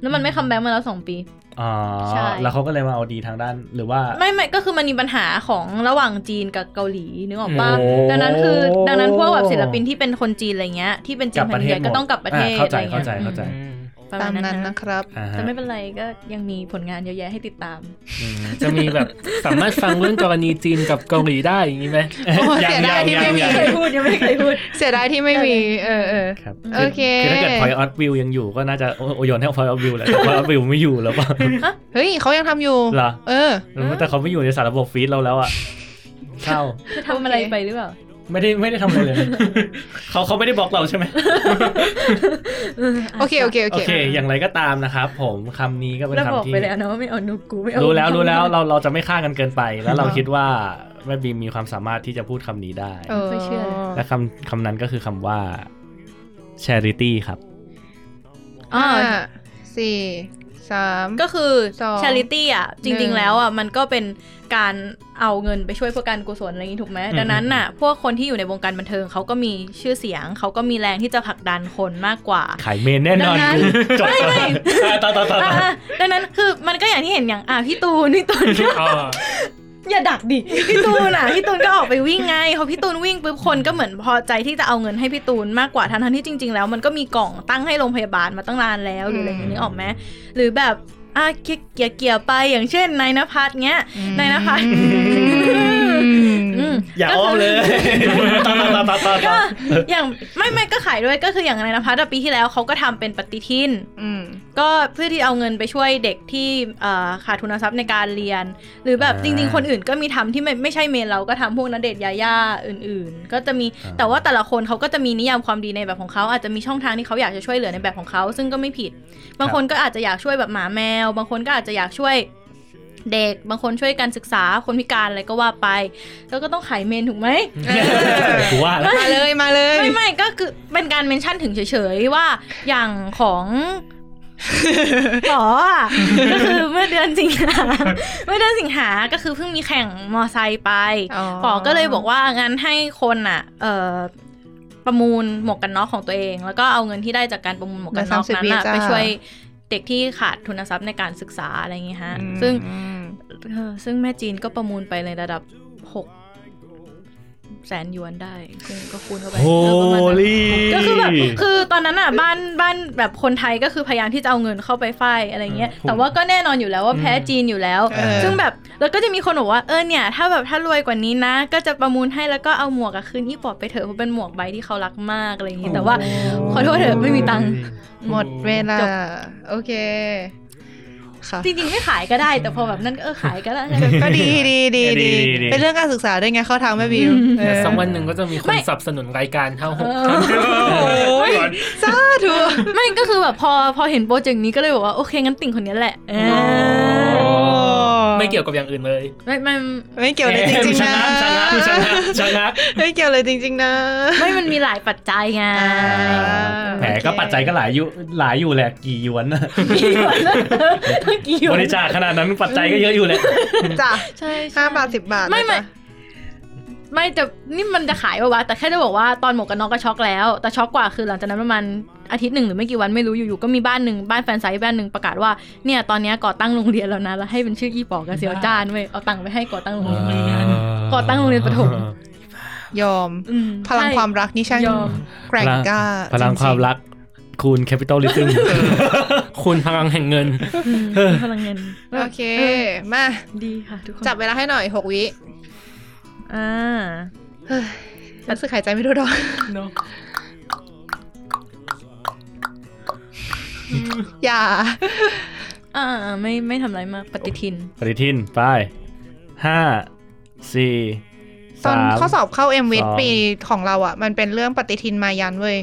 แล้วมันไม่คัมแบ็กมาแล้วสองปี อ๋อ ใช่ แล้วเขาก็เลยมาเอาดีทางด้านหรือว่า ไม่ไม่ก็คือมันมีปัญหาของระหว่างจีนกับเกาหลีนึกออกปะ โอ้ ดังนั้นคือดังนั้นพวกแบบศิลปินที่เป็นคนจีนอะไรเงี้ยที่เป็นจีนแผ่นดินใหกญ่ลับประเทศหมด ก็ต้องกลับประเทศ อ่าเข้าใจ อะไรงี้ย เข้าใจเข้าใจ อืมประ ตามมาณนั้ นั้น นนะ นะครับ อ่าฮะ แต่ไม่เป็นไรก็ยังมีผลงานเยอะแยะให้ติดตาม อืม จะมีแบบสามารถฟังเรื่องกรณีจีนกับเกาหลีได้อย่างนี้ไหม โอ้เสียดายที่ไม่มี ยัง เคยพูดยังไม่เคยพูด เสียดายที่ไม่มี เออเออ ครับ โอเค คือถ้าเกิดพอยออตวิวยังอยู่ก็น่าจะโอโอยนให้พอยออตวิวแหละแต่พอยออตวิวไม่อยู่แล้วป่ะ เฮ้ยเขายังทำอยู่ เหรอ เออ แต่เขาไม่อยู่ในสารระบบฟีดเราแล้วอ่ะเศร้า จะทำอะไรไปหรือเปล่า ไม่ได้ไม่ได้ทำอะไรเลย เขาเขาไม่ได้บล็อกเราใช่ไหม โอเค โอเค โอ โอ เค เค อย่างไรก็ตามนะครับผมคำนี้ก็เป็น เราบอก คำที่ ไปแล้วนะว่าไม่เอานูกูไม่เอา รู้ รู้ แล้วรู้แล้วเราเราจะไม่ฆ่ากันเกินไป แล้วเราคิดว่าแม่บีมมีความสามารถที่จะพูดคำนี้ได้ เออ ไม่เชื่อเลย และคำคำนั้นก็คือคำว่า charity ครับ อ๋อ ห้าสี่สาม ก็คือ สอง charity อ่ะหจนึ่ ริง ง ๆ แล้วอ่ะ มันก็เป็นการเอาเงินไปช่วยเพื่อการกุศลอะไรอย่างนี้ถูกไหม อืม ดังนั้นน่ะ พวกคนที่อยู่ในวงการบันเทิงเขาก็มีชื่อเสียง เขาก็มีแรงที่จะผลักดันคนมากกว่า ขายเมนแน่นอน ดังนั้น กูจบ ไม่ไม่ อ่ะต่อต่อต่อต่อ อ่ะดังนั้นคือมันก็อย่างที่เห็นอย่างอ่ะพี่ตูนพี่ตูน อ๋อ อย่าดักดิ พี่ตูนอ่ะ พี่ตูนก็ออกไปวิ่งไงพอพี่ตูนวิ่งปุ๊บคนก็เหมือนพอใจที่จะเอาเงินให้พี่ตูนมากกว่าทั้งทที่จริง ๆ แล้วมันก็มีกล่องตั้งให้โรงพยาบาลมาตั้งนานแล้วหรืออะไรอย่างนี้นึกออกไหมหรือแบบอ่ะเกี่ยวเกี่ยวๆไปอย่างเช่นนายนภัสเงี้ยนายนภัสอืม อย่าอ้อมเลยต่อต่อต่อต่อต่อต่ ก็ อ อย่างไม่ไม่ก็ขายด้วยก็คืออย่างนายนภัสอะปีที่แล้วเขาก็ทำเป็นปฏิทิน อืม ก็เพื่อที่เอาเงินไปช่วยเด็กที่เอ่อขาดทุนทรัพย์ในการเรียน หรือแบบจริงๆ คนอื่นก็มีทำที่ไม่ไม่ใช่เมนเราก็ทำพวกนเดชน์ยาย่าอื่น ๆ ก็จะมีแต่ว่าแต่ละคนเขาก็จะมีนิยามความดีในแบบของเขาอาจจะมีช่องทางที่เขาอยากจะช่วยเหลือในแบบของเขาซึ่งก็ไม่ผิด บางคนก็อาจจะอยากช่วยแบบหมาแมว บางคนก็อาจจะอยากช่วยเด็ก บางคนช่วยการศึกษาคนพิการอะไรก็ว่าไป แล้วก็ต้องขายเมนถูกไหม กูว่าแล้ว มาเลยมาเลย ไม่ไม่ก็คือเป็นการเมนชั่นถึงเฉยๆว่าอย่างของ อ๋ออะก็คือเมื่อเดือนสิงหา เมื่อเดือนสิงหาก็คือเพิ่งมีแข่งมอไซค์ไป ป๋อก็เลยบอกว่างั้นให้คนอ่ะเอ่อประมูลหมวกกันน็อกของตัวเอง แล้วก็เอาเงินที่ได้จากการประมูลหมวกกันน็อก เหลือ30 นั้นอ่ะ วิจ้า ไปช่วยเด็กที่ขาดทุนทรัพย์ในการศึกษาอะไรอย่างงี้ฮะ ซึ่ง อืม เออซึ่งแม่จีนก็ประมูลไปในระดับหกแสนหยวนได้ซึ่งก็คูณเข้าไป โฮ เออประมาณนั้น ลี่ ก็คือแบบคือตอนนั้นอ่ะบ้านบ้านแบบคนไทยก็คือพยายามที่จะเอาเงินเข้าไปไฟอะไรเงี้ย อืม แต่ว่าก็แน่นอนอยู่แล้วว่าแพ้จีนอยู่แล้ว เออ ซึ่งแบบแล้วก็จะมีคนบอกว่าเออเนี่ย ถ้าแบบถ้ารวยกว่านี้นะ ก็จะประมูลให้แล้วก็เอาหมวกอะคืนที่ปอบไปเถอะเพราะเป็นหมวกใบที่เขารักมากอะไรอย่างงี้แต่ว่า ขอโทษเถอะไม่มีตังค์ หมดเวลา จบ โอเค ค่ะ จริงๆไม่ขายก็ได้ แต่พอแบบนั้นก็เออขายก็ได้ ก็ดีดีดีดี ดีดี เป็นเรื่องการศึกษาด้วยไงเข้าทางแม่บิวเออ สักวันหนึ่งก็จะมีค ไม่ นสนับสนุนรายการเท่าหก โอ้ย สาธุ ไม่ก็คือแบบพอพอเห็นโปรเจกต์นี้ก็เลยบอกว่าโอเคงั้นติ่งคนนี้แหละเออ อ ไม่เกี่ยวกับอย่างอื่นเลย ไม่ไม่ ไม่เกี่ยวเลยจริงๆนะ ชนะชนะชนะ ไม่เกี่ยวเลยจริง ๆ นะ ไม่มันมีหลายปัจจัยไง อ่า แหมก็ปัจจัยก็หลายอยู่หลายอยู่แหละกี่หยวนนะ กี่หยวนนะกี่หย บ วน ริจาคขนาดนั้นปัจจัยก็เยอะอยู่แหละ จ้ะ ใช่ใช่ ห้าบาทสิบบาท ไม่ไม่ นะ ไม่จะนี่มันจะขายปะวะ แต่แค่จะบอกว่าตอนหมวกกันน็อกก็ช็อกแล้ว แต่ช็อกกว่าคือหลังจากนั้นประมาณอาทิตย์หนึ่งหรือไม่กี่วันไม่รู้อยู่ๆก็มีบ้านหนึ่งบ้านแฟนไซต์บ้านหนึ่งประกาศว่าเนี่ยตอนเนี้ยก่อตั้งโรงเรียนแล้วนะแล้วให้เป็นชื่อยี่ปอกับเสียวจานเว้ยเอาตังค์ไปให้ก่อตั้งโรงเรียน ก่อตั้งโรงเรียนประถม ยอม อืม พลังความ ใช รักนี่ช่าง ยอม แกร่งกล้า พลังความรักคูณแคปิตอลิ ซึม คุณพลังแห่งเงิน ่อืมเป็นพลังเงิน โอเค อ มา ดีค่ะทุกคน จับเวลาให้หน่อยหกวิ อ่า รู้สึกหาย ใจไม่ทั่วท้องอย่า อ่าอ่าไม่ไม่ทำอะไรมากปฏิทิน ปฏิทินไปห้าสี่ ตอน สาม ข้อสอบเข้า m w i t สอง ปีของเราอะ่ะ มันเป็นเรื่องปฏิทินมายันเว้ย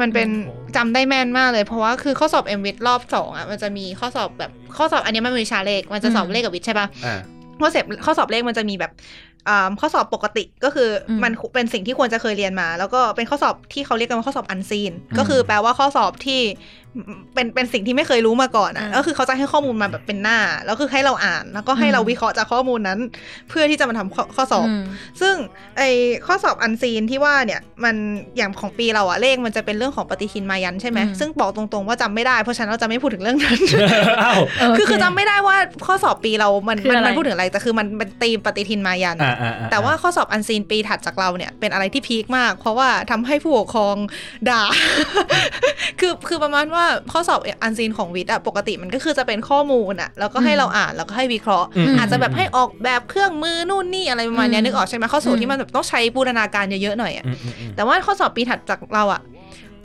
มันเป็นจำได้แม่นมากเลย เพราะว่าคือข้อสอบ m w i t รอบ2อะ่ะมันจะมีข้อสอบแบบข้อสอบอันนี้มันมีวิชาเลขมันจะสอบ อืม เลขกับวิทย์ใช่ปะ อ่า ข้อสอบข้อสอบเลขมันจะมีแบบอ่าข้อสอบปกติก็คืออ ม มันเป็นสิ่งที่ควรจะเคยเรียนมา แล้วก็เป็นข้อสอบที่เขาเรียกกันว่าข้อสอบอันซีน อืม ก็คือแปลว่าข้อสอบที่เป็นเป็นสิ่งที่ไม่เคยรู้มาก่อนอะ อ่า ก็คือเขาจะให้ข้อมูลมาแบบเป็นหน้า แล้วคือให้เราอ่าน แล้วก็ให้เรา อืม วิเคราะห์จากข้อมูลนั้น เพื่อที่จะมาทำข้อข้อสอบ ม ซึ่งไอข้อสอบอันซีนที่ว่าเนี่ยมันอย่างของปีเราอะเลขมันจะเป็นเรื่องของปฏิทินมายันใช่ไหม อืม ซึ่งบอกตรงๆว่าจำไม่ได้เพราะฉะนั้นเราจะไม่พูดถึงเรื่องนั้น เอ้า คือคือ โเ จำไม่ได้ว่าข้อสอบปีเรามัน คือ มัน อะไร มันพูดถึงอะไรแต่คือมันเป็นธีมปฏิทินมายัน อ่าอ่าอ่ แต่ว่าข้อสอบอันซีนปีถัดจากเราเนี่ยเป็นอะไรที่พีคมาก เพราะว่าทำให้ผู้ปกครองด่า คือคือประมาณว่าข้อสอบอันซีนของวิทย์อะปกติมันก็คือจะเป็นข้อมูลอะแล้วก็ให้เราอ่านแล้วก็ให้วิเคราะห์ ม อาจจะแบบให้ออกแบบเครื่องมือนู่นนี่อะไรประมาณเนี้ย อืม นึกออกใช่ไหมข้อสอบ อืม ที่มันแบบต้องใช้บูรณาการเยอะๆหน่อยอะ อืมอืมอืม แต่ว่าข้อสอบปีถัดจากเราอะ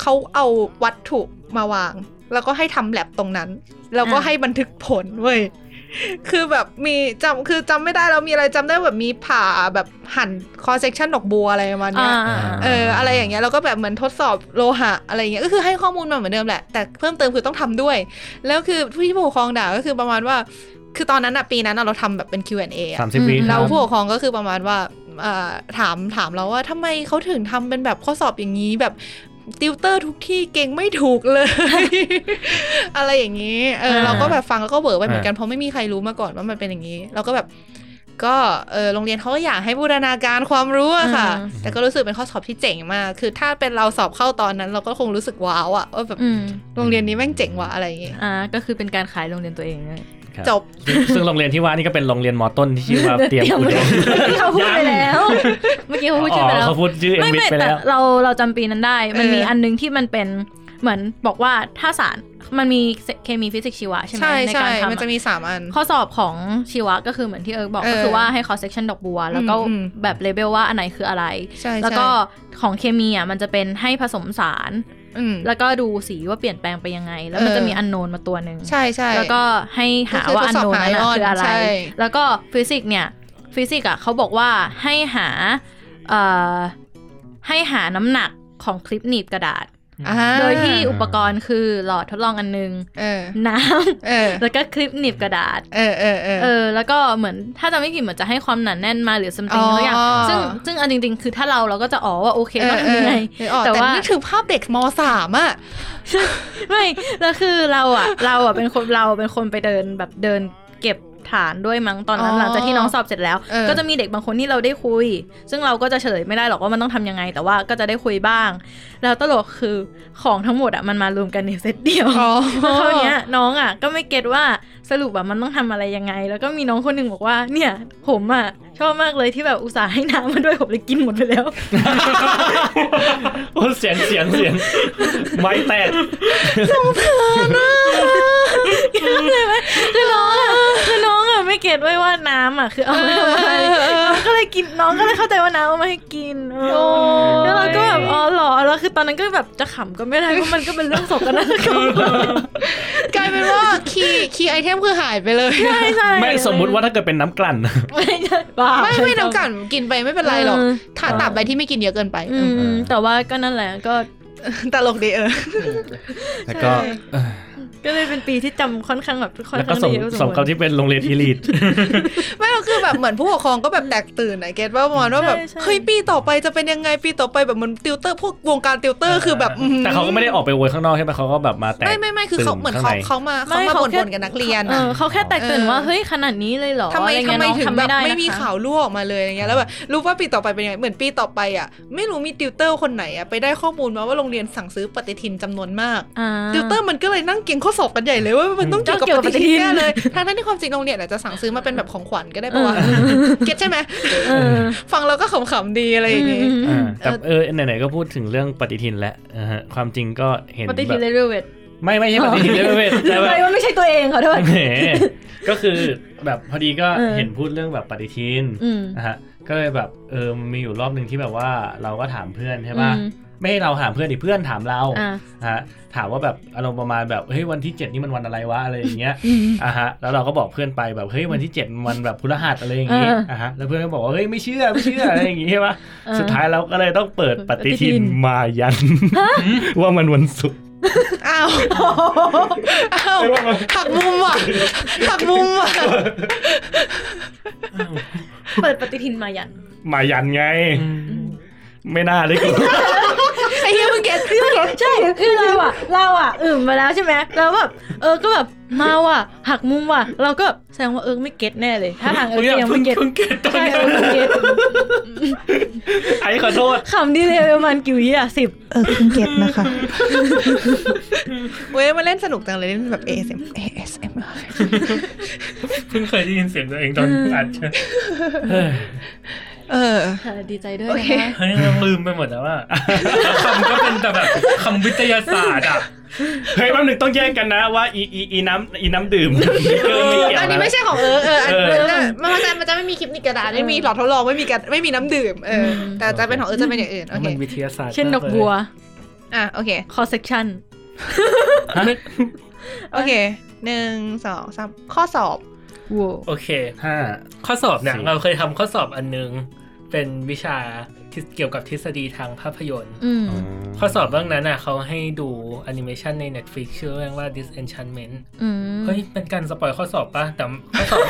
เขาเอาวัตถุมาวาง แล้วก็ให้ทำแลบตรงนั้น แล้วก็ให้บันทึกผลเว้ยคือแบบมีจำคือจำไม่ได้แล้วมีอะไรจำได้แบบมีผ่าแบบหั่นคอเซกชันดอกบัวอะไรประมาณเนี้ อ่าย อ่า เอออะไรอย่างเงี้ยแล้วก็แบบเหมือนทดสอบโลหะอะไรอย่างเงี้ยก็คือให้ข้อมูลมาเหมือนเดิมแหละ แต่เพิ่มเติมคือต้องทำด้วย แล้วคือพี่ผู้ปกครองด่าก็คือประมาณว่า คือตอนนั้นอะปีนั้นอะเราทำแบบเป็น Q&A อะ สามสิบวิ เรา ครับ ผู้ปกครองก็คือประมาณว่าเอ่อถามถามเราว่าทำไมเขาถึงทำเป็นแบบข้อสอบอย่างนี้แบบติวเตอร์ทุกที่เก่งไม่ถูกเลย อะไรอย่างนี้เออเราก็แบบฟังแล้วก็เบิร์ไปเหมือนกันเพราะไม่มีใครรู้มาก่อนว่ามันเป็นอย่างนี้ เราก็แบบ ก็เออโรงเรียนเขาก็อยากให้บูรณาการความรู้อะค่ะ อืม แต่ก็รู้สึกเป็นข้อสอบที่เจ๋งมาก คือถ้าเป็นเราสอบเข้าตอนนั้น เราก็คงรู้สึกว้าวอะว่าแบบ อืม โรงเรียนนี้แม่งเจ๋งว่ะอะไรอย่างเงี้ย อ่าก็คือเป็นการขายโรงเรียนตัวเองเลย ครับ จบ ซึ่งซึ่งโรงเรียนที่ว่านี่ก็เป็นโรงเรียนมอต้นที่ชื่อ ว่า เตรียมอุดม เขาพูดไปแล้ว เมื่อกี้เขาพูดชื่อไป อ๋อ แล้ว เขาพูดชื่อเอ็ม ไม่ วิทไปไม่แต่ แล้ว เราเราจำปีนั้นได้ มัน เออ มีอันนึงที่มันเป็นเหมือนบอกว่าถ้าสารมันมีเคมีฟิสิกส์ชีวะใช่ไหม ใช่ ใน ใช่ การทำ มันจะ อะ มีสามอัน ข้อสอบของชีวะก็คือเหมือนที่เอิร์กบอก เออ ก็คือว่าให้ cross section ดอกบัว แล้วก็ อืม แบบเลเบลว่าอันไหนคืออะไร ใช่ แล้ว ใช่ ก็ของเคมีอ่ะมันจะเป็นให้ผสมสาร อืม แล้วก็ดูสีว่าเปลี่ยนแปลงไปยังไง แล้วมัน เออ จะมีอันโนนมาตัวหนึ่ง ใช่ใช่ แล้วก็ให้หาว่า ก็ อัน คือทดโนสอบ นนั้น หาไอออนน่ะคืออะไร ใช่ แล้วก็ฟิสิกส์เนี่ย ฟิสิกส์อ่ะเขาบอกว่าให้หาเอ่อให้หาน้ำหนักของคลิปหนีบกระดาษ อ่าฮะ โดยที่อุปกรณ์คือหลอดทดลองอันนึง เออ น้ เออ ำ แล้วก็คลิปหนีบกระดาษ เออเออเออ เออ แล้วก็เหมือนถ้าจะไม่ผิดเหมือนจะให้ความหนาแน่นมาหรือซัมติงทุกอย่าง อ๋อ ซึ่งซึ่งอันจริง ๆ คือถ้าเราเราก็จะอ๋อว่าโอเค เอ ก็ อเอ ทำ อ ยังไง นึกออก แต่ แต่ ว่า นึกถึงภาพเด็กมสามอ่ะ ไม่แล้วคือเราอ่ะ เราอ่ะเป็นคนเราเป็นคนไปเดินแบบเดินเก็บฐานด้วยมั้งตอนนั้ อ๋ น อ หลังจากที่น้องสอบเสร็จแล้ว เออ ก็จะมีเด็กบางคนที่เราได้คุย ซึ่งเราก็จะเฉลยไม่ได้หรอกว่ามันต้องทำยังไง แต่ว่าก็จะได้คุยบ้าง แล้วตลกคือของทั้งหมดอ่ะมันมารวมกันในเซตเดียว อ๋อ แล้วคราวเนี้ยน้องอ่ะก็ไม่เก็ตว่าสรุปแบบมันต้องทำอะไรยังไง แล้วก็มีน้องคนหนึ่งบอกว่าเนี่ย ผมอ่ะชอบมากเลยที่แบบอุตส่าห์ให้น้ำมาด้วยผมเลยกินหมดไปแล้ว โอ้เสียงเสียงเสียงไม้แตก เลยไหมคือน้องอ่ะคือน้องอ่ะไม่เก็ตไว้ยว่าน้ำอ่ะคือเอามาทำอะไรน้องก็เลยกินน้องก็เลยเข้าใจว่าน้ำเอามาให้กินเออ โอ้ย แล้วเราก็แบบอ๋อเหรอแล้วคือตอนนั้นก็แบบจะขำก็ไม่ได้เพราะมันก็เป็นเรื่องศพกันนะ กลายเป็นว่าคีย์คีย์ไอเทมคือหายไปเลย ใช่ใช่ ไม่สมมุติว่าถ้าเกิดเป็นน้ำกลั่น ไม่ใช่บ้า ไม่ไม่น้ำกันกินไปไม่เป็นไรหรอก เออ ถ้าตับอะไรที่ไม่กินเยอะเกินไป อืมแต่ว่าก็นั่นแหละก็ ตลกดีเออ แล้วก็เออ ก็เลยเป็นปีที่จำค่อนข้างแบบค่อน แล้วก็ ข้าง สม ดีพอ สมกับที่เป็นโรงเรียนอีลีท ไม่เราคือแบบเหมื อนผู้ปกครองก็แบบแตกตื่นนะเก็ตว่าประมอนว่าแบบ ใช่ใช่ เฮ้ยปีต่อไปจะเป็นยังไงปีต่อไปแบบเหมือนติวเตอร์พวกวงการติวเตอร์คือแบบอื้อหื แต่เขาก็ไม่ได้ออกไปโวยข้างนอกใช่ไหมเขาก็แบบมาแตก ไม่ไม่ไม่คือเขา ตื่ เหมือน ข้ง เขา ใ เขามาเขามา เขา บ่น แค่ บ่นๆกับนักเรียน เอ นะ อเขาแค่แตกตื่นว่าเฮ้ยขนาดนี้เลยเหรอ ทำไม อะร ทำ เงี้ย ไม น้อ ถึง ทำ แบบ ด้นะคะ ไม่มีข่าวล่วงออกมาเลยอย่างเงี้ยแล้วแบบรู้ว่าปีต่อไปเป็นยังไงเหมือนปีต่อไปอ่ะ ไม่รู้มีติวเตอร์คนไหนอ่ะไปได้ข้อมูลมาว่าโรงเรียนสั่งซื้อปฏิทินจำนวนมาก อ่า ติวเตอร์มันก็เลยนั่งเก่งข้อสอบกันใหญ่เลยว่ามันต้องเกี่ยวกับ เกี่ยวกับ ปฏิทิน ปฏิทิน แน่เลยทั้งๆที่ความจริงโรงเรียนอาจจะสั่งซื้อมาเป็นแบบของขวัญ ก็ได้ปะวะเก็ตใช่ไหม เออ ฟังเราก็ขำๆดีอะไรอย่างงี้ อื อ่าม แต่เออไหนๆก็พูดถึงเรื่องปฏิทินแล้วนะฮะความจริงก็เห็น ปฏิ แบ ทิ บ นเลเวท ไม่ไม่ใช่ปฏิทินเลยเว้ยแต่แบ ทำไม บ ว่าไม่ใช่ตัวเองขอโทษ แหมก็คือแบบพอดีก็ เออ เห็นพูดเรื่องแบบปฏิทิน อืม นะฮะก็เลยแบบเออมีอยู่รอบหนึ่งที่แบบว่าเราก็ถามเพื่อนใช่ป่ะ อืม ไม่ให้เราถามเพื่อนดิเพื่อนถามเรา อ่ะ นะฮะถามว่าแบบอารมณ์ประมาณแบบเฮ้ยวันที่ 7 นี่มันวันอะไรวะอะไรอย่างเงี้ย อืม อ่ะฮะแล้วเราก็บอกเพื่อนไปแบบเฮ้ยวันที่7มันวันแบบพฤหัสอะไรอย่างงี้ เอออ่ อ่ะฮะแล้วเพื่อนก็บอกว่าเฮ้ยไม่เชื่อไม่เชื่ออะไรอย่างงี้ใช่ป่ะ เออ สุดท้ายเราก็เลยต้องเปิดปฏิ ปฏิทิ ทิน น มายัน ว่ามันวันศุกร์ อ้าว อ้าวหักมุมว่ะหักมุมว่ะ เปิดปฏิทินมายัน มายันไง ไม่น่าเลยกู ไอ้เหี้ยมึงเก็ต ใช่คือเราอะเราอะอึมมาแล้วใช่ไหมเราแบบเออก็แบบมาว่ะหักมุมว่ะ เราก็แบบแสดงว่าเออไม่เก็ตแน่เลย ถ้าทางเออยังไม่เก็ต พิ่งเก็ตตอน ใช่ เนี้ย เออไม่เก็ต ไอ้ขอโทษ คำดีเลยประมาณกี่วิอะสิบ เออคุณเก็ตนะคะ เว้ยมาเล่นสนุกจังเลยเล่นแบบ ASM ASMR เพิ่งเคยได้ยินเสียงตัวเองตอนอัดใช่ไหม เออ ค่ะดีใจด้วย โอ นะ เค คะ เฮ้ยลืมไปหมดแล้วอ่ะคำก็เป็นแต่แบบคำวิทยาศาสตร์อ่ะ เฮ้ยแป๊บหนึงต้องแยกกันนะว่าอีอีอีน้ำอีน้ำดื่ม เกินไม่เกี่ยว อันนี้ นะ ไม่ใช่ของเออเอออัน เออ นั้นน่ะมันจะมันจะไม่มีคลิปนิกระดาษไม่มีหลอดทดลองไม่มีกระไม่มีน้ำดื่มเออแต่จะเป็นของเออจะเป็นอย่างอื่นโอเค มันวิทยาศาสตร์ เช่นดอกบัว อ่ะโอเค คอเซ็กชัน โอเคหนึ่งสองสามข้อสอบ วัว โอเค ห้า ข้อสอบเนี่ย สี่ เราเคยทำข้อสอบอันหนึง เป็นวิชาที่เกี่ยวกับทฤษฎีทางภาพยนตร์ อืม ข้อสอบเรื่องนั้นอ่ะเขาให้ดูแอนิเมชันใน Netflix ชื่อเรื่องว่า Disenchantment อืม เฮ้ยเป็นการสปอยข้อสอบปะแต่ข้อสอบ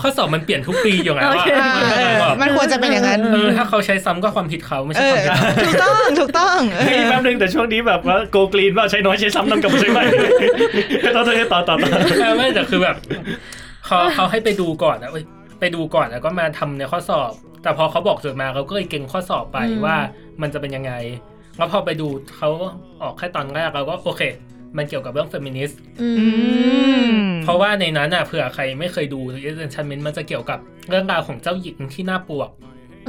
ข้อสอบมันเปลี่ยนทุกปีอยู่ไง โอ ว่า เค อ่าเออมันควรจะเป็นอย่างนั้น เออถ้าเขาใช้ซ้ำก็ความผิดเขาไม่ เอ ใช่ค อ วามผิดถูกเราต้องถูกต้องเอ เฮ้ย อ แป๊บหนึงแต่ช่วงนี้แบบว่าโกกรีนว่าใช้น้อยใช้ซ้ำนำกลับมาใช้ใหม่ ต่อต่อต่อต่อต่อ เออ ไม่แต่คือแบบเขาเขาให้ไปดูก่อนนะเว้ยไปดูก่อนแล้วก็มาทำในข้อสอบ แต่พอเขาบอกจดมาเขาก็เลยเก่งข้อสอบไป อืม ว่ามันจะเป็นยังไง แล้วพอไปดูเขาออกแค่ตอนแรกเราก็โอเค มันเกี่ยวกับเรื่องเฟมินิสต์ อื อื ม ม เพราะว่าในนั้นอ่ะเผื่อใครไม่เคยดูเอเซนชันเมนมันจะเกี่ยวกับเรื่องราวของเจ้าหญิงที่น่าปวก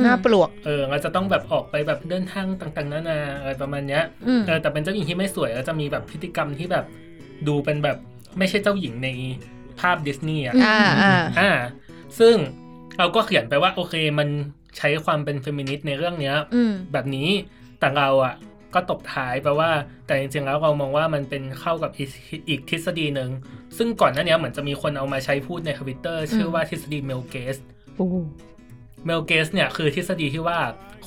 หน้าปลวก เออเราจะต้องแบบออกไปแบบเดินทางต่างๆนานาอะไรประมาณเนี้ย อืม เออแต่เป็นเจ้าหญิงที่ไม่สวยแล้วจะมีแบบพฤติกรรมที่แบบดูเป็นแบบไม่ใช่เจ้าหญิงในภาพดิสนีย์อ่ะ อืม อ่าอ่า อ่าซึ่งเราก็เขียนไปว่าโอเคมันใช้ความเป็นเฟมินิสต์ในเรื่องเนี้ย อืม แบบนี้แต่เราอ่ะก็ตบท้ายแปลว่า แต่จริงๆแล้วเรามองว่ามันเป็นเข้ากับอีกอีกทฤษฎีหนึ่งซึ่งก่อนหน้าเนี้ยเหมือนจะมีคนเอามาใช้พูดในทวิตเตอร์ชื่อว่าทฤษฎีเมลเกส โอ้ เมลเกสเนี่ยคือทฤษฎีที่ว่า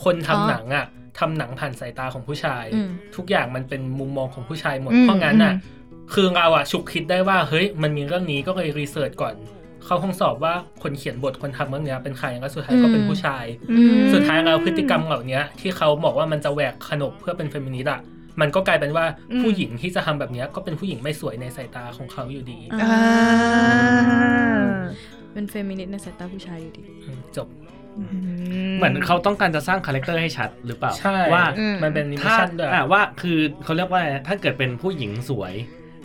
คนทำหนังอ่ะ ทำหนังผ่านสายตาของผู้ชาย อืม ทุกอย่างมันเป็นมุมมองของผู้ชายหมด อืม เพราะงั้นอ่ะ อื คือเราอ่ะฉุกคิดได้ว่าเฮ้ยมันมีเรื่องนี้ก็เลยรีเสิร์ชก่อน เข้าห้องสอบว่าคนเขียนบทคนทำเรื่องเนี้ยเป็นใครแล้วสุดท้ายเขาเป็นผู้ชาย อืม สุดท้ายแล้วพฤติกรรมเหล่านี้ที่เขาบอกว่ามันจะแหวกขนบเพื่อเป็นเฟมินิสต์อ่ะมันก็กลายเป็นว่า อืม ผู้หญิงที่จะทำแบบเนี้ยก็เป็นผู้หญิงไม่สวยในสายตาของเขาอยู่ดี อ่า เป็นเฟมินิสต์ในสายตาผู้ชายอยู่ดี อืมจบ เหมือนเขาต้องการจะสร้างคาแรคเตอร์ให้ชัดหรือเปล่า ใช่ ว่า อืม มันเป็นนิมิ ถ้า ชั่นด้วย อ่ะว่าคือเขาเรียกว่าอะไรถ้าเกิดเป็นผู้หญิงสวย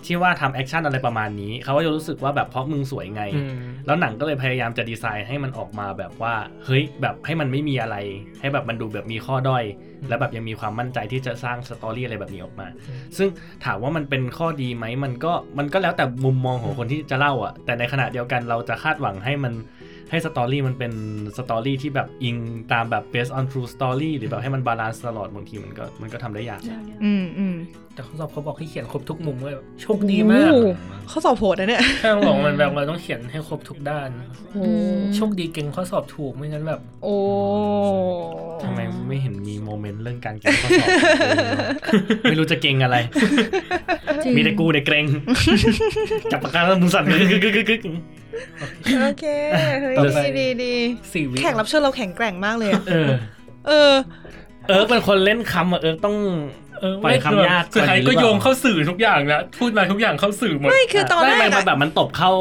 ที่ว่าทำแอคชั่นอะไรประมาณนี้ เขาก็จะรู้สึกว่าแบบเพราะมึงสวยไง อืม แล้วหนังก็เลยพยายามจะดีไซน์ให้มันออกมาแบบว่า เฮ้ยแบบให้มันไม่มีอะไร ให้แบบมันดูแบบมีข้อด้อย อืม และแบบยังมีความมั่นใจที่จะสร้างสตอรี่อะไรแบบนี้ออกมา อืม ซึ่งถามว่ามันเป็นข้อดีไหมมันก็มันก็แล้วแต่มุมมองของคนที่จะเล่าอะแต่ในขณะเดียวกันเราจะคาดหวังให้มันให้สตอรี่มันเป็นสตอรี่ที่แบบอิงตามแบบ based on true story หรือแบบให้มันบาลานซ์ตลอดบางทีมันก็มันก็ทำได้ยาก อืมอืม แต่ข้อสอบเขาบอกให้เขียนครบทุกมุมเลยแบบโชคดีมาก โอ้ ข้อสอบโหดนะเนี่ย แค่บอกมันแบบเราต้องเขียนให้ครบทุกด้าน โอ้ โชคดีเก่งข้อสอบถูกไม่งั้นแบบ โอ้ ทำไมไม่เห็นมีโมเมนต์เรื่องการเก่งข้อสอบ ไม่รู้จะเก่งอะไร มีแต่กูเด็กเกรง จับปากกาแล้ว มือสั่นกึกกึกกึกกึก โอเคเฮ้ย ต่อไป ดีดีดี สี่วิ แขกรับเชิญเราแข็งแกร่งมากเลยอะ เออ เออ เออเป็นคนเล่นคำอะเออต้อง เออ ปล่อยคำยาก สุดท้าย กว่านี้ก็หรือเปล่า โยงเข้าสื่อทุกอย่างแล้วพูดมาทุกอย่างเข้าสื่อหมด ไม่คือตอน ไม่ แร ไม่ ก มั อะ นแบบมันตบเข้า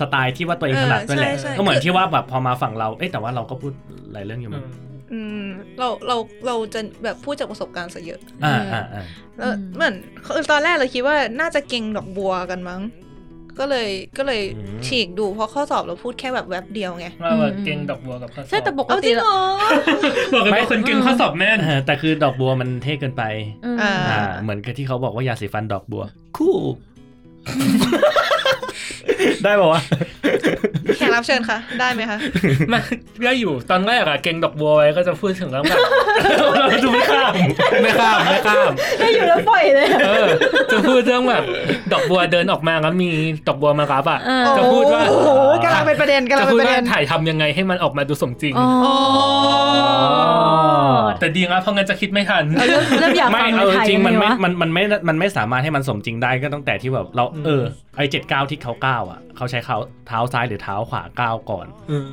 สไตล์ที่ว่าตัวเองถนัดด้วยแหละ เออใช่ใช่ ก็เหมือนที่ว่าแบบพอมาฝั่งเราเอ้ยแต่ว่าเราก็พูดหลายเรื่องอยู่มั้ง อืมเราเราเราจะแบบพูดจากประสบการณ์ซะเยอะ อ่าอ่าอ่า แล้ว อืม เหมือนคือตอนแรกเราคิดว่าน่าจะเก่งดอกบัวกันมั้ง ก็เลยก็เลยฉีกดูเพราะข้อสอบเราพูดแค่แบบแวบเดียวไง ว่าแบบเก่งดอกบัวกับข้อสอบ ใช่แต่ปก เอาจ ติ ริงเหรอ บอกกันว่าคนเก่งข้อสอบแม่น เออแต่คือดอกบัวมันเท่เกินไป อืม อ่า อ่า เหมือนกับที่เขาบอกว่ายาสีฟันดอกบัว คู่ ได้ป่าวะ แขกรับเชิญคะได้ไหมคะ มันก็อยู่ตอนแรกอะเก่งดอกบัวไว้ก็จะพูดถึงแล้วแบบ เรา ดูไม่ข้าม ไม่ข้ามไม่ข้าม ไม่อยู่แล้วปล่อยเลย เออจะพูดเรื่องแบบดอกบัวเดินออกมาแล้วมีดอกบัวมารับอะ เออ จะพูดว่า โอ้โหกำลังเป็นประเด็นกำลังจะเป็ พู นปดระ ว่า เด็น ถ่ายทำยังไงให้มันออกมาดูสมจริง อ๋อ แต่ดีนะเพราะงั้นจะคิดไม่ทัน เริ่มเริ่มอยาก ไม่ ฟัง เอาจริงๆมันไม่ วะ มันมันไม่มันไม่สามารถให้มันสมจริงได้ก็ตั้งแต่ที่แบบเรา อืม เออไอเจ็ดเก้าที่เขาก้าวอ่ะเขาใช้เขาเท้าซ้ายหรือเท้าขวาก้าวก่อน อืม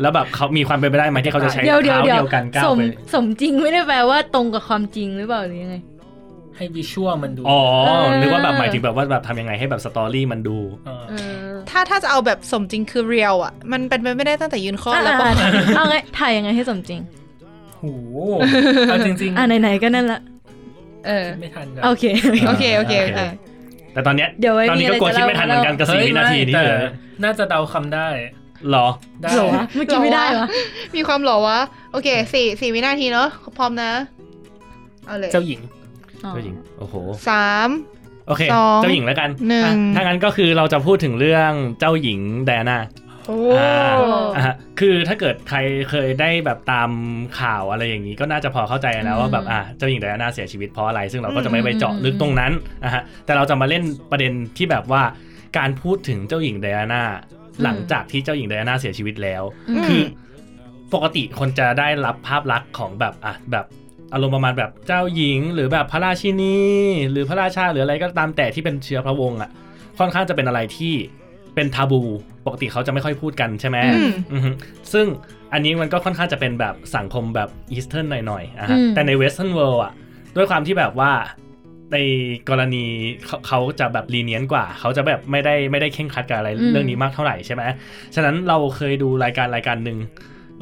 แล้ว แล้วแบบเขามีความเป็นไปได้ไหมที่เขาจะใช้ เดี๋ยว เท้าเดีเดี๋ยวเดี๋ย ยววกันก้า ส ว ม ไป สมจริงไม่ได้แปลว่าตรงกับความจริงหรือเปล่าหรือยังไง ให้วิชวลมันดู อ๋อ เออ นึกว่าแบบหมายถึงแบบว่าแบบทำยังไงให้แบบสตอรี่มันดู เออ เออ ถ้าถ้าจะเอาแบบสมจริงคือเรียลอ่ะ มันเป็นไปไม่ได้ตั้งแต่ยืนข้อดแล้วปะ อ่าเอาไงถ่ายยังไงให้สมจริง โหเอาจริง อ่าไหนๆก็นั่นละ เออ ๆไม่ทัน โอเค โอเคโอเคโอเค แต่ตอนเนี้ย เดี๋ยวไว้ ตอนนี้ มี ก็กอะไรลัวคิดไม่ทันเหมือนกันกับสี่วินาทีนี้ แต่ เลย น่าจะเดาคำได้ เหรอ ได้ เหรอวะเมื่อกี้ไม่ได้เหรอ มีความหรอวะ โอเคสี่สี่วินาทีเนาะพร้อมนะ เอาเลย เจ้าหญิง อ๋อ เจ้าหญิง โอ้โห สาม โอเค สอง เจ้าหญิงแล้วกัน หนึ่ง อ่ะถ้างั้นก็คือเราจะพูดถึงเรื่องเจ้าหญิงไดอาน่า โอ้ อ่า อ่ะฮะคือถ้าเกิดใครเคยได้แบบตามข่าวอะไรอย่างนี้ก็น่าจะพอเข้าใจแล้วว่าแบบ อืม อ่ะเจ้าหญิงไดอาน่าเสียชีวิตเพราะอะไร ซึ่งเราก็จะไม่ไปเจาะลึกตรงนั้นนะฮะแต่เราจะมาเล่นประเด็นที่แบบว่าการพูดถึงเจ้าหญิงไดอาน่าหลังจากที่เจ้าหญิงไดอาน่าเสียชีวิตแล้ว อืม คือปกติคนจะได้รับภาพลักษณ์ของแบบอ่ะแบบอารมณ์ประมาณแบบเจ้าหญิง หรือแบบพระราชินี หรือพระราชาหรืออะไรก็ตามแต่ที่เป็นเชื้อพระวงศ์อ่ะค่อนข้างจะเป็นอะไรที่เป็นทาบู ปกติเขาจะไม่ค่อยพูดกันใช่ไหม อืม อือฮึซึ่งอันนี้มันก็ค่อนข้างจะเป็นแบบสังคมแบบอีสเทิร์นหน่อยๆอะฮะ อืม แต่ในเวสเทิร์นเวิลด์อะด้วยความที่แบบว่าในกรณีเขาเขาจะแบบรีเนียนกว่า เขาจะแบบไม่ได้ไม่ได้เข่งครัดกับอะไรเรื่องนี้มากเท่าไหร่ใช่ไหมฉะนั้นเราเคยดูรายการรายการหนึ่ง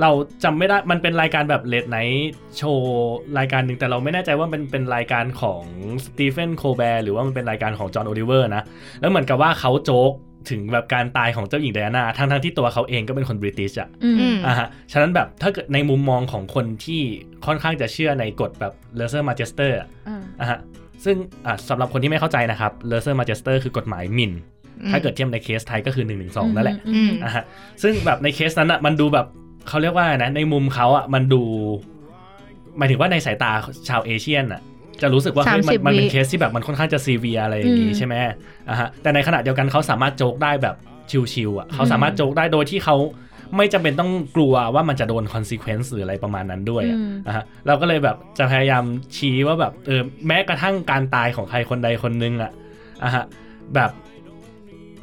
เราจำไม่ได้มันเป็นรายการแบบเลดไนท์โชว์รายการหนึ่งแต่เราไม่แน่ใจว่ามันเป็นรายการของสตีเฟนโคแบร์หรือว่ามันเป็นรายการของจอห์นโอลิเวอร์นะ แล้วเหมือนกับว่าเขาโจ๊กถึงแบบการตายของเจ้าหญิงไดอาน่าทั้งทั้งๆที่ตัวเขาเองก็เป็นคนบริติชอะ อืม อืม อ่ะฮะ ฉะนั้นแบบถ้าเกิดในมุมมองของคนที่ค่อนข้างจะเชื่อในกฎแบบเลเซอร์มาเจสเตอร์ อ่า อ่ะฮะ ซึ่งอ่ะสำหรับคนที่ไม่เข้าใจนะครับเลเซอร์มาเจสเตอร์คือกฎหมายหมิ่น ถ้าเกิดเทียบในเคสไทยก็คือ1นึนั่นแหละ อืม อ่ะฮะ ซึ่งแบบในเคสนั้นอะมันดูแบบเขาเรียกว่าไงนะ ในมุมเขาอะมันดูหมายถึงว่าในสายตาชาวเอเชียนอะจะรู้สึกว่าเฮ้ยมัน 30 มันเป็น วิ เคสที่แบบมันค่อนข้างจะซีเวียอะไรอย่างงี้ อืม ใช่ไหมอ่ะฮะแต่ในขณะเดียวกันเขาสามารถโจกได้แบบชิวๆอะเขาสามารถโจกได้โดยที่เขา ไม่จำเป็นต้องกลัวว่ามันจะโดน consequence หรืออะไรประมาณนั้นด้วยอะ อืม อ่ะฮะเราก็เลยแบบจะพยายามชี้ว่าแบบเออแม้กระทั่งการตายของใครคนใดคนหนึงอะอ่ะฮะแบบ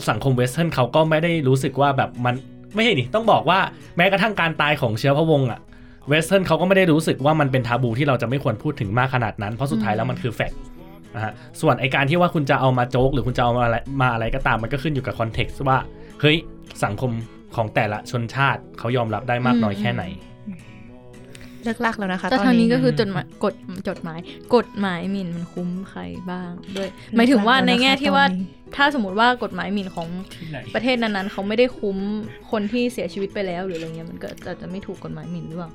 สังคมเวสเทิร์นเขาก็ไม่ได้รู้สึกว่าแบบมันไม่ใช่ดิต้องบอกว่าแม้กระทั่งการตายของเชื้อพระวงศ์อะเวสเทิร์นเขาก็ไม่ได้รู้สึกว่ามันเป็นทาบูที่เราจะไม่ควรพูดถึงมากขนาดนั้น เพราะสุดท้ายแล้วมันคือแฟก นะฮะส่วนไอการที่ว่าคุณจะเอามาโจ๊ก หรือคุณจะเอามาอะไรมาอะไรก็ตามมันก็ขึ้นอยู่กับคอนเท็กซ์ว่า เฮ้ย สังคมของแต่ละชนชาติเขายอมรับได้มากน้อยแค่ไหน เลิกลากแล้วนะคะ แต่ ตอน ทางนี้ นี้ ก็คือกฎหมายกฎจดหมายกฎหมายหมิ่นมันคุ้มใครบ้างด้วยหมายถึงว่าในแง่ที่ว่า ตอนนี้ ถ้าสมมติว่ากฎหมายหมิ่นของ ที่ไหน ประเทศนั้นๆเขาไม่ได้คุ้มคนที่เสียชีวิตไปแล้วหรืออะไรเงี้ยมันก็อาจจะไม่ถูกกฎหมายหมิ่นหรือเปล่า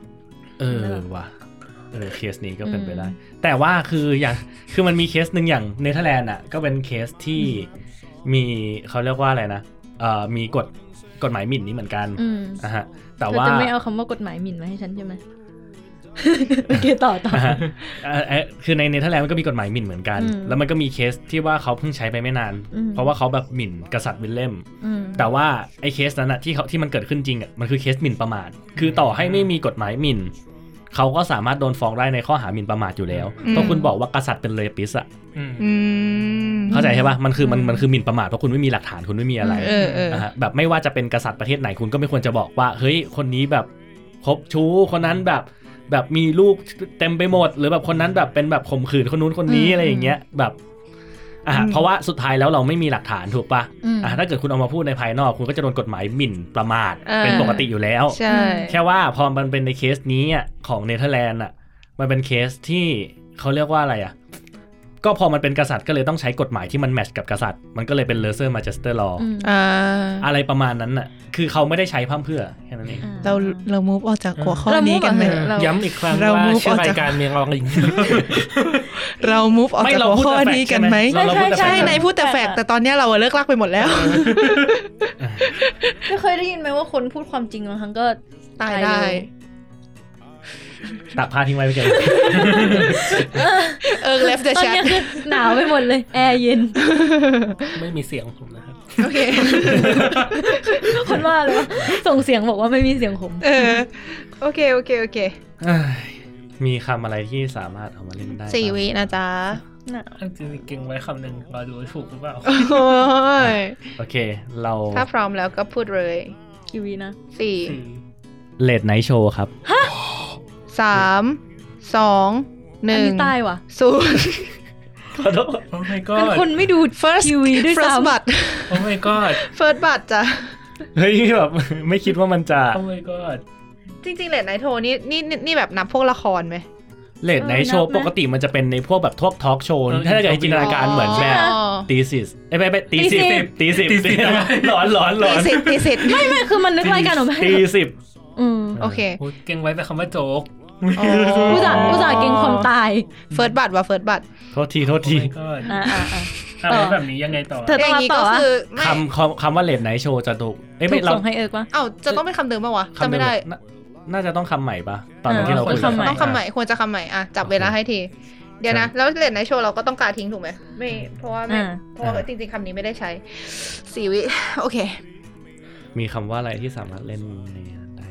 เออ ใช่ไหมล่ะ ว่ะเออเคสนี้ก็เป็น อืม ไปได้ แต่ว่าคืออย่างคือมันมีเคสหนึ่งอย่างเนเธอร์แลนด์อ่ะก็เป็นเคสที่มีเขาเรียกว่าอะไรนะเอ่อมีกฎกฎหมายหมิ่นนี้เหมือนกัน อืม อ่ะฮะแต่ เธอ ว่า จะไม่ เอาคำว่ากฎหมายหมิ่นมาให้ฉันใช่ไหม โอเคต่อต่อ อ่าเอ่อเอ่อคือในเนเธอร์แลนด์มันก็มีกฎหมายหมิ่นเหมือนกัน อืม แล้วมันก็มีเคสที่ว่าเขาเพิ่งใช้ไปไม่นาน อืม เพราะว่าเขาแบบหมิ่นกษัตริย์วิลเลม อืม แต่ว่าไอ้เคสนั้นอะที่เขาที่มันเกิดขึ้นจริงอะมันคือเคสหมิ่นประมาท คือต่อให้ไม่มีกฎหมายหมิ่น เขาก็สามารถโดนฟ้องได้ในข้อหาหมิ่นประมาทอยู่แล้ว อืม เพราะคุณบอกว่ากษัตริย์เป็นเลปิสอะ อืม อืม เข้าใจใช่ปะมันคือมัน อืม มันคือหมิ่นประมาทเพราะคุณไม่มีหลักฐานคุณไม่มีอะไร เออเออ นะฮะแบบไม่ว่าจะเป็นกษัตริย์ประเทศไหนคุณก็ไม่ควรจะบอกว่า เฮ้ย คนนี้แบบคบชู้คนนั้นแบบแบบมีลูกเต็มไปหมด หรือแบบคนนั้นแบบเป็นแบบข่มขืนคนนู้นคนนี้ อืม อะไรอย่างเงี้ยแบบอ่ะ อืม เพราะว่าสุดท้ายแล้วเราไม่มีหลักฐานถูกปะ อืม อ่ะถ้าเกิดคุณเอามาพูดในภายนอก คุณก็จะโดนกฎหมายหมิ่นประมาท เออ เป็นปกติอยู่แล้ว ใช่ แค่ว่าพอมันเป็นในเคสนี้อ่ะของเนเธอร์แลนด์อ่ะมันเป็นเคสที่เขาเรียกว่าอะไรอ่ะก็พอมันเป็นกษัตริย์ก็เลยต้องใช้กฎหมายที่มันแมทช์กับกษัตริย์มันก็เลยเป็นเลเซอร์มาเจสเตอร์ลอ อืม อ่า อะไรประมาณนั้นน่ะ คือเขาไม่ได้ใช้พร่ำเพรื่อแค่นั้นเอง เราเรามูฟออกจากหัวข้อ เรา move นี้กันเลย ออกจาก รา ย้ำอีกครั้ง เรา ว่า move ชื่อ on ราย จาก การเมียงออกลิง เรามูฟออกจากหัวข้อนี้กันไหม เราเราพูดแต่แฟกต์ ใช่ ใช่ไหม ในพูดแต่แฟกต์แต่ตอนเนี้ยเราอะเลิกลากไปหมดแล้ว ก็เคยได้ยินไหมว่าคนพูดความจริงบางครั้งก็ ตายได้ ตักผ้าทิ้งไว้ไม่เกิน เออ left ต the อน chat เนี้ย คือหนาวไปหมดเลย แอร์เย็น ไม่มีเสียงผมนะครับ โอเค คนว่าเลยวะส่งเสียงบอกว่าไม่มีเสียงผม เออ โอเค โอเค โอเค มีคำอะไรที่สามารถเอามาเล่นได้ สี่ บ้าง วินะจ๊ะ อันจริงๆเก่งไว้คำหนึ่งรอดูว่าถูกหรือเปล่า โอ้ย โอเค เรา ถ้าพร้อมแล้วก็พูดเลย กีวีนะ สี่ เลดไนท์โชว์ครับ สามสองห อัน นึ่ง นี้ใต้ว่ะ ศูนย์ ขอโทษโอ้ my เป็น god คนไม่ดู first ทีวีด้วย first ซ้ำ บัตร โอ้ my god first บัตรจ้ะ เฮ้ยแบบ ไม่คิดว่ามันจะ โอ้ my god จริงๆเลดไนโทนี่นี่นี่นี่แบบนับพวกละครไหม เลดไนท์โชว์ เออนับนะ ปกติมันจะเป็นในพวกแบบทอกทอล์กโชว์ เออ ถ้าเกิดให้จินตนาการเหมือนแบบ อ๋อ ตีสิสเอ้ยไม่ไม่ตีสิบตีสิบ ตีสิบ หลอนหลอนหล ตี อน สิทธิ์ตีสิทธิ์ ไม่ไม่คือมันนึกรายการของแม่ ตีสิบ อืม โอเค โอ้ยเก่งไว้แต่คำว่าโจ๊ก อ๋อ ผู้จ่าผู้จ่าห์เก่งความตาย เฟิร์สบัตรว่ะเฟิร์สบัตร โทษทีโทษที Oh my god อ่าอ่า อ่ะ ต่อ แล้วแบบนี้ยังไงต่อ เธอต้องรับต่อ ก็ วะ คือไม่ คำคำคำว่าเลดไนท์โชว์จะถูกเอ้ย ถู ไม่ ก เรา ส่งให้เอิร์กปะ เอ้าจะต้องเป็นคำเดิมป่าวะ คำ จำ เดิ ไม่ ม ได้ น่าน่าจะต้องคำใหม่ปะตอนนั้น เออ ที่เราคุย ควรคำใหม่ ต้องคำใหม่ควรจะคำใหม่อ่ะจับเวลาให้ที เดี๋ยวนะ แล้วเลดไนโชว์เราก็ต้องการทิ้งถูกไหมไม่เพราะว่าไม่ อ่า เพราะว่าจริงๆคำนี้ไม่ได้ใช้สี่วิ โอเค มีคำว่าอะไรที่สามารถเล่นในนั้นได้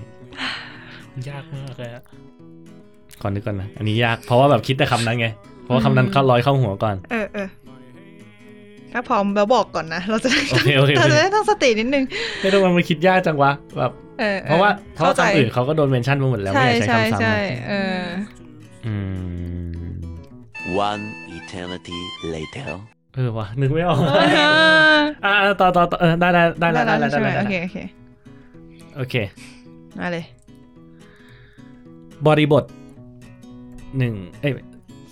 ยากมากเลยอะ ก่อนนึกก่อนนะ อันนี้ยาก เพราะว่าแบบคิดแต่คำนั้นไง เพราะว่าคำนั้นเข้าร้อยเข้าหัวก่อน เออเออถ้าพร้อมแล้วบอกก่อนนะ เราจะได้ โอเคโอเค เราจะได้ตั้งสตินิดนึง ไม่ต้องมันคิดยากจังวะ แบบ ออออ เพราะว่าเพราะว่า ใจ คำอื่นเขาก็โดนเมนชั่นมาหมดแล้ว ใช่ ไม่อยากใช้ ใช่ คำซ้ำ ใช่ อะ เออ อืม One eternity later. เออวะ นึกไม่ออก เออ อ่ะอ่ ะต่อต่อต่อเออได้ได้ได้แล้วได้แล้วได้ ใช่ไหม แล้วได้ โอเคโอเคแล้วโอเค มาเลย บริบทหนึ่งเอ้ย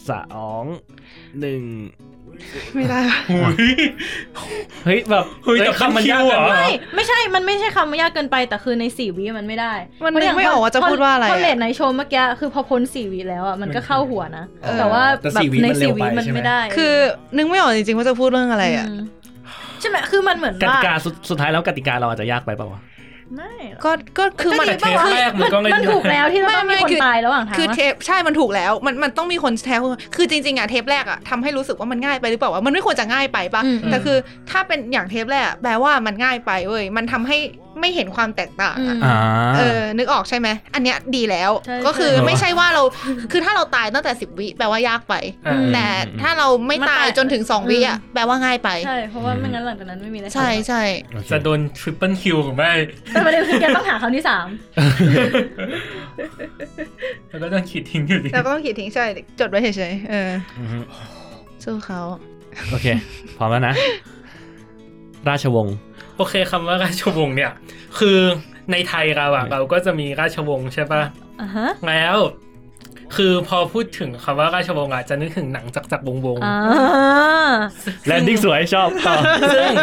สองหนึ่ง ไม่ได้วะ หุย เฮ้ยแบบ เฮ้ยแต่ คำมันยาก คำคิวเหรอ จังวะ ไม่ไม่ใช่ มันไม่ใช่คำยากเกินไปแต่คือในสี่วิมันไม่ได้ มันนึกไม่ออกว่าจะพูดว่าอะไร เพราะเล อะ นในโชว์เมื่อกี้คือพอพ้นสี่วิแล้วอ่ะมันก็เข้าหัวนะ เออ แต่ว่า แต่ แบ สี่ บ วิ ใน มันเร็ สี่ วไป วิมัน ใช่ไหม ไม่ได้ คือนึกไม่ออกจริงๆว่าจะพูดเรื่องอะไรอ่ะ มใช่ไหมคือมันเหมือน กติ ว่า กาสุดสุดท้ายแล้วกติกาเราอาจจะยากไปเปล่าวะ ไม่ ก็ก็คือมัน ก็ดีปะวะ เทปแรกมันก็ไม่ มันถูกแล้วที่เราต้อง ไม่ มี ไม่ คน คือ ตายระหว่างทาง คือ วะ เทปใช่มันถูกแล้วมันมันต้องมีคนแชร์คือจริงๆอะเทปแรกอะทำให้รู้สึกว่ามันง่ายไปหรือเปล่าวะมันไม่ควรจะง่ายไปปะ อืม แต่คือถ้าเป็นอย่างเทปแรกอะแปลว่ามันง่ายไปเว้ยมันทำให้ ไม่เห็นความแตกต่างอะ ม อ่า เออ นึกออกใช่ไหม อันเนี้ยดีแล้ว ใช่ ก็คือ ใช่ ไม่ใช่ว่าเรา คือถ้าเราตายตั้งแต่สิบวิแปลว่ายากไป อ่า แต่ถ้าเราไม่ มัน ตา ตายย จนถึงสองวิ อืม อ่ะ แปลว่าง่ายไป ใช่ เพราะว่า อืม ไม่งั้นหลังจากนั้นไม่มีอะไร ใช่ ทำ ใช่ โอเค จะโดนทริปเปิลคิวหรือไม่ แต่ประเด็นคือแกต้องหาคำที่สาม แล้วก็ต้องขีดทิ้งอยู่ดี เราก็ต้องขีดทิ้งใช่ จดไว้เฉยๆ เออ อือฮึ สู้เขา โอเค พร้อมแล้วนะ ราชวงศ์ โอเคคำว่าราชวงศ์เนี่ย คือในไทยเราอะ อืม เราก็จะมีราชวงศ์ใช่ปะ อ่าฮะ แล้ว คือพอพูดถึงคำว่าราชวงศ์อะจะนึกถึงหนังจักรจักรวงศ์วงศ์ อ่า แลนดิ้งสวยชอบต่อ ซึ่ง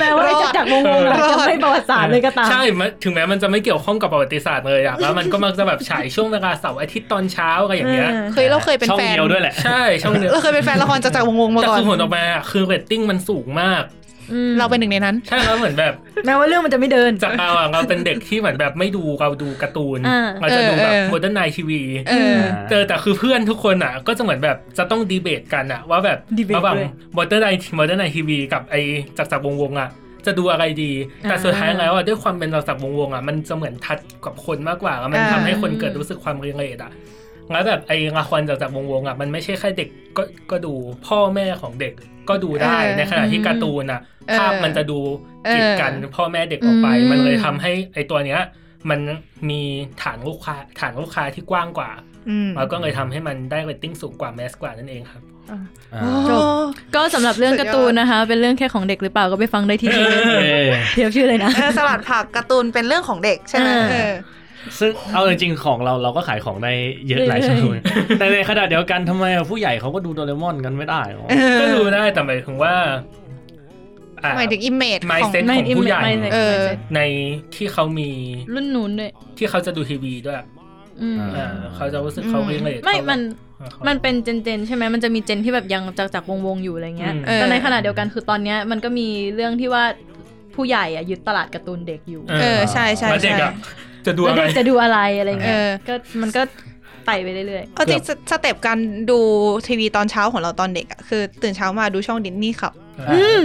แปลว่าไอ้จักรจักรวงศ์วงศ์อะ รอด จะไม่ประวัติศาสตร์เลยก็ตาม ใช่มันถึงแม้มันจะไม่เกี่ยวข้องกับประวัติศาสตร์เลย อะแล้วมันก็มักจะแบบฉายช่วงเวลาเสาร์อาทิตย์ตอนเช้าอะไรอย่างเงี้ย เออ เคยเราเคยเป็น ช่อง แฟน เดียวด้วยแหละ ใช่ช่องเดียว เราเคยเป็นแฟนละครจากจากรวงๆมา แต่ ก่อน คือผลออกมาคือเรตติ้งมันสูงมาก อืม เราเป็นหนึ่งในนั้น ใช่แล้วเหมือนแบบ แม้ว่าเรื่องมันจะไม่เดิน จากเราอะเราเป็นเด็กที่เหมือนแบบไม่ดูเราดูการ์ตูน อ่า เราจะดูแบบ เออเออ โมเดิร์นไนทีวี เออ เจอแต่คือเพื่อนทุกคนอ่ะ ก็จะเหมือนแบบจะต้องดีเบตกันอ่ะ ว่าแบบ ดีเบต ระหว่าง ด้วย โมเดิร์นไนโมเดิร์นไนทีวีกับไอจากรจากรวงศ์วงศ์อ่ะ จะดูอะไรดี แต่ อ่า สุดท้ายแล้วอ่ะด้วยความเป็นจากรจากรวงศ์วงศ์อ่ะมันจะเหมือนทัดกับคนมากกว่าแล้วมัน อ่า ทำให้คนเกิดรู้สึกความรีเลทอ่ะแล้วแบบไอละครจากรจากรวงศ์วงศ์อ่ะมันไม่ใช่แค่เด็กก็ก็ดูพ่อแม่ของเด็กก็ดูได้ในขณะที่การ์ตูนอ่ะ ภาพมันจะดูกีดกัน เออ พ่อแม่เด็กออกไป อืม มันเลยทำให้ไอตัวเนี้ย มันมีฐานลูกค้าฐานลูกค้าที่กว้างกว่า อืม แล้วก็เลยทำให้มันได้เรตติ้งสูงกว่าแมสกว่านั่นเองครับ อ่า จ จ บ บ ก็สำหรับเรื่องการ์ตูนนะคะ เป็นเรื่องแค่ของเด็กหรือเปล่าก็ไปฟังได้ที่นี่ เออ เทียบชื่อเลยนะ สลัดผักการ์ตูนเป็นเรื่องของเด็กใช่ไหม เออ เออ ซึ่งเอาจริงๆของเราเราก็ขายของได้เยอะหลายช่องเลยแต่ในขณะเดียวกันทำไมอะผู้ใหญ่เขาก็ดูโดเรมอนกันไม่ได้หรอ ก็ดูได้แต่หมายถึงว่าอ่า หมายถึงอิมเมจของ mindset ไม่ ของผู้ใหญ่ ไม่ไม่ เออ ในที่เขามี รุ่นนู้นด้วย ที่เขาจะดูทีวีด้วย อืม อ่า อ่าเขาจะรู้สึกเขาเรียกเลย ไม่มัน เขา มันเป็นเจนเจนใช่ไหมมันจะมีเจนที่แบบยังจากจากวงวงๆอยู่อะไรเงี้ย อืม แต่ในขณะเดียวกันคือตอนเนี้ยมันก็มีเรื่องที่ว่าผู้ใหญ่อะยึดตลาดการ์ตูนเด็กอยู่ เออ ใช่ใช่ แล้วเด็ก ใช่ อ่ะจะดู แล้วอะไร เด็กจะดูอะไรอะไร เอ เงี้ย อ ก็มันก็ไต่ไปเรื่อย เอาจริงสสเต็ปการดูทีวีตอนเช้าของเราตอนเด็กอะคือตื่นเช้ามาดูช่องดินนี่ครับ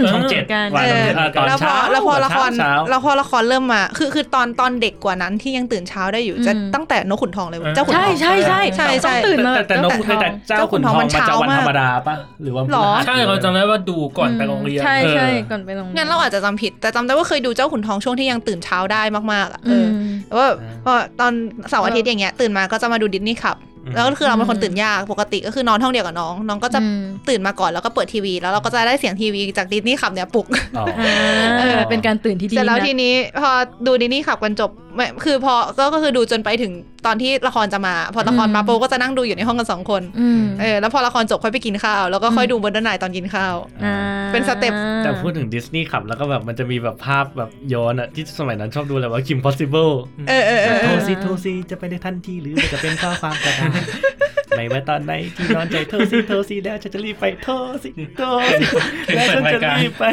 ม ช่องเจ็ด การ วัน เออ อาตอน แล้วพอ เช้า แล้วพอละคร เช้า แล้วพอละครเริ่มมา คือคือตอนตอนเด็กกว่านั้นที่ยังตื่นเช้าได้อยู่จะ อืม ตั้งแต่นกขุนทองเลย เออ เจ้าขุนๆท ใช่ อง ใช่ใช่ ใช่ใช่ ต้องตื่นมา แต่แต่นก อง แต่เจ้าขุนทองมันจะวันธรรมดาปะหรือว่า หรอ ใช่เราจำได้ว่าดูก่อนไปโรงเรียน ใช่ใช่ เออ ก่อนไปโรงเรียน งั้นเราอาจจะจำผิดแต่จำได้ว่าเคยดูเจ้าขุนทองช่วงที่ยังตื่นเช้าได้มากๆอะเอ อื อ ม แต่ว่า อืม พอตอนเสาร์อาทิตย์อย่างเงี้ยตื่นมาก็จะมาดูดินนี่ครับแล้วก็คือเราเป็นคนตื่นยากปกติก็คือนอนห้องเดียวกับน้องน้องก็จะ อืม ตื่นมาก่อนแล้วก็เปิดทีวี แล้วเราก็จะได้เสียงทีวีจากดินนี่ครับเนี่ยปลุก อ๋อ อ่า เออ เป็นการตื่นที่ดี เสร็จแล้ว นะ ทีนี้พอดูดินี่ขับกันจบไม่คือพอก็ก็คือดูจนไปถึงตอนที่ละครจะมา พอละครมา อืม โปก็จะนั่งดูอยู่ในห้องกันสองคน อืม เออแล้วพอละครจบค่อยไปกินข้าว แล้วก็ค่อย อืม ดูบนด้านในตอนกินข้าว อ่า เป็นสเต็ป แต่พูดถึงดิสนีย์ขับแล้วก็แบบมันจะมีแบบภาพแบบย้อนอะที่สมัยนั้นชอบดูเลยว่า Kim Possible เออเออเออ โทรซิโทรซิจะไปในทันทีหรือมันจะเป็นข้อความกระ ดาษไม่ว่าตอนไหนที่นอนใจโทรซิโทรซิแล้วฉันจะรีบไปโทรซิโทร ซิแล้วฉันจะรีบไป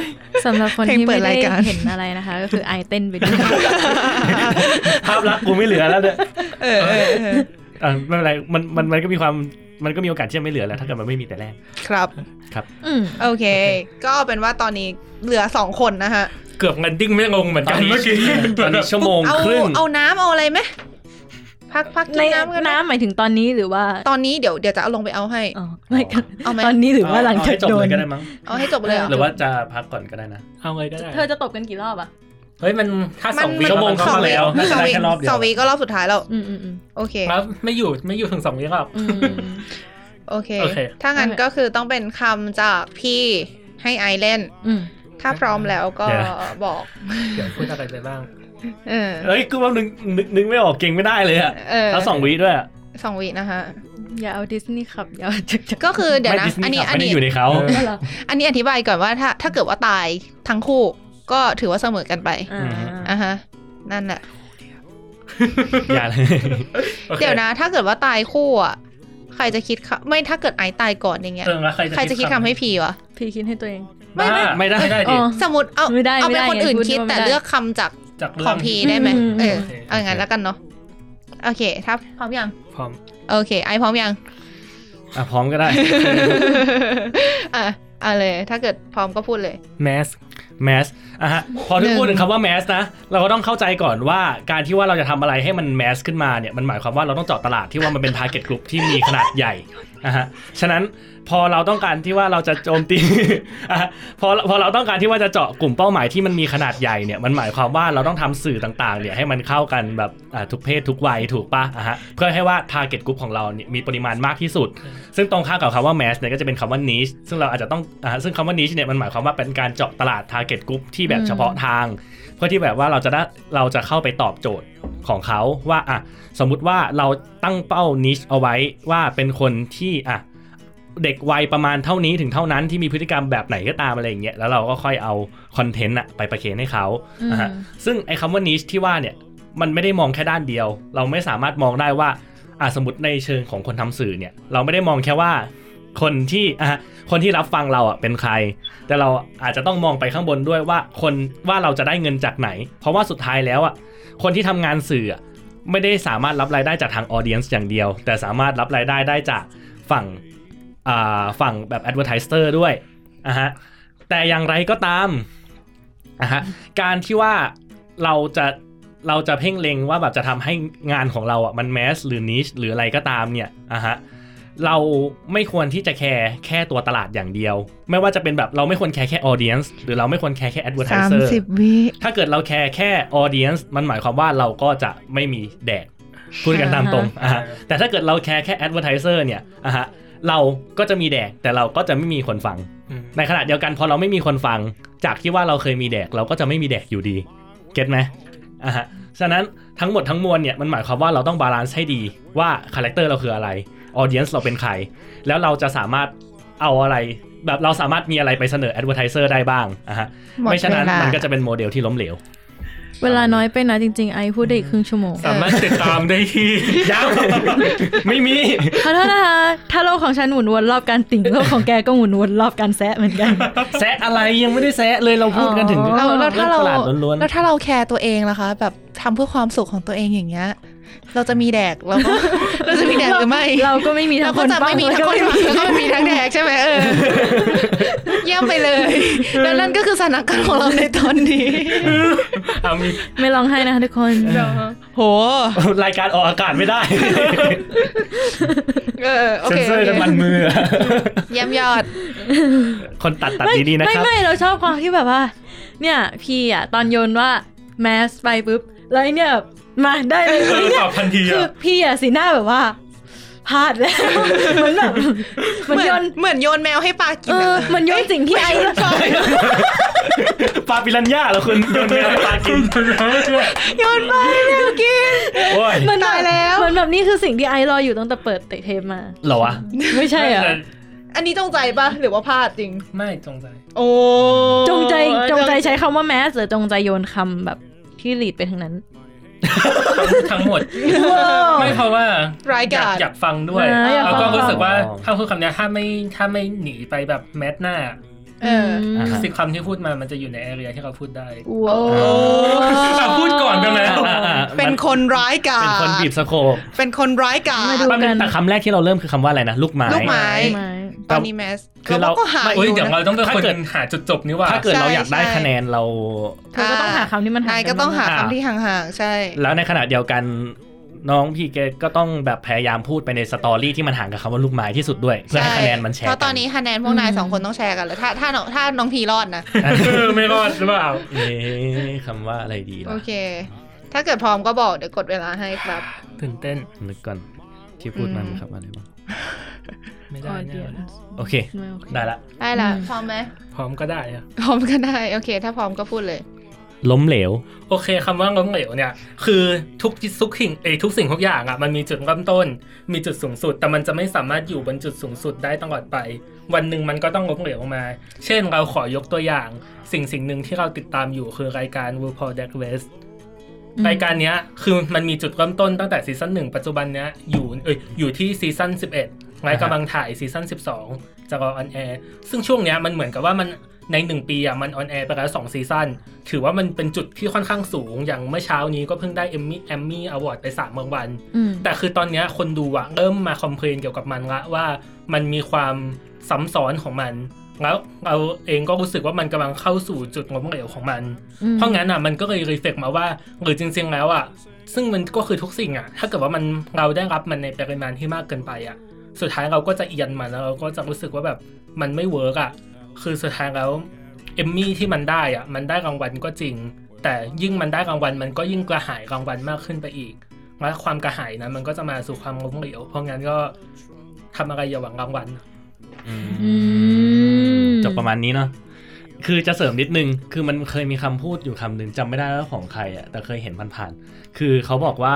สำหรับคนเพลที่งเปิ ไม่ ด ได้ รายการ เห็นอะไรนะคะ ก็คือไอเต้นไปด้วย ภาพลักษณ์กูไม่เหลือแล้วเนี่ย เออเออเออ อ่ะไม่เป็นไรมันมันมันก็มีความมันก็มีโอกาสที่จะไม่เหลือแล้วถ้าเกิดมันไม่มีแต่แรก ครับ อืม โอเค ก็เอาเป็นว่าตอนนี้เหลือสองคนนะฮะ เกือบงันดิ้งไม่ลงเหมือน ต กั อนนนี้ เมื่อกี้ ตอนนี้ชั่วโมง เอา ครึ่ง เอาน้ำเอาอะไรไหมพักพักกิ ใน นน้ำกันไหม น้ำหมายถึงตอนนี้หรือว่า ตอนนี้เดี๋ยวเดี๋ยวจะเอาลงไปเอาให้ อ๋อไม่ อ๋อ เอาไหม ตอนนี้หรือว่าหลังจาก เอให้จบ โด เล น ยก็ได้มั้ง เอาให้จบเลยเหรอ หรือว่าจะพักก่อนก็ได้นะ เอาไงก็ได้ เธอจะตบกันกี่รอบอ่ะ เฮ้ยมันถ้าสอง มัน วิ มัน ชั่วโมง นก็ เข้ามา มา แล้ แล้ว ว น่าจะได้แค่รอบเดียว สองวีก็รอบสุดท้ายแล้ว อืมอืมอืม โอเค ครับไม่อยู่ไม่อยู่ถึงสองวิหรอก อืม โอเค โอเค ถ้างั้น ได้ ก็คือต้องเป็นคำจากพี่ให้ไอเล่น อืม ถ้าพร้อมแล้วก็ เดี๋ยว บอก เดี๋ยวพูดอะไรไปบ้าง เออ เอ้ยกูว่านึกนึกนึกไม่ออกเก่งไม่ได้เลยอะ เออ แล้วสองวิด้วยอะ สองวินะคะ อย่าเอาดิสนีย์ขับอย่าเอาจักรจักร ก็คือเดี๋ยว ไม่ นะ ดิส อัน นี นี้ ย์ขับ อันนี้ไม่ได้อยู่ในเขา เออ ก็เหรอ อันนี้อธิบายก่อนว่าถ้าถ้าเกิดว่าตายทั้งคู่ก็ถือว่าเสมอกันไป อ่า อ่ะฮะนั่นแหละ อย่าเลย โอค เดี๋ยวนะ ถ้าเกิดว่าตายคู่อ่ะใครจะคิดคไม่ถ้าเกิดไอซ์ตายก่อนอย่างเงี้ย เออแล้ว ใครจะคิดคำให้พีวะ พี่คิดให้ตัวเอง ไม่ไม่ บ้า ไม่ได้ ไม่ได้ดิ อ๋อ สมมติเอา ไม่ได้ เอา ไม่ เป็นคได้นอื่น ไงพูด คิด ว่าไม่ แต่ ได้ เลือกคำจาก จากเรื่ ข อ องงพีได้ไหม อืม เออ โอเค เอาอย่างนั้นแล้วกันเนาะโอเคถ้าพร้อมยัง พร้อม โอเค ไอซ์พร้อมยัง อ่ะพร้อมก็ได้ อ่ะเอาเลย ถ้าเกิดพร้อมก็พูดเลย แมส แมสอ่ะฮะพอที่พูดถึงคำว่าแมสนะ เราก็ต้องเข้าใจก่อนว่าการที่ว่าเราจะทำอะไรให้มันแมสขึ้นมาเนี่ยมันหมายความว่าเราต้องเจาะตลาดที่ว่ามันเป็น target group ที่มีขนาดใหญ่นะฮะฉะนั้นพอเราต้องการที่ว่าเราจะโจมตี อ่ะพอพอเราต้องการที่ว่าจะเจาะกลุ่มเป้าหมายที่มันมีขนาดใหญ่เนี่ยมันหมายความว่าเราต้องทำสื่อต่างๆเนี่ยให้มันเข้ากันแบบอ่ะทุกเพศทุกวัยถูกปะอ่ะฮะเพื่อให้ว่า target group ของเราเนี่ยมีปริมาณมากที่สุด ซึ่งตรงข้ามกับคำว่า mass เนี่ยก็จะเป็นคำว่า niche ซึ่งเราอาจจะต้องอ่าซึ่งคำว่า niche เนี่ยมันหมายความว่าเป็นการเจาะตลาด target group ที่แบบเฉพาะทาง เพื่อที่แบบว่าเราจะได้เราจะเข้าไปตอบโจทย์ของเขาว่าอ่ะสมมุติว่าเราตั้งเป้า niche เอาไว้ว่าเป็นคนที่อ่ะเด็กวัยประมาณเท่านี้ถึงเท่านั้นที่มีพฤติกรรมแบบไหนก็ตามอะไรอย่างเงี้ยแล้วเราก็ค่อยเอาคอนเทนต์อะไปประเคนให้เขานะฮะ อืม ซึ่งไอ้คำว่า niche ที่ว่าเนี่ยมันไม่ได้มองแค่ด้านเดียว เราไม่สามารถมองได้ว่า อ่ะสมมติในเชิงของคนทำสื่อเนี่ย เราไม่ได้มองแค่ว่า คนที่อ่ะคนที่รับฟังเราอ่ะเป็นใคร แต่เราอาจจะต้องมองไปข้างบนด้วยว่าคนว่าเราจะได้เงินจากไหน เพราะว่าสุดท้ายแล้วอ่ะคนที่ทำงานสื่ออ่ะไม่ได้สามารถรับรายได้จากทางออเดียนซ์อย่างเดียว แต่สามารถรับรายได้ได้จากฝั่งอ่าฝั่งแบบ advertiser ด้วยอ่ะฮะแต่อย่างไรก็ตามอ่ะฮะการที่ว่าเราจะ เราจะเพ่งเล็งว่าแบบจะทำให้งานของเราอ่ะมันแมสหรือนิชหรืออะไรก็ตามเนี่ยอ่ะฮะเราไม่ควรที่จะแคร์แค่ตัวตลาดอย่างเดียว ไม่ว่าจะเป็นแบบเราไม่ควรแคร์แค่ออเดียนส์หรือเราไม่ควรแคร์แค่แอดเวอร์ทิ สาม เซอร์ สิบวิ ถ้าเกิดเราแคร์แค่ออเดียนส์มันหมายความว่าเราก็จะไม่มีแดกพูดกันตามตรงอ่ะฮะแต่ถ้าเกิดเราแคร์แค่แอดเวอร์ทิเซอร์เนี่ยอ่ะฮะเราก็จะมีแดกแต่เราก็จะไม่มีคนฟัง อืม ในขณะเดียวกันพอเราไม่มีคนฟัง จากที่ว่าเราเคยมีแดกเราก็จะไม่มีแดกอยู่ดี เก็ตไหมอ่ะฮะฉะนั้นทั้งหมดทั้งมวลเนี่ยมันหมายความว่าเราต้องบาลานซ์ให้ดีว่าคาแรคเตอร์เราคืออะไรออเดียนส์เราเป็นใคร แล้วเราจะสามารถเอาอะไร แบบเราสามารถมีอะไรไปเสนอแอดเวอร์ทิเซอร์ได้บ้างอ่ะฮะ หมด ไม่ฉะนั้น เวลา มันก็จะเป็นโมเดลที่ล้มเหลว เวลาน้อยไปนะจริงๆ ไอพูดได้อีกครึ่งชั่วโมง สามารถติดตามได้ที่ ยังไม่มี ขอโทษนะคะถ้าโลกของฉันหมุนวนรอบการติ่งโลกของแกก็หมุนวนรอบการแซะเหมือนกัน แซะอะไรยังไม่ได้แซะเลยเราพูดกันถึง อ๋อ แล้วแล้วถ้าเรา เรื่องตลาดล้วนๆ แล้วถ้าเราแคร์ตัวเองล่ะคะ แบบทำเพื่อความสุขของตัวเองอย่างเงี้ยเราจะมีแดกเราก็ เราจะมีแดกหรือไม่ เราก็ไม่มีทั้ เรา งค ก็ น จะ ฟั ไม่ ง มี แล้ว ทั้ง ก็ คน ไม่ ฟังแล้วก็มีไม่มีทั้งแดกใช่ไหมเออ เยี่ยมไปเลยแล้วนั่นก็คือสถานการณ์ของเราในตอนนี้ เอามี ไม่ร้องไห้นะคะทุกคน โห รายการออกอากาศไม่ได้ เออโอ เซน เค เซอร์กันมันมือ เยี่ยมยอด คนตัดตัดดีๆนะ ไม่ ครับ ไม่เราชอบความที่แบบว่า เนี่ยพี่อ่ะตอนโยนว่าแมสไปปุ๊บแล้วไอ้เนี่ยแบบมาได้เลย เออ เนี่ ต ย อบทันที คือ อ่ะ พี่อ่ะสีหน้าแบบว่าพลาดแล้วเหมือนแบบเหมือนโยน เหมือนโยนแมวให้ปลากิ เอน อ อะ เหมือนโยนสิ่งที่ไอชอบ ปลาปิรันย่าเหรอคุณโยนแมวให้ปลากิน โยนไปแมวกิน โอ้ย มันแบบ ตายแล้ว เหมือนแบบนี่คือสิ่งที่ไอรออยู่ตั้งแต่เปิดเตะเทปมา เหรอวะ ไม่ใช่เหรอ่ะ อันนี้จงใจปะหรือว่าพลาดจริง ไม่จงใจ โอ้ จงใจจงใจใช้คำว่าแมสหรือจงใจโยนคำแบบที่ลีดไปทางนั้น ทั้งหมด ไม่เพราะว่า ร้าย อยาก าก จ อยากฟังด้วย อ่าอยากฟั แล้ว ง ก็รู้สึกว่าถ้าพูดคำเนี้ยถ้าไม่ถ้าไม่หนีไปแบบแมทหน้า เออ อ่าฮะ สิบคำที่พูดมามันจะอยู่ในแอเรียที่เราพูดได้ ว้าว อ่ะพูดก่อนกันแล้ว อ่าอ่า เป็นคนร้ายกาจ เป็นคนบีบสโคป เป็นคนร้ายกาจ มาดู แป๊บนึ กั ง น แต่คำแรกที่เราเริ่มคือคำว่าอะไรนะ ลูกไม้ ลูกไม้ ไหม ตอนนี้แมส คือเรา ก็หาอ เอ้ย ยู่ เดี๋ยว นะ เราต้องเป็น ถ้า คน เกิด หาจุดจบนี่หว่า ถ้าเกิดเราอยากได้ ใช่ คะแนนเรา เธอก็ต้องหาคำที่มันหา ใช่ กัน ก็ต้องหาคำที่ห่างๆ ใช่ แล้วในขณะเดียวกันน้องพี่แกก็ต้องแบบพยายามพูดไปในสตอรี่ที่มันห่างกับคำว่าลูกไม้ที่สุดด้วย เพื่อให้ ใช่ คะแนนมันแชร์ เพราะตอนนี้คะแนนพวกนาย อืม สองคนต้องแชร์กันแล้วถ้าถ้าน้องถ้าน้องพีรอ ดนะ กัน เออไม่รอดหรือเปล่า เอ๊ะคำว่าอะไรดี โอ ล่ะ เค ถ้าเกิดพร้อมก็บอกเดี๋ยวกดเวลาให้ครับ ตื่นเต้น นึกก่อนที่พูดมันครับอะไรบ้าง ไม่ได้แน่เลย โอเค ได้ละ ได้ละ อืม พร้อมไหม พร้อมก็ได้อะ พร้อมก็ได้โอเค ถ้าพร้อมก็พูดเลย ล้มเหลว โอเคคำว่าล้มเหลวเนี่ย คือทุกทุกสิ่งเอยทุกสิ่งทุกอย่างอ่ะมันมีจุดเริ่มต้น มีจุดสูงสุด แต่มันจะไม่สามารถอยู่บนจุดสูงสุดได้ตลอดไป วันหนึ่งมันก็ต้องล้มเหลวมา เช่นเราขอยกตัวอย่าง สิ่งสิ่งหนึ่งที่เราติดตามอยู่คือรายการ World p o d a c t West รายการเนี้ยคือมันมีจุดเริ่มต้นตั้งแต่ซีซั่นหนึ่งปัจจุบันเนี้ยอยู่เอ้ยอยู่ที่ซีซั่น11บเอ็ดและกำลังถ่ายซีซั่น12 จะรอออนแอร์ซึ่งช่วงเนี้ยมันเหมือนกับว่ามันใน 1 ปีอ่ะมันออนแอร์ไปแล้วสองซีซั่นถือว่ามันเป็นจุดที่ค่อนข้างสูง อย่างเมื่อเช้านี้ก็เพิ่งได้เอมมี่แอมมี่อวอร์ดไป3ามรางวัล อืม แต่คือตอนเนี้ยคนดูอะเริ่มมาคอมเพลนเกี่ยวกับมันละว่ามันมีความซ้ำซ้อนของมัน แล้วเราเองก็รู้สึกว่ามันกำลังเข้าสู่จุดล้มเหลวของมัน อืม เพราะงั้นอ่ะมันก็เลยรีเฟกมาว่าหรือจริงๆแล้วอ่ะซึ่งมันก็คือทุกสิ่งอ่ะ ถ้าเกิดว่ามันเราได้รับมันในปริมาณที่มากเกินไปอ่ะ สุดท้ายเราก็จะเอียนมันแล้วเราก็จะรู้สึกว่าแบบมันไม่เวิร์กอ่ะคือสุดท้ายแล้วเอมมี่ที่มันได้อ่ะมันได้รางวัลก็จริง แต่ยิ่งมันได้รางวัลมันก็ยิ่งกระหายรางวัลมากขึ้นไปอีกและความกระหายนั้นมันก็จะมาสู่ความล้มเหลวเพราะงั้นก็ทำอะไรอย่าหวังรางวัล อืม จบประมาณนี้เนาะ คือจะเสริมนิดนึง คือมันเคยมีคำพูดอยู่คำหนึ่งจำไม่ได้แล้วของใครอะแต่เคยเห็นผ่านๆ คือเขาบอกว่า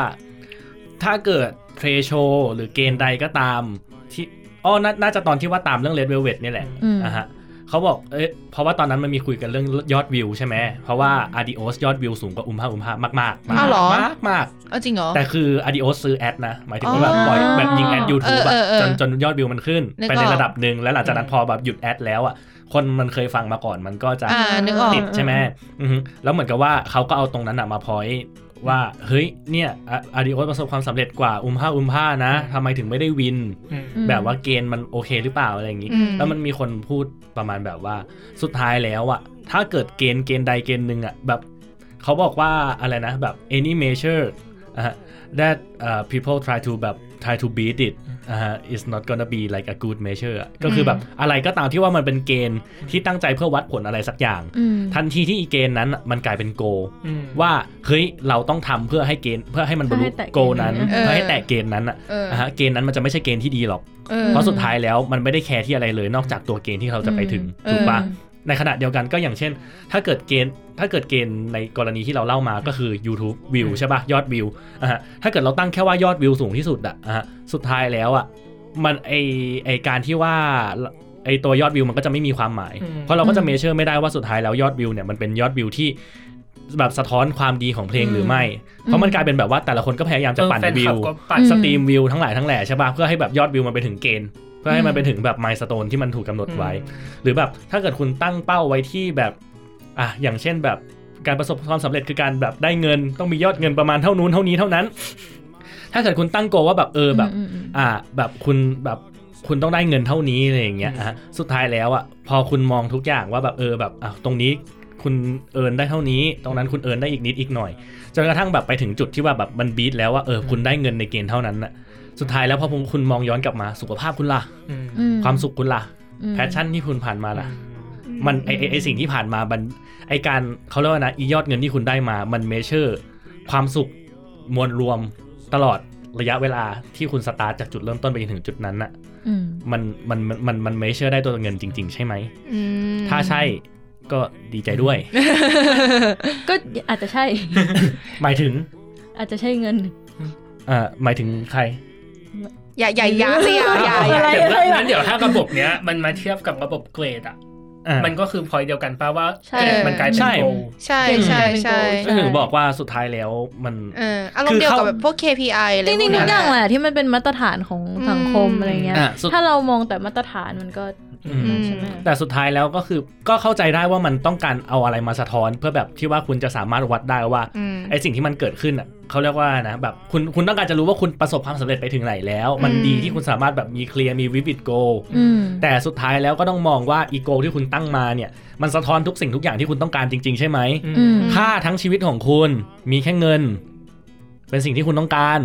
ถ้าเกิดเพลโชหรือเกณฑ์ใดก็ตามที่อ๋อนาน่าจะตอนที่ว่าตามเรื่องเลดเวลเวตนี่ยแหละ อืม นะฮะเขาบอกเอ๊ะเพราะว่าตอนนั้นมันมีคุยกันเรื่องยอดวิวใช่ไหม เพราะว่าอาดิโอสยอดวิวสูงกว่าอุมพาอุมพามากๆมาก อ้าวเหรอ มากมากๆ เอาจริงเหรอ แต่คือ Adios ซื้อแอดนะ หมายถึงว่าแบบ อ๋อ ปล่อยแบบยิงแอด YouTube อะ เออเออเออ จนจนยอดวิวมันขึ้น นึก ไปใน ออก ระดับหนึ่งแล้วหลังจากนั้นพอแบบหยุดแอดแล้วอ่ะ คนมันเคยฟังมาก่อนมันก็จะ อ่านึกออก ติดใช่ไหมอือฮึแล้วเหมือนกับว่าเขาก็เอาตรงนั้นอะมาพอยว่า เฮ้ย เนี่ยอาดิโอประสบความสำเร็จกว่าอุมพ้าอุมพ้านะทำไมถึงไม่ได้วิน แบบว่าเกณฑ์มันโอเคหรือเปล่าอะไรอย่างนี้ อืม แล้วมันมีคนพูดประมาณแบบว่าสุดท้ายแล้วอะถ้าเกิดเกณฑ์เกณฑ์ใดเกณฑ์หนึ่งอะแบบเขาบอกว่าอะไรนะแบบ any measure อ่ะฮะ that uh, people try to แบบ try to beat it อ่ะฮะ is not gonna be like a good measure อะก็คือแบบอะไรก็ตามที่ว่ามันเป็นเกณฑ์ที่ตั้งใจเพื่อวัดผลอะไรสักอย่าง อืม ทันทีที่อีเกณฑ์นั้นอะมันกลายเป็นโก ว่าเฮ้ยเราต้องทำเพื่อให้เกณฑ์เพื่อให้มันบรรลุโกนั้น เออ เพื่อให้แตะเกณฑ์นั้นอะ เออ นะฮะเกณฑ์นั้นมันจะไม่ใช่เกณฑ์ที่ดีหรอก เออ เพราะสุดท้ายแล้วมันไม่ได้แคร์ที่อะไรเลยนอกจากตัวเกณฑ์ที่เราจะไปถึง อืม ถูกปะ เออ ในขณะเดียวกันก็อย่างเช่น ถ้าเกิดเกณฑ์ ถ้าเกิดเกณฑ์ในกรณีที่เราเล่ามาก็คือ YouTube วิวใช่ปะยอดวิวอ่ะฮะถ้าเกิดเราตั้งแค่ว่ายอดวิวสูงที่สุดอ่ะอ่ะฮะสุดท้ายแล้วอ่ะมันไอไอการที่ว่าไอตัวยอดวิวมันก็จะไม่มีความหมาย อืม เพราะเราก็จะเมเชอร์ไม่ได้ว่าสุดท้ายแล้วยอดวิวเนี่ยมันเป็นยอดวิวที่แบบสะท้อนความดีของเพลงหรือไม่ เพราะมันกลายเป็นแบบว่าแต่ละคนก็พยายามจะปั่นวิว ปั่น สตรีมวิวทั้งหลายทั้งแหล่ใช่ป่ะเพื่อให้แบบยอดวิวมันไปถึงเกณฑ์ เพื่อให้มันไปถึงแบบมายสโตนที่มันถูกกำหนดไว้ หรือแบบถ้าเกิดคุณตั้งเป้าไว้ที่แบบอ่ะอย่างเช่นแบบการประสบความสำเร็จคือการแบบได้เงินต้องมียอดเงินประมาณเท่านู้นเท่านี้เท่านั้น ถ้าเกิดคุณตั้งโกว่าแบบเออแบบ มอืม อ่าแบบคุณแบบคุณต้องได้เงินเท่านี้อะไรอย่างเงี้ยอ่ะสุดท้ายแล้วอ่ะพอคุณมองทุกอย่างว่าแบบเออแบบอ่ะตรงนี้คุณเอิร์นได้เท่านี้ ตรงนั้นคุณเอิร์นได้อีกนิดอีกหน่อยจนกระทั่งแบบไปถึงจุดที่ว่าแบบมันบีทแล้วว่าเออคุณได้เงินในเกณฑ์เท่านั้นน่ะสุดท้ายแล้วพอผมคุณมองย้อนกลับมาสุขภาพคุณล่ะ ความสุขคุณล่ะ อืม แพชชั่นที่คุณผ่านมาล่ะ มันไอไอไอสิ่งที่ผ่านมามันไอการเขาเรียกว่านะอียอดเงินที่คุณได้มา มันเมเชอร์ความสุขมวลรวมตลอดระยะเวลาที่คุณสตาร์ทจากจุดเริ่มต้นไปจนถึงจุดนั้นน่ะ อืม มันมันมันมันมันเมเชอร์ได้ตัวเงินจริง ๆ ใช่ไหม อืม ถ้าใช่ก็ดีใจด้วย ก็อาจจะใช่ หมายถึง อาจจะใช่เงิน เอ่อหมายถึงใคร อย่าอย่าอย่าสิอย่าอย่าอย่า อะไร เดี๋ยวงั้นเดี๋ยวถ้าระบบเนี้ยมันมาเทียบกับระบบเกรดอ่ะ อ่ะ มันก็คือพอยเดียวกันป้าว่า ใช่ เกรดมันกลายเป็น ใช่ โกล ใช่ใช่ใช่ ใช่ ก็ถึงบอกว่าสุดท้ายแล้วมัน เอออารมณ์เดียวกับแบบพวก KPI อะไร จริง พว ๆ ก ทุก นั้น อย่าง อะ แหละที่มันเป็นมาตรฐานของสังคม อืม อะไรเงี้ย อ่ะสุด ถ้าเรามองแต่มาตรฐานมันก็ อืม ใช่ไหม แต่สุดท้ายแล้วก็คือก็เข้าใจได้ว่ามันต้องการเอาอะไรมาสะท้อน เพื่อแบบที่ว่าคุณจะสามารถวัดได้ว่า อืม ไอสิ่งที่มันเกิดขึ้นอ่ะเขาเรียกว่านะแบบคุณคุณต้องการจะรู้ว่าคุณประสบความสำเร็จไปถึงไหนแล้ว มัน อืม ดีที่คุณสามารถแบบมีเคลียร์มีวิบิดโก อืม แต่สุดท้ายแล้วก็ต้องมองว่าอีโกที่คุณตั้งมาเนี่ย มันสะท้อนทุกสิ่งทุกอย่างที่คุณต้องการจริง ๆ ใช่ไหม อืม ถ้าทั้งชีวิตของคุณมีแค่เงิน เป็นสิ่งที่คุณต้องการ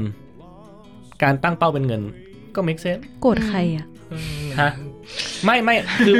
การตั้งเป้าเป็นเงิน ก็ make sense โกรธใครอ่ะ ฮะ ไม่ไม่คือ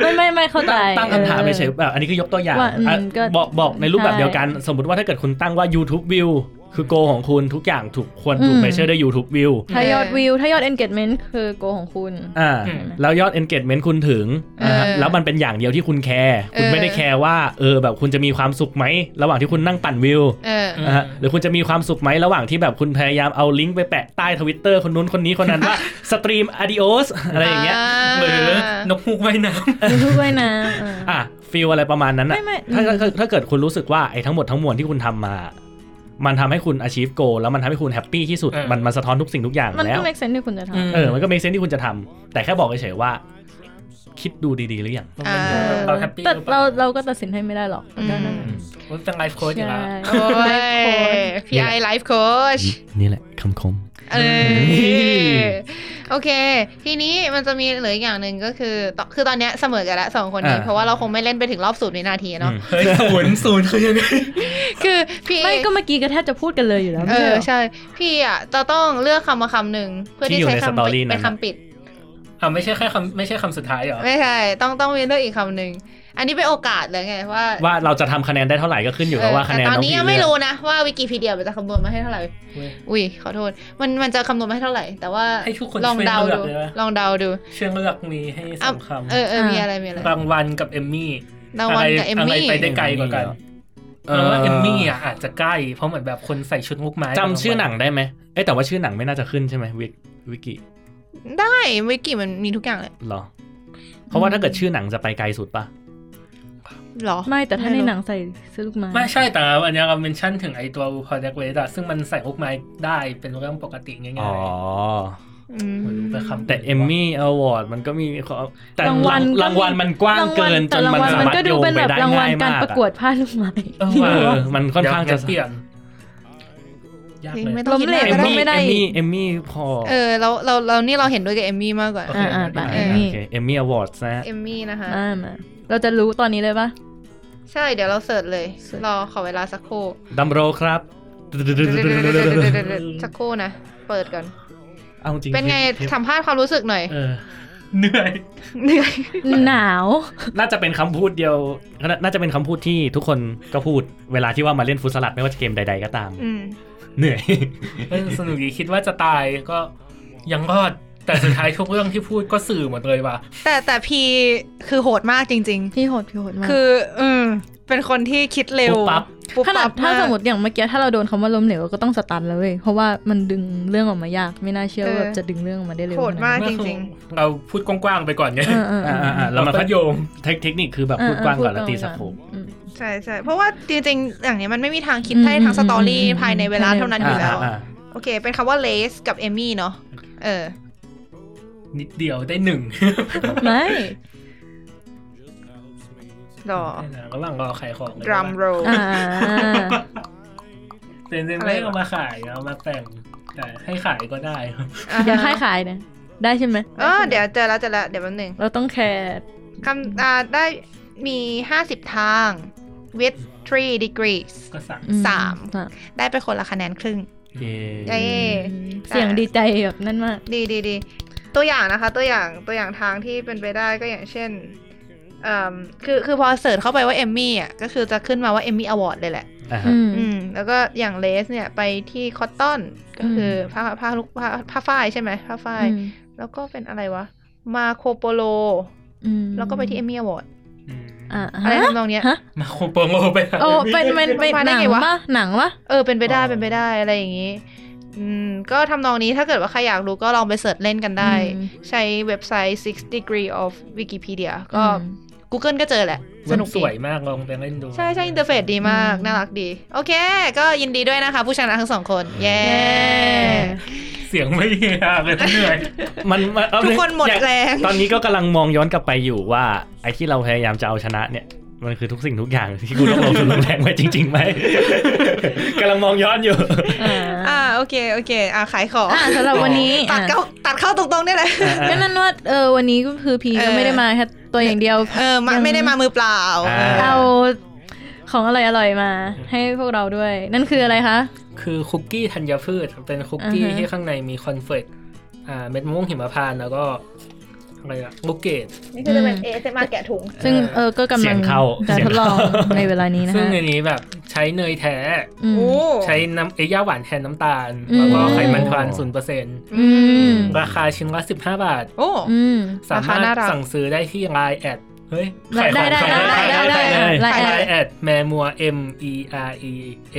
ไม่ไม่ไม่เข้าใจ ตั้งคำถาม ออ เฉยๆแบบอันนี้คือยกตัวอย่าง ว่าอืม อ่ะ ก็ บอกบอกในรูปแบบ ใช่ เดียวกัน สมมติว่าถ้าเกิดคุณตั้งว่า YouTube view คือโกของคุณทุกอย่างถูกควรถูก อืม ไปเชื่อด้วย YouTube view ถ้ายอดวิว ถ้ายอด engagement คือโกของคุณ อ่า อืม แล้วยอด engagement คุณถึง เออ นะฮะแล้วมันเป็นอย่างเดียวที่คุณแคร์คุณ เออ ไม่ได้แคร์ว่าเออแบบคุณจะมีความสุขไหม ระหว่างที่คุณนั่งปั่นวิว เออ นะฮะหรือคุณจะมีความสุขไหมระหว่างที่แบบคุณพยายามเอาลิงก์ไปแปะใต้ทวิตเตอร์คนนู้นคนนี้คนนั้น ว่าสตรีม adios อะไรอย่างเงี้ย หรือนกฮูกว่ายน้ำ ยูทูบไว้นะเออ อ่ะฟีลอะไรประมาณนั้นอะ ไม่ไม่ ถ้า อืม ถ้าถ้าเกิดคุณรู้สึกว่าไอ้ทั้งหมดทั้งมวลที่คุณทำมา มันทำให้คุณ achieve goal แล้วมันทำให้คุณแฮปปี้ที่สุด เออ มันมันสะท้อนทุกสิ่งทุกอย่าง มัน แล้ ก็ ว make sense ที่คุณจะทำ เออ มันก็ make sense ที่คุณจะทำแต่แค่บอกเฉยๆว่า คิดดูดีๆหรือยัง อ่า เราแฮปปี้ แต่ หอปล่ เราเราก็ตัดสินให้ไม่ได้หรอก อืม ก็นั่นแหละ โอ้ยเป็นไลฟ์โค้ชอีก ใช่ แล้ว โอ้ ไลฟ์โค้ ย ช PI Life Coach นี่แหละคำคม เอ นี่ อโอเค ทีนี้มันจะมีเหลืออีกอย่างหนึ่งก็คือตอนคือตอนเนี้ยเสมอกันละสองคนนี้ อ่า เพราะว่าเราคงไม่เล่นไปถึงรอบสูตรในนาทีเนาะ อืม เฮ้ยศูนย์ศูนย์คือยังไง คือพี่ ไม่ก็เมื่อกี้ก็แทบจะพูดกันเลยอยู่แล้ว เอ ไม่ใช่ อ เหรอ ใช่ พี่อ่ะจะต้องเลือกคำมาคำหนึ่งเพื่อที่ ที่อยู่ ใช้ ในส คำ ตอรี่ ปิด นั้ เป็น น น่ะ คำปิด อ่ะไม่ใช่แค่คำไม่ใช่คำสุดท้ายเหรอ ไม่ใช่ต้องต้องมีเลือกอีกคำหนึ่งอันนี้เป็นโอกาสเลยไงว่า ว่าเราจะทำคะแนนได้เท่าไหร่ก็ขึ้นอยู่กับว่าคะแนนเแต่ตอน น้อง นี้ พี ยัง เลื ไม่ อก รู้นะว่าวิกิพีเดียมันจะคำนวณมาให้เท่าไหร่ อุ้ยขอโทษ มันมันจะคำนวณมาให้เท่าไหร่ แต่ว่า ให้ทุกคน ลอง ช่วย เดา เลือก ดู เลยนะ ลองเดาดู เชื่องเลือกมีให้สองค เออเออมีอะไรมีอะไร ำรางวัลกับเอมมี่ รางวัลกับเอมมี่ ะไรไปได้ไกลกว่ากัน เอ เพราะว่าเอมอมี่อ่ะอาจจะใกล้ เพราะเหมือนแบบคนใส่ชุดลูกไม้ จำชื่อหนังได้ไหมเอ้ยแต่ว่าชื่อหนังไม่น่าจะขึ้นใช่ไหมวิกวิกิ ได้วิกิมันมีทุกอย่างเลย เหรอ เพราะว่าถ้าเกิดชื่อหนังจะไปไกลสุดปะ เหรอ ไม่แต่ถ้าในหนังใส่ซื้อลูกไม้ ไม่ใช่แต่อันเนี้ยเราเมนชั่นถึงไอตัวพอเด็กเวดซึ่งมันใส่ลูกไม้ได้เป็นเรื่องปกติง่าย อ๋อ อืม ๆเหมือนรู้ไปคำ แต่เอมมี่อวอร์ดมันก็มีความแต่รางวัล ก็มี รางวัลมันกว้างเกินจ แต่ น ราง มัน วัล สา มัน มาร ก็ ถ ดู โยง เป็น ไป แบบ ได้ รางวั ง่า ลกามยาร ก ประกวดผ้าลูกไม้ เออ เอ ว่ะ อมันค่อนข้างจะ เดี๋ยวเปลี่ยนยาก จริง เลย ไม่ต้องคิดแรก เอม ก็ได้ มี่ ำเอมไม่ได้มี่เอมมี่พอ เออเราเราเรานี่เราเห็นด้วยกับเอมมี่มากกว่า โอเค อ่าๆไป เออ นี่ โอเคเอมมี่อวอร์ดนะฮะ เอมมี่นะคะ มามาเราจะรู้ตอนนี้เลยปะ ใช่เดี๋ยวเราเสิร์ชเลย เสิร์ช รอขอเวลาสักครู่ ดัมโรครับ สักครู่นะ เปิดก่อน เอาจริง เป็นไง ท สัมภาษณ์ความรู้สึกหน่อย เออ เหนื่อย เหนื่อย หนาว น่าจะเป็นคำพูดเดียว น่าจะเป็นคำพูดที่ทุกคนก็พูดเวลาที่ว่ามาเล่นฟุตสลัดไม่ว่าจะเกมใดๆก็ตาม อืม เหนื่อย เออสนุกดีคิดว่าจะตายก็ยังรอดแต่สุดท้ายทุกเรื่องที่พูดก็สื่อหมดเลยว่ะ แต่แต่พีคือโหดมากจริง พี่โหดพี่โหดมาก ๆ คืออืมเป็นคนที่คิดเร็ว ปุ๊บปั๊บ ปุ๊บ ขนา ปั๊ ดถ้าบาก สมมติอย่างเมื่อกี้ถ้าเราโดนคำว่าล้มเหลวเราก็ต้องสตันแล้วเว้ยเพราะว่ามันดึงเรื่องออกมายากไม่น่าเชื่อว่า เออ แบบจะดึงเรื่องออกมาได้เร็ว โหดมาก ไม่คือเราพูดกว้างๆไปก่อนไง เออเออเออ อ่าๆแล้วมันก็ ก็โยง เทคเทคนิคคือแบบพูดกว้างก่อนแล้วตีสโคป อืม ใช่ใช่เพราะว่าจริงๆ อย่างเนี้ยมันไม่มีทางคิด อืม ได้ทั้งสตอรี่ อืม ภายในเวลา ภายใน เท่านั้นอยู่แล้ว อ่า โอเค เป็นคำว่าเลสกับเอมี่เนาะเออ นิดเดียวได้หนึ่ง ไม่ รอ ระหว่างรอขายของเลย ดรัมโร อ่า เจนเจน อะไร ไม่ วะ เอามาขายเอามาแต่งแต่ให้ขายก็ได้ เดี๋ยวค่ายขายนะได้ใช่ไหม เออเดี๋ยวเจอแล้วเจอแล้วเดี๋ยวแป๊บหนึง เราต้องแคร์ คำอ่าได้มี 50 ทาง with 3 degrees ก็สั่ง อื สาม อ่ะ ได้ไปคนละคะแนนครึ่ง เย้ เย้ เสียงดีใจแบบนั่นมาก ดีดีดีตัวอย่างนะคะ ตัวอย่างตัวอย่างทางที่เป็นไปได้ก็อย่างเช่นเอ่อคือคือพอเสิร์ชเข้าไปว่าเอมมี่อ่ะก็คือจะขึ้นมาว่าเอมมี่อวอร์ดเลยแหละ อ่าฮะ อืม อืมแล้วก็อย่างเลสเนี่ย ไปที่คอตตอนก็คืออ ม ผ้าผ้าลูกผ้าผ้าฝ้ายใช่ไหมผ้าฝ้าย อืม แล้วก็เป็นอะไรวะ มาโคโปโล อืม แล้วก็ไปที่เอมี่อวอร์ด อ่า อะไรทำนองเนี้ย ฮะ มาโคโปโงไปหา โอ้ พี่ เป็นเป็นเป็น มา ห ได้ นัง ไงวะ ปะหนังปะ เออเป็นไปได้เป็นไปได้อะไรอย่างนี้ อืม ก็ทำนองนี้ถ้าเกิดว่าใครอยากรู้ก็ลองไปเสิร์ชเล่นกันได้ อืม ใช้เว็บไซต์ six degree of Wikipedia ก็ อืม Google ก็เจอแหละ ส เว็บ นุก ส ดี วยมากลองไปเล่นดู ใช่ใช่อินเทอร์เฟซดีมาก อืม น่ารักดี โอเค ก็ยินดีด้วยนะคะ ผู้ชนะทั้งสองคน เย้ เสียงไม่เฮียเลยเหนื่อย มันมัเอา ทุกคนหมด อยาก แรง ตอนนี้ก็กำลังมองย้อนกลับไปอยู่ว่าไอ้ที่เราพยายามจะเอาชนะเนี่ย มันคือทุกสิ่งทุกอย่างที่กูต้องลงทุนลงแรงไว้จริงๆไหม กำลังมองย้อนอยู่ อ่า อ่าโอเคโอเค อ่าขายของ อ่าสำหรับวันนี้ ตัดเข้าตัดเข้าตรงๆได้เลย ก็นั่นว่าเออวันนี้ก็คือพี เออ ก็ไม่ได้มาแค่ตัวอย่างเดียว เออมา ยัง ไม่ได้มามือเปล่า อ่า เออ เอาของอร่อยอร่อยๆมา ให้พวกเราด้วย นั่นคืออะไรคะ คือคุกกี้ธัญพืชเป็นคุกกี้ อ่าฮะ ที่ข้างในมีคอนเฟกต์อ่าเม็ดมะม่วงหิมพานต์แล้วก็อะไรอะลูกเกด นี่คือจะเป็นเอสมาแกะถุง ซึ่งเออก็กำ เสี ลั ย ง งเข้า จะ เสียง ทดลอง เข้า ในเวลานี้นะ ซึ่ง คะ ในนี้แบบใช้เนยแท้ อืม โอ้ ใช้น้ำเอ้ยย่าหวานแทนน้ำตาล อืม แล้วก็ไขมันทรานศูนย์เปอร์เซ็นต์ อื ม ราคาชิ้นละสิบห้าบาท โอ้ อืม สา ราคาม ารถ น่ารัก สั่งซื้อได้ที่ Line แอดเฮ้ย ได้ได้ได้ได้ได้ได้ ได้ ได้ ไล ได้ น์แอดแมมัว M E R E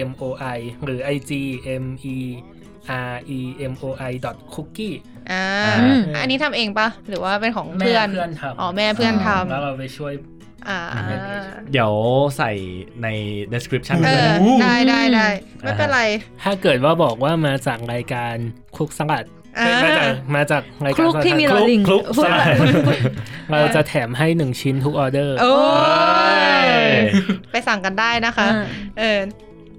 M O I หรือ IG M E R E M O I dot cookie อ่า อืม อันนี้ทำเองปะหรือว่าเป็นของ แม่ เพื่อน เพื่อนทำ อ๋อแม่เพื่อนทำ แล้วเราไปช่วย อ่า เดี๋ยวใส่ใน description เอ เลย อ นะ ได้ได้ได้ไม่เป็นไร ถ้าเกิดว่าบอกว่ามาจากรายการคุกสลัด อ่า มาจากมาจากราย ค การ ลุกที่มีรอลิง คลุก พูด ใช่ เราจะแถมให้หนึ่งชิ้นทุกออเดอร์ โอ้ย เออ ไปสั่งกันได้นะคะ อ่า เออ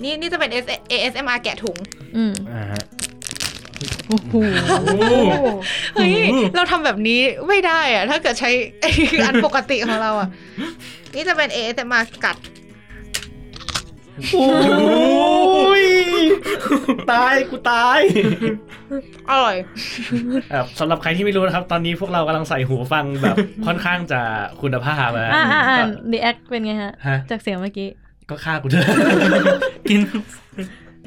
นี่นี่จะเป็น ASMR แกะถุง อืม อ่าฮะ โอ้โห เฮ้ย อืม เราทำแบบนี้ไม่ได้อะถ้าเกิดใช้ อันปกติของเราอะนี่จะเป็นเอแต่มากัด อุ้ยตายกูตาย อร่อย อ่ะสำหรับใครที่ไม่รู้นะครับ ตอนนี้พวกเรากำลังใส่หูฟังแบบค่อนข้างจะคุณภาพนะ อ่าอ่าอ่า ก็ รีแอคเป็นไงฮะ ฮะ จากเสียงเมื่อกี้ ก็ฆ่ากูเถอะ กิน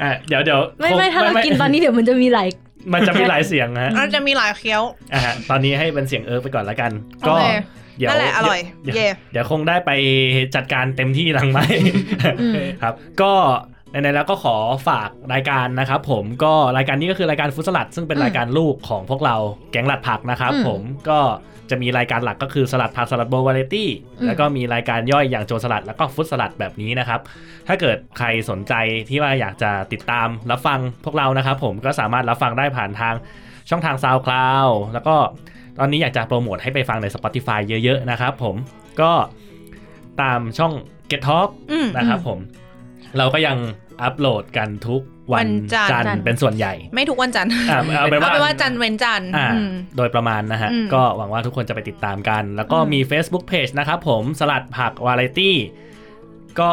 อ่ะเดี๋ยวเดี๋ยว ไม่ คง ไม่ถ้าเรากินตอนนี้เดี๋ยวมันจะมีไหลาย มันจะมีหลายเสียงนะฮะ อันจะมีหลายเคี้ยว อ่ะฮะตอนนี้ให้เป็นเสียงเอิร์กไปก่อนละกัน โอ ก็ เค เดี๋ยว นั่นแหละอร่อย เดี๋ว เย่ เดี๋ยวคงได้ไปจัดการเต็มที่หลังไหม อืม ครับ ก็ในๆแล้วก็ขอฝากรายการนะครับผมก็รายการนี้ก็คือรายการฟุตสลัด ซึ่งเป็นรายการลูกของพวกเราแก๊งหลัดผักนะครับ อืม ผมก็จะมีรายการหลักก็คือสลัดผักสลัดโบวาเลตี้ อืม แล้วก็มีรายการย่อยอย่างโจรสลัดแล้วก็ฟุตสลัดแบบนี้นะครับ ถ้าเกิดใครสนใจที่ว่าอยากจะติดตามรับฟังพวกเรานะครับผมก็สามารถรับฟังได้ผ่านทางช่องทาง SoundCloud แล้วก็ตอนนี้อยากจะโปรโมทให้ไปฟังใน Spotify เยอะๆนะครับผมก็ตามช่อง Get Talk อืม นะครับผม เราก็ยังอัปโหลดกันทุกวัน วันจันทร์ จันทร์เป็นส่วนใหญ่ ไม่ทุกวันจันทร์ อ่ะเอาเป็น เอา ว่า เป็นว่าจันทร์เว้นจันทร์ อ่า อืม โดยประมาณนะฮะ อืม ก็หวังว่าทุกคนจะไปติดตามกัน แล้วก็มี Facebook Page นะครับผมสลัดผักวาไรตี้ก็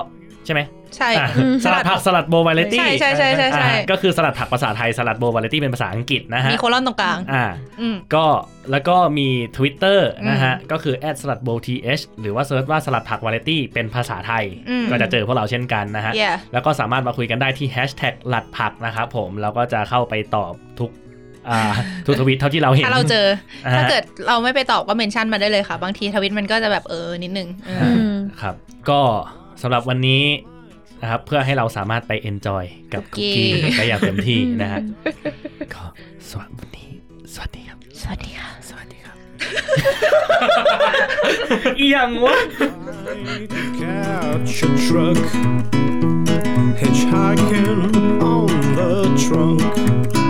ใช่ไหม ใช่ อ่ะ อืม สลัดผักสลัดโบวาไรตี้ ใช่ใช่ใช่ใช่ใช่ อ่าก็คือสลัดผักภาษาไทย สลัดโบวาไรตี้เป็นภาษาอังกฤษนะฮะ มีโคลอนตรงกลาง อ่า อืม ก็แล้วก็มี Twitter นะฮะ อืม ก็คือ s l a d b o t h หรือว่าเซิร์ชว่าสลัดผักวาไรตี้เป็นภาษาไทย อืม ก็จะเจอพวกเราเช่นกันนะฮะ เย่ แล้วก็สามารถมาคุยกันได้ที่แฮชแท็กหลัดผักนะครับผมเราก็จะเข้าไปตอบทุก อ่าทุกทวิตเท่าที่เราเห็น ถ้าเราเจอ อ่า ถ้าเกิดเราไม่ไปตอบก็เมนชั่นมาได้เลยค่ะ บางทีทวิตมันก็จะแบบเออนิดนึงเอออ อืม ครับก็สำหรับวันนี้นะครับเพื่อให้เราสามารถไป enjoy กับคุกกี้ได้อย่างเต็มที่นะ ฮะก็สวัสดีสวัสดีครับ สวัสดีค่ะ สวัสดีครับ อีหยังวะ Catch a truck, hitchhiking on the trunk.